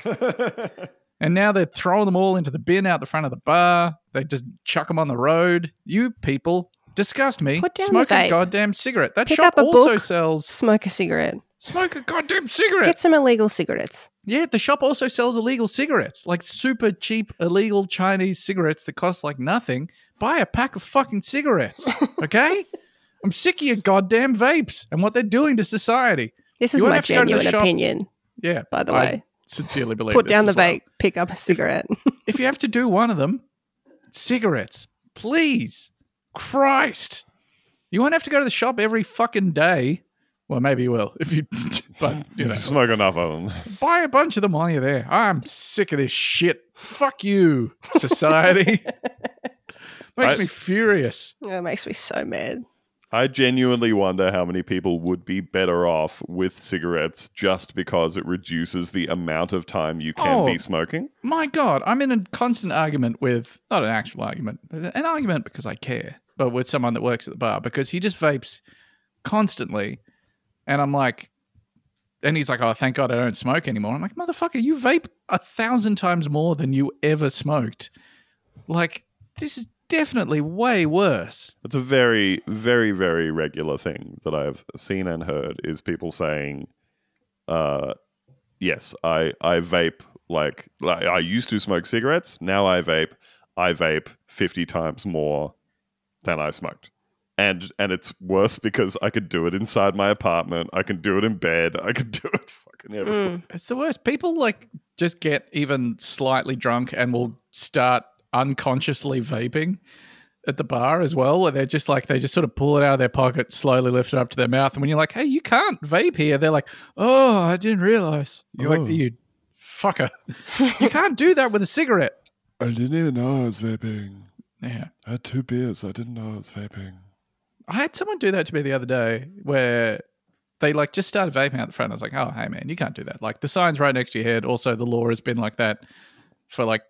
Speaker 2: And now they're throwing them all into the bin out the front of the bar. They just chuck them on the road. You people disgust me.
Speaker 5: Put down the
Speaker 2: Smoke a
Speaker 5: vape.
Speaker 2: goddamn cigarette. That
Speaker 5: Pick
Speaker 2: shop
Speaker 5: up a
Speaker 2: also
Speaker 5: book.
Speaker 2: sells.
Speaker 5: Smoke a cigarette.
Speaker 2: Smoke a goddamn cigarette.
Speaker 5: Get some illegal cigarettes.
Speaker 2: yeah, the shop also sells illegal cigarettes, like super cheap illegal Chinese cigarettes that cost like nothing. Buy a pack of fucking
Speaker 5: <laughs>
Speaker 2: cigarettes, okay? I'm sick of your goddamn vapes and what they're doing to society.
Speaker 5: This
Speaker 2: You
Speaker 5: is
Speaker 2: won't
Speaker 5: my
Speaker 2: have to go to the
Speaker 5: genuine
Speaker 2: shop.
Speaker 5: opinion,
Speaker 2: Yeah,
Speaker 5: by the
Speaker 2: I
Speaker 5: way.
Speaker 2: sincerely believe.
Speaker 5: Put
Speaker 2: this
Speaker 5: down the
Speaker 2: as well.
Speaker 5: vape, pick up a cigarette. <laughs>
Speaker 2: if you have to do one of them, cigarettes, please. Christ. You won't have to go to the shop every fucking day. Well, maybe you will if you, <laughs> but you know,
Speaker 3: Smoke enough of them.
Speaker 2: buy a bunch of them while you're there. I'm sick of this shit. Fuck you, society. Makes
Speaker 3: I-
Speaker 2: me furious.
Speaker 5: Oh, it makes me so mad.
Speaker 3: I genuinely wonder how many people would be better off with cigarettes just because it reduces the amount of time you can
Speaker 2: Oh.
Speaker 3: be smoking.
Speaker 2: my god, I'm in a constant argument with not an actual argument, but an argument because I care, but with someone that works at the bar because he just vapes constantly, and I'm like, and he's like, oh, thank God I don't smoke anymore. I'm like, motherfucker, you vape a thousand times more than you ever smoked. Like this is definitely way worse.
Speaker 3: It's a very, very, very regular thing that I've seen and heard is people saying, uh, "Yes, I I vape like, like I used to smoke cigarettes. Now I vape. I vape fifty times more than I smoked." And, and it's worse because I could do it inside my apartment. I can do it in bed. I could <laughs> do it fucking everywhere.
Speaker 5: Mm.
Speaker 2: It's the worst. People like just get even slightly drunk and will start unconsciously vaping at the bar as well, where they're just like they just sort of pull it out of their pocket, slowly lift it up to their mouth, and when you're like, "Hey, you can't vape here," they're like, "Oh, I didn't realize." You're
Speaker 1: Oh.
Speaker 2: like, "You fucker, you can't do that with a cigarette."
Speaker 1: I didn't even know I was vaping.
Speaker 2: Yeah.
Speaker 1: I had two beers. I didn't know I was vaping.
Speaker 2: I had someone do that to me the other day where they like just started vaping out the front. I was like, oh, hey, man, you can't do that. Like the sign's right next to your head. Also, the law has been like that for like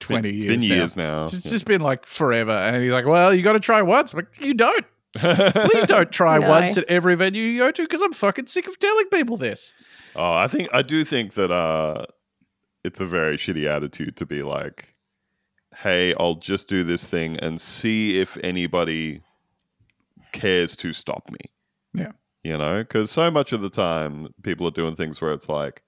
Speaker 2: 20
Speaker 3: It's
Speaker 2: years.
Speaker 3: been
Speaker 2: now.
Speaker 3: years now.
Speaker 2: It's just been like forever. And he's like, well, you got to try once. I'm like, you don't. <laughs>
Speaker 3: <laughs>
Speaker 2: Please don't try
Speaker 5: No.
Speaker 2: once at every venue you go to because I'm fucking sick of telling people this.
Speaker 3: Oh, I think I do think that uh, it's a very shitty attitude to be like, "Hey, I'll just do this thing and see if anybody cares to stop me."
Speaker 2: Yeah.
Speaker 3: you know? Because so much of the time, people are doing things where it's like,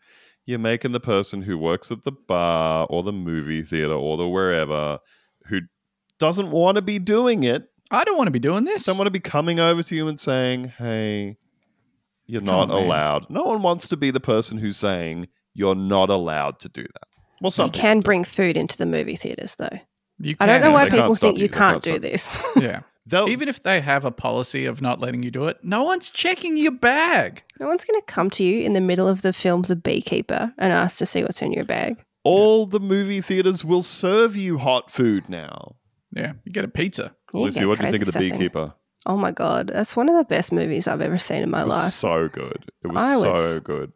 Speaker 3: you're making the person who works at the bar or the movie theater or the wherever who doesn't want to be doing it
Speaker 2: I don't want to be doing this.
Speaker 3: Someone to be coming over to you and saying, "Hey, you're
Speaker 2: Come
Speaker 3: not
Speaker 2: on, man.
Speaker 3: allowed." No one wants to be the person who's saying you're not allowed to do that. Well,
Speaker 5: You
Speaker 3: some
Speaker 5: can bring food into the movie theaters, though.
Speaker 2: you
Speaker 5: I don't know
Speaker 2: can-
Speaker 5: why
Speaker 3: they can't
Speaker 5: people
Speaker 3: stop
Speaker 5: think
Speaker 3: you,
Speaker 5: you
Speaker 3: they
Speaker 5: can't
Speaker 3: can't
Speaker 5: do
Speaker 3: stop
Speaker 5: this. <laughs>
Speaker 2: Yeah.
Speaker 3: they'll-
Speaker 2: Even if they have a policy of not letting you do it, no one's checking your bag.
Speaker 5: No one's going to come to you in the middle of the film The Beekeeper and ask to see what's in your bag.
Speaker 3: all the movie theaters will serve you hot food now.
Speaker 2: Yeah, you get a pizza.
Speaker 5: You
Speaker 3: Lucy,
Speaker 5: get
Speaker 3: what do you
Speaker 5: crazy
Speaker 3: think of the
Speaker 5: stuff in.
Speaker 3: Beekeeper?
Speaker 5: Oh my god, that's one of the best movies I've ever seen in my
Speaker 3: It was
Speaker 5: life.
Speaker 3: so good. It was,
Speaker 5: I was
Speaker 3: so good.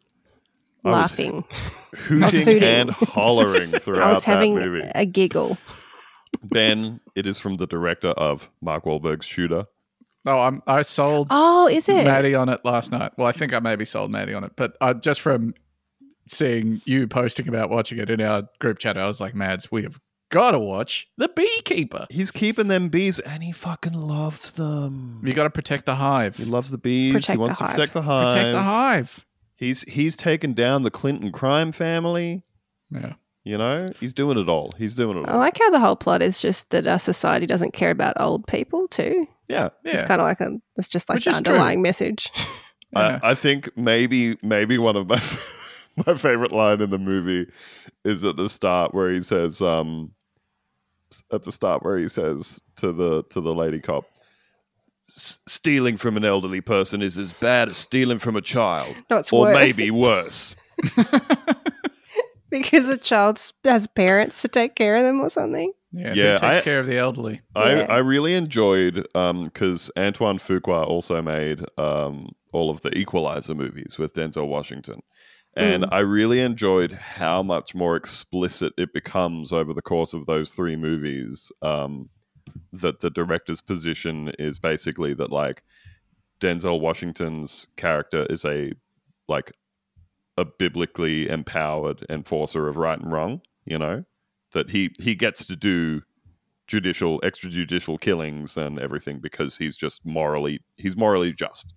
Speaker 3: I was
Speaker 5: Laughing, I was
Speaker 3: hooting,
Speaker 5: hooting.
Speaker 3: and hollering throughout
Speaker 5: <laughs> I was having
Speaker 3: that movie.
Speaker 5: a giggle.
Speaker 3: ben, it is from the director of Mark Wahlberg's Shooter.
Speaker 2: Oh, I'm, I sold
Speaker 5: Oh, is it?
Speaker 2: Maddie on it last night. Well, I think I maybe sold Maddie on it, but I, just from seeing you posting about watching it in our group chat, I was like, Mads, we have got to watch The Beekeeper.
Speaker 3: He's keeping them bees, and he fucking loves them.
Speaker 2: You got to protect the hive.
Speaker 3: He loves the bees.
Speaker 5: Protect
Speaker 3: he
Speaker 5: the
Speaker 3: wants to
Speaker 5: hive.
Speaker 3: protect the hive.
Speaker 2: Protect the hive.
Speaker 3: He's he's taken down the Clinton crime family.
Speaker 2: Yeah.
Speaker 3: You know, he's doing it all. He's doing it
Speaker 5: I
Speaker 3: all.
Speaker 5: like how the whole plot is just that our society doesn't care about old people too.
Speaker 3: yeah,
Speaker 2: Yeah.
Speaker 5: It's kind of like a, it's just like
Speaker 2: Which
Speaker 5: the
Speaker 2: is true.
Speaker 5: underlying message. <laughs>
Speaker 2: yeah.
Speaker 3: I, I think maybe maybe one of my <laughs> my favorite line in the movie is at the start where he says, um, s- at the start where he says to the to the lady cop, "S- stealing from an elderly person is as bad as stealing from a child,
Speaker 5: No, it's
Speaker 3: or
Speaker 5: worse
Speaker 3: maybe worse.
Speaker 5: <laughs> because a child has parents to take care of them or something.
Speaker 2: yeah,
Speaker 3: Yeah,
Speaker 2: Who takes
Speaker 3: I-
Speaker 2: care of the elderly?
Speaker 3: I,
Speaker 5: Yeah.
Speaker 3: I really enjoyed because Antoine Fuqua also made um, all of the Equalizer movies with Denzel Washington. And I really enjoyed how much more explicit it becomes over the course of those three movies. Um, that the director's position is basically that, like, Denzel Washington's character is a, like, a biblically empowered enforcer of right and wrong, you know? That he, he gets to do judicial extrajudicial killings and everything because he's just morally he's morally just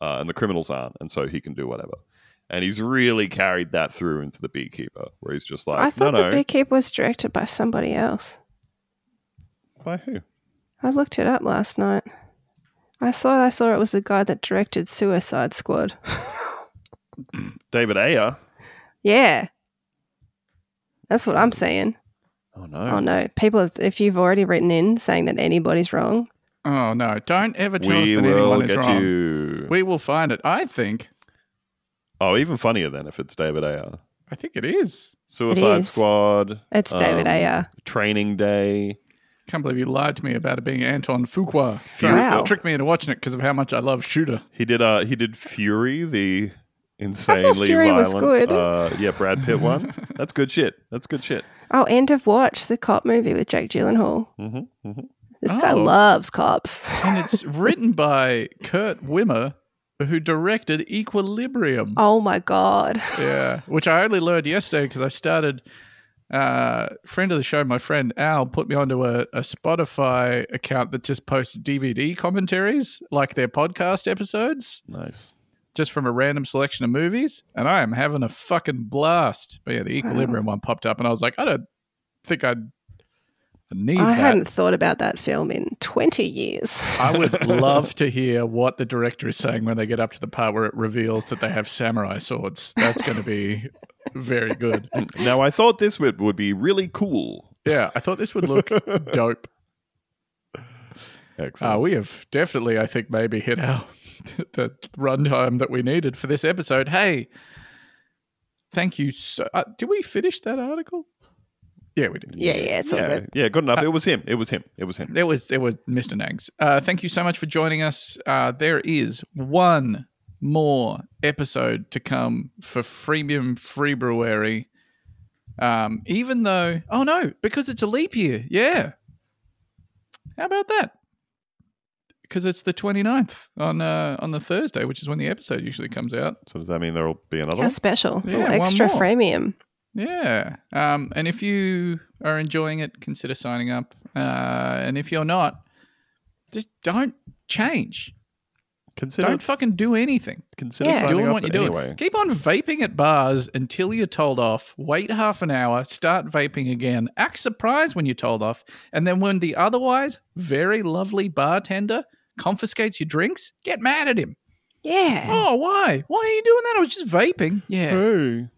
Speaker 3: uh, and the criminals aren't and so he can do whatever and he's really carried that through into the beekeeper where he's just like
Speaker 5: I thought
Speaker 3: Uh, no
Speaker 5: the
Speaker 3: no
Speaker 5: Beekeeper was directed by somebody else.
Speaker 3: by who
Speaker 5: I looked it up last night. I saw I saw it was the guy that directed Suicide Squad.
Speaker 3: david ayer
Speaker 5: yeah. That's what I'm saying.
Speaker 3: oh
Speaker 5: Oh
Speaker 3: no
Speaker 5: no. People have, if you've already written in saying that anybody's wrong.
Speaker 2: Oh, no. Don't ever tell us
Speaker 3: we
Speaker 2: that
Speaker 3: will
Speaker 2: anyone is
Speaker 3: get
Speaker 2: wrong.
Speaker 3: you
Speaker 2: We will find it. I think.
Speaker 3: oh even funnier then if it's david ayer
Speaker 2: I think it is.
Speaker 3: suicide
Speaker 5: is.
Speaker 3: squad
Speaker 5: It's
Speaker 2: Oh.
Speaker 5: David
Speaker 3: um,
Speaker 5: Ayer.
Speaker 3: training day
Speaker 2: Can't believe you lied to me about it being Anton Fuqua.
Speaker 3: Fury-
Speaker 5: Wow.
Speaker 2: Tricked me into watching it because of how much I love Shooter.
Speaker 3: He did. Uh, he did Fury, the insanely
Speaker 5: Fury was
Speaker 3: violent.
Speaker 5: good.
Speaker 3: Uh, yeah, Brad Pitt
Speaker 5: <laughs>
Speaker 3: one. That's good shit. That's good shit.
Speaker 5: Oh, End of Watch, the cop movie with Jake Gyllenhaal.
Speaker 3: hmm hmm
Speaker 5: This guy
Speaker 2: Oh.
Speaker 5: loves cops.
Speaker 2: And it's written by Kurt Wimmer, who directed Equilibrium.
Speaker 5: oh my god.
Speaker 2: Yeah, which I only learned yesterday because I started. Uh, friend of the show, my friend Al, put me onto a, a Spotify account that just posts DVD commentaries, like their podcast episodes,
Speaker 3: Nice.
Speaker 2: just from a random selection of movies. And I am having a fucking blast. But yeah, the Equilibrium one popped up, and I was like, I don't think I'd I need
Speaker 5: I
Speaker 2: that.
Speaker 5: hadn't thought about that film in 20 years. <laughs>
Speaker 2: I would love to hear what the director is saying when they get up to the part where it reveals that they have samurai swords. That's going to be very good.
Speaker 3: Now I thought this would would be really cool.
Speaker 2: Yeah, I thought this would look dope. Uh,
Speaker 3: Excellent.
Speaker 2: we have definitely, I think, maybe hit our <laughs> the runtime that we needed for this episode. Hey, thank you. So, uh, did we finish that article? Yeah, we did.
Speaker 5: yeah, yeah, it's all
Speaker 3: yeah,
Speaker 5: good.
Speaker 3: yeah, good enough.
Speaker 2: Uh,
Speaker 3: It was him. It was him. It was him.
Speaker 2: There was there was Mr. Nags. Uh, thank you so much for joining us. Uh, there is one more episode to come for Freemium Free Brewery. Um, even though, oh no, because it's a leap year. Yeah. How about that? Because it's the 29th on uh, on the Thursday, which is when the episode usually comes out.
Speaker 3: So does that mean there'll be another
Speaker 5: How
Speaker 3: one?
Speaker 5: special.
Speaker 2: Yeah,
Speaker 5: Oh,
Speaker 2: one
Speaker 5: extra
Speaker 2: more.
Speaker 5: freemium.
Speaker 2: Yeah. Um, and if you are enjoying it, consider signing up. Uh, and if you're not, just don't change.
Speaker 3: Consider
Speaker 2: Don't fucking do anything.
Speaker 3: consider
Speaker 5: Yeah.
Speaker 3: signing
Speaker 2: doing
Speaker 3: up
Speaker 2: what you're doing.
Speaker 3: anyway.
Speaker 2: Keep on vaping at bars until you're told off. Wait half an hour, start vaping again. Act surprised when you're told off, and then when the otherwise very lovely bartender confiscates your drinks, get mad at him.
Speaker 5: Yeah.
Speaker 2: Oh, why? Why are you doing that? I was just vaping. Yeah,
Speaker 1: Hey,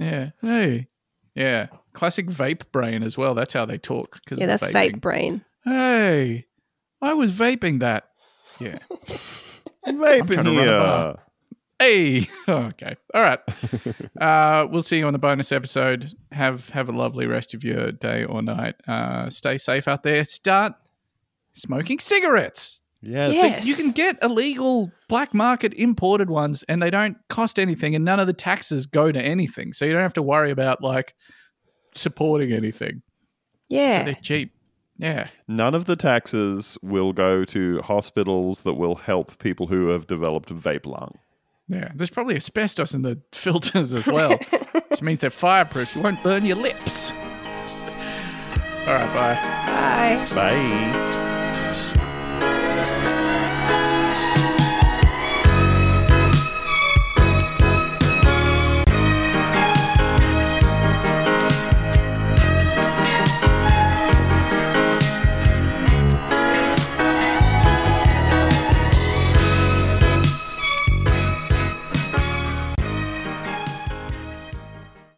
Speaker 2: yeah, hey, yeah. Classic vape brain as well. That's how they talk. 'cause
Speaker 5: Yeah,
Speaker 2: of
Speaker 5: that's vape brain.
Speaker 2: Hey, I was vaping that. Yeah.
Speaker 3: Vaping
Speaker 2: trying to run a
Speaker 3: here.
Speaker 2: bar. Hey. <laughs> Oh, Okay. All
Speaker 5: <laughs>
Speaker 2: right. uh, we'll see you on the bonus episode. Have have a lovely rest of your day or night. Uh, stay safe out there. Start smoking cigarettes.
Speaker 3: Yes.
Speaker 5: Yes.
Speaker 2: You can get illegal black market imported ones, and they don't cost anything, and none of the taxes go to anything. So you don't have to worry about like supporting anything. So
Speaker 5: Yeah.
Speaker 2: they're cheap. Yeah.
Speaker 3: None of the taxes will go to hospitals that will help people who have developed vape lung.
Speaker 2: Yeah, there's probably asbestos in the <laughs> filters as well, which means they're fireproof. You won't burn your lips. All right, bye.
Speaker 5: Bye.
Speaker 3: Bye.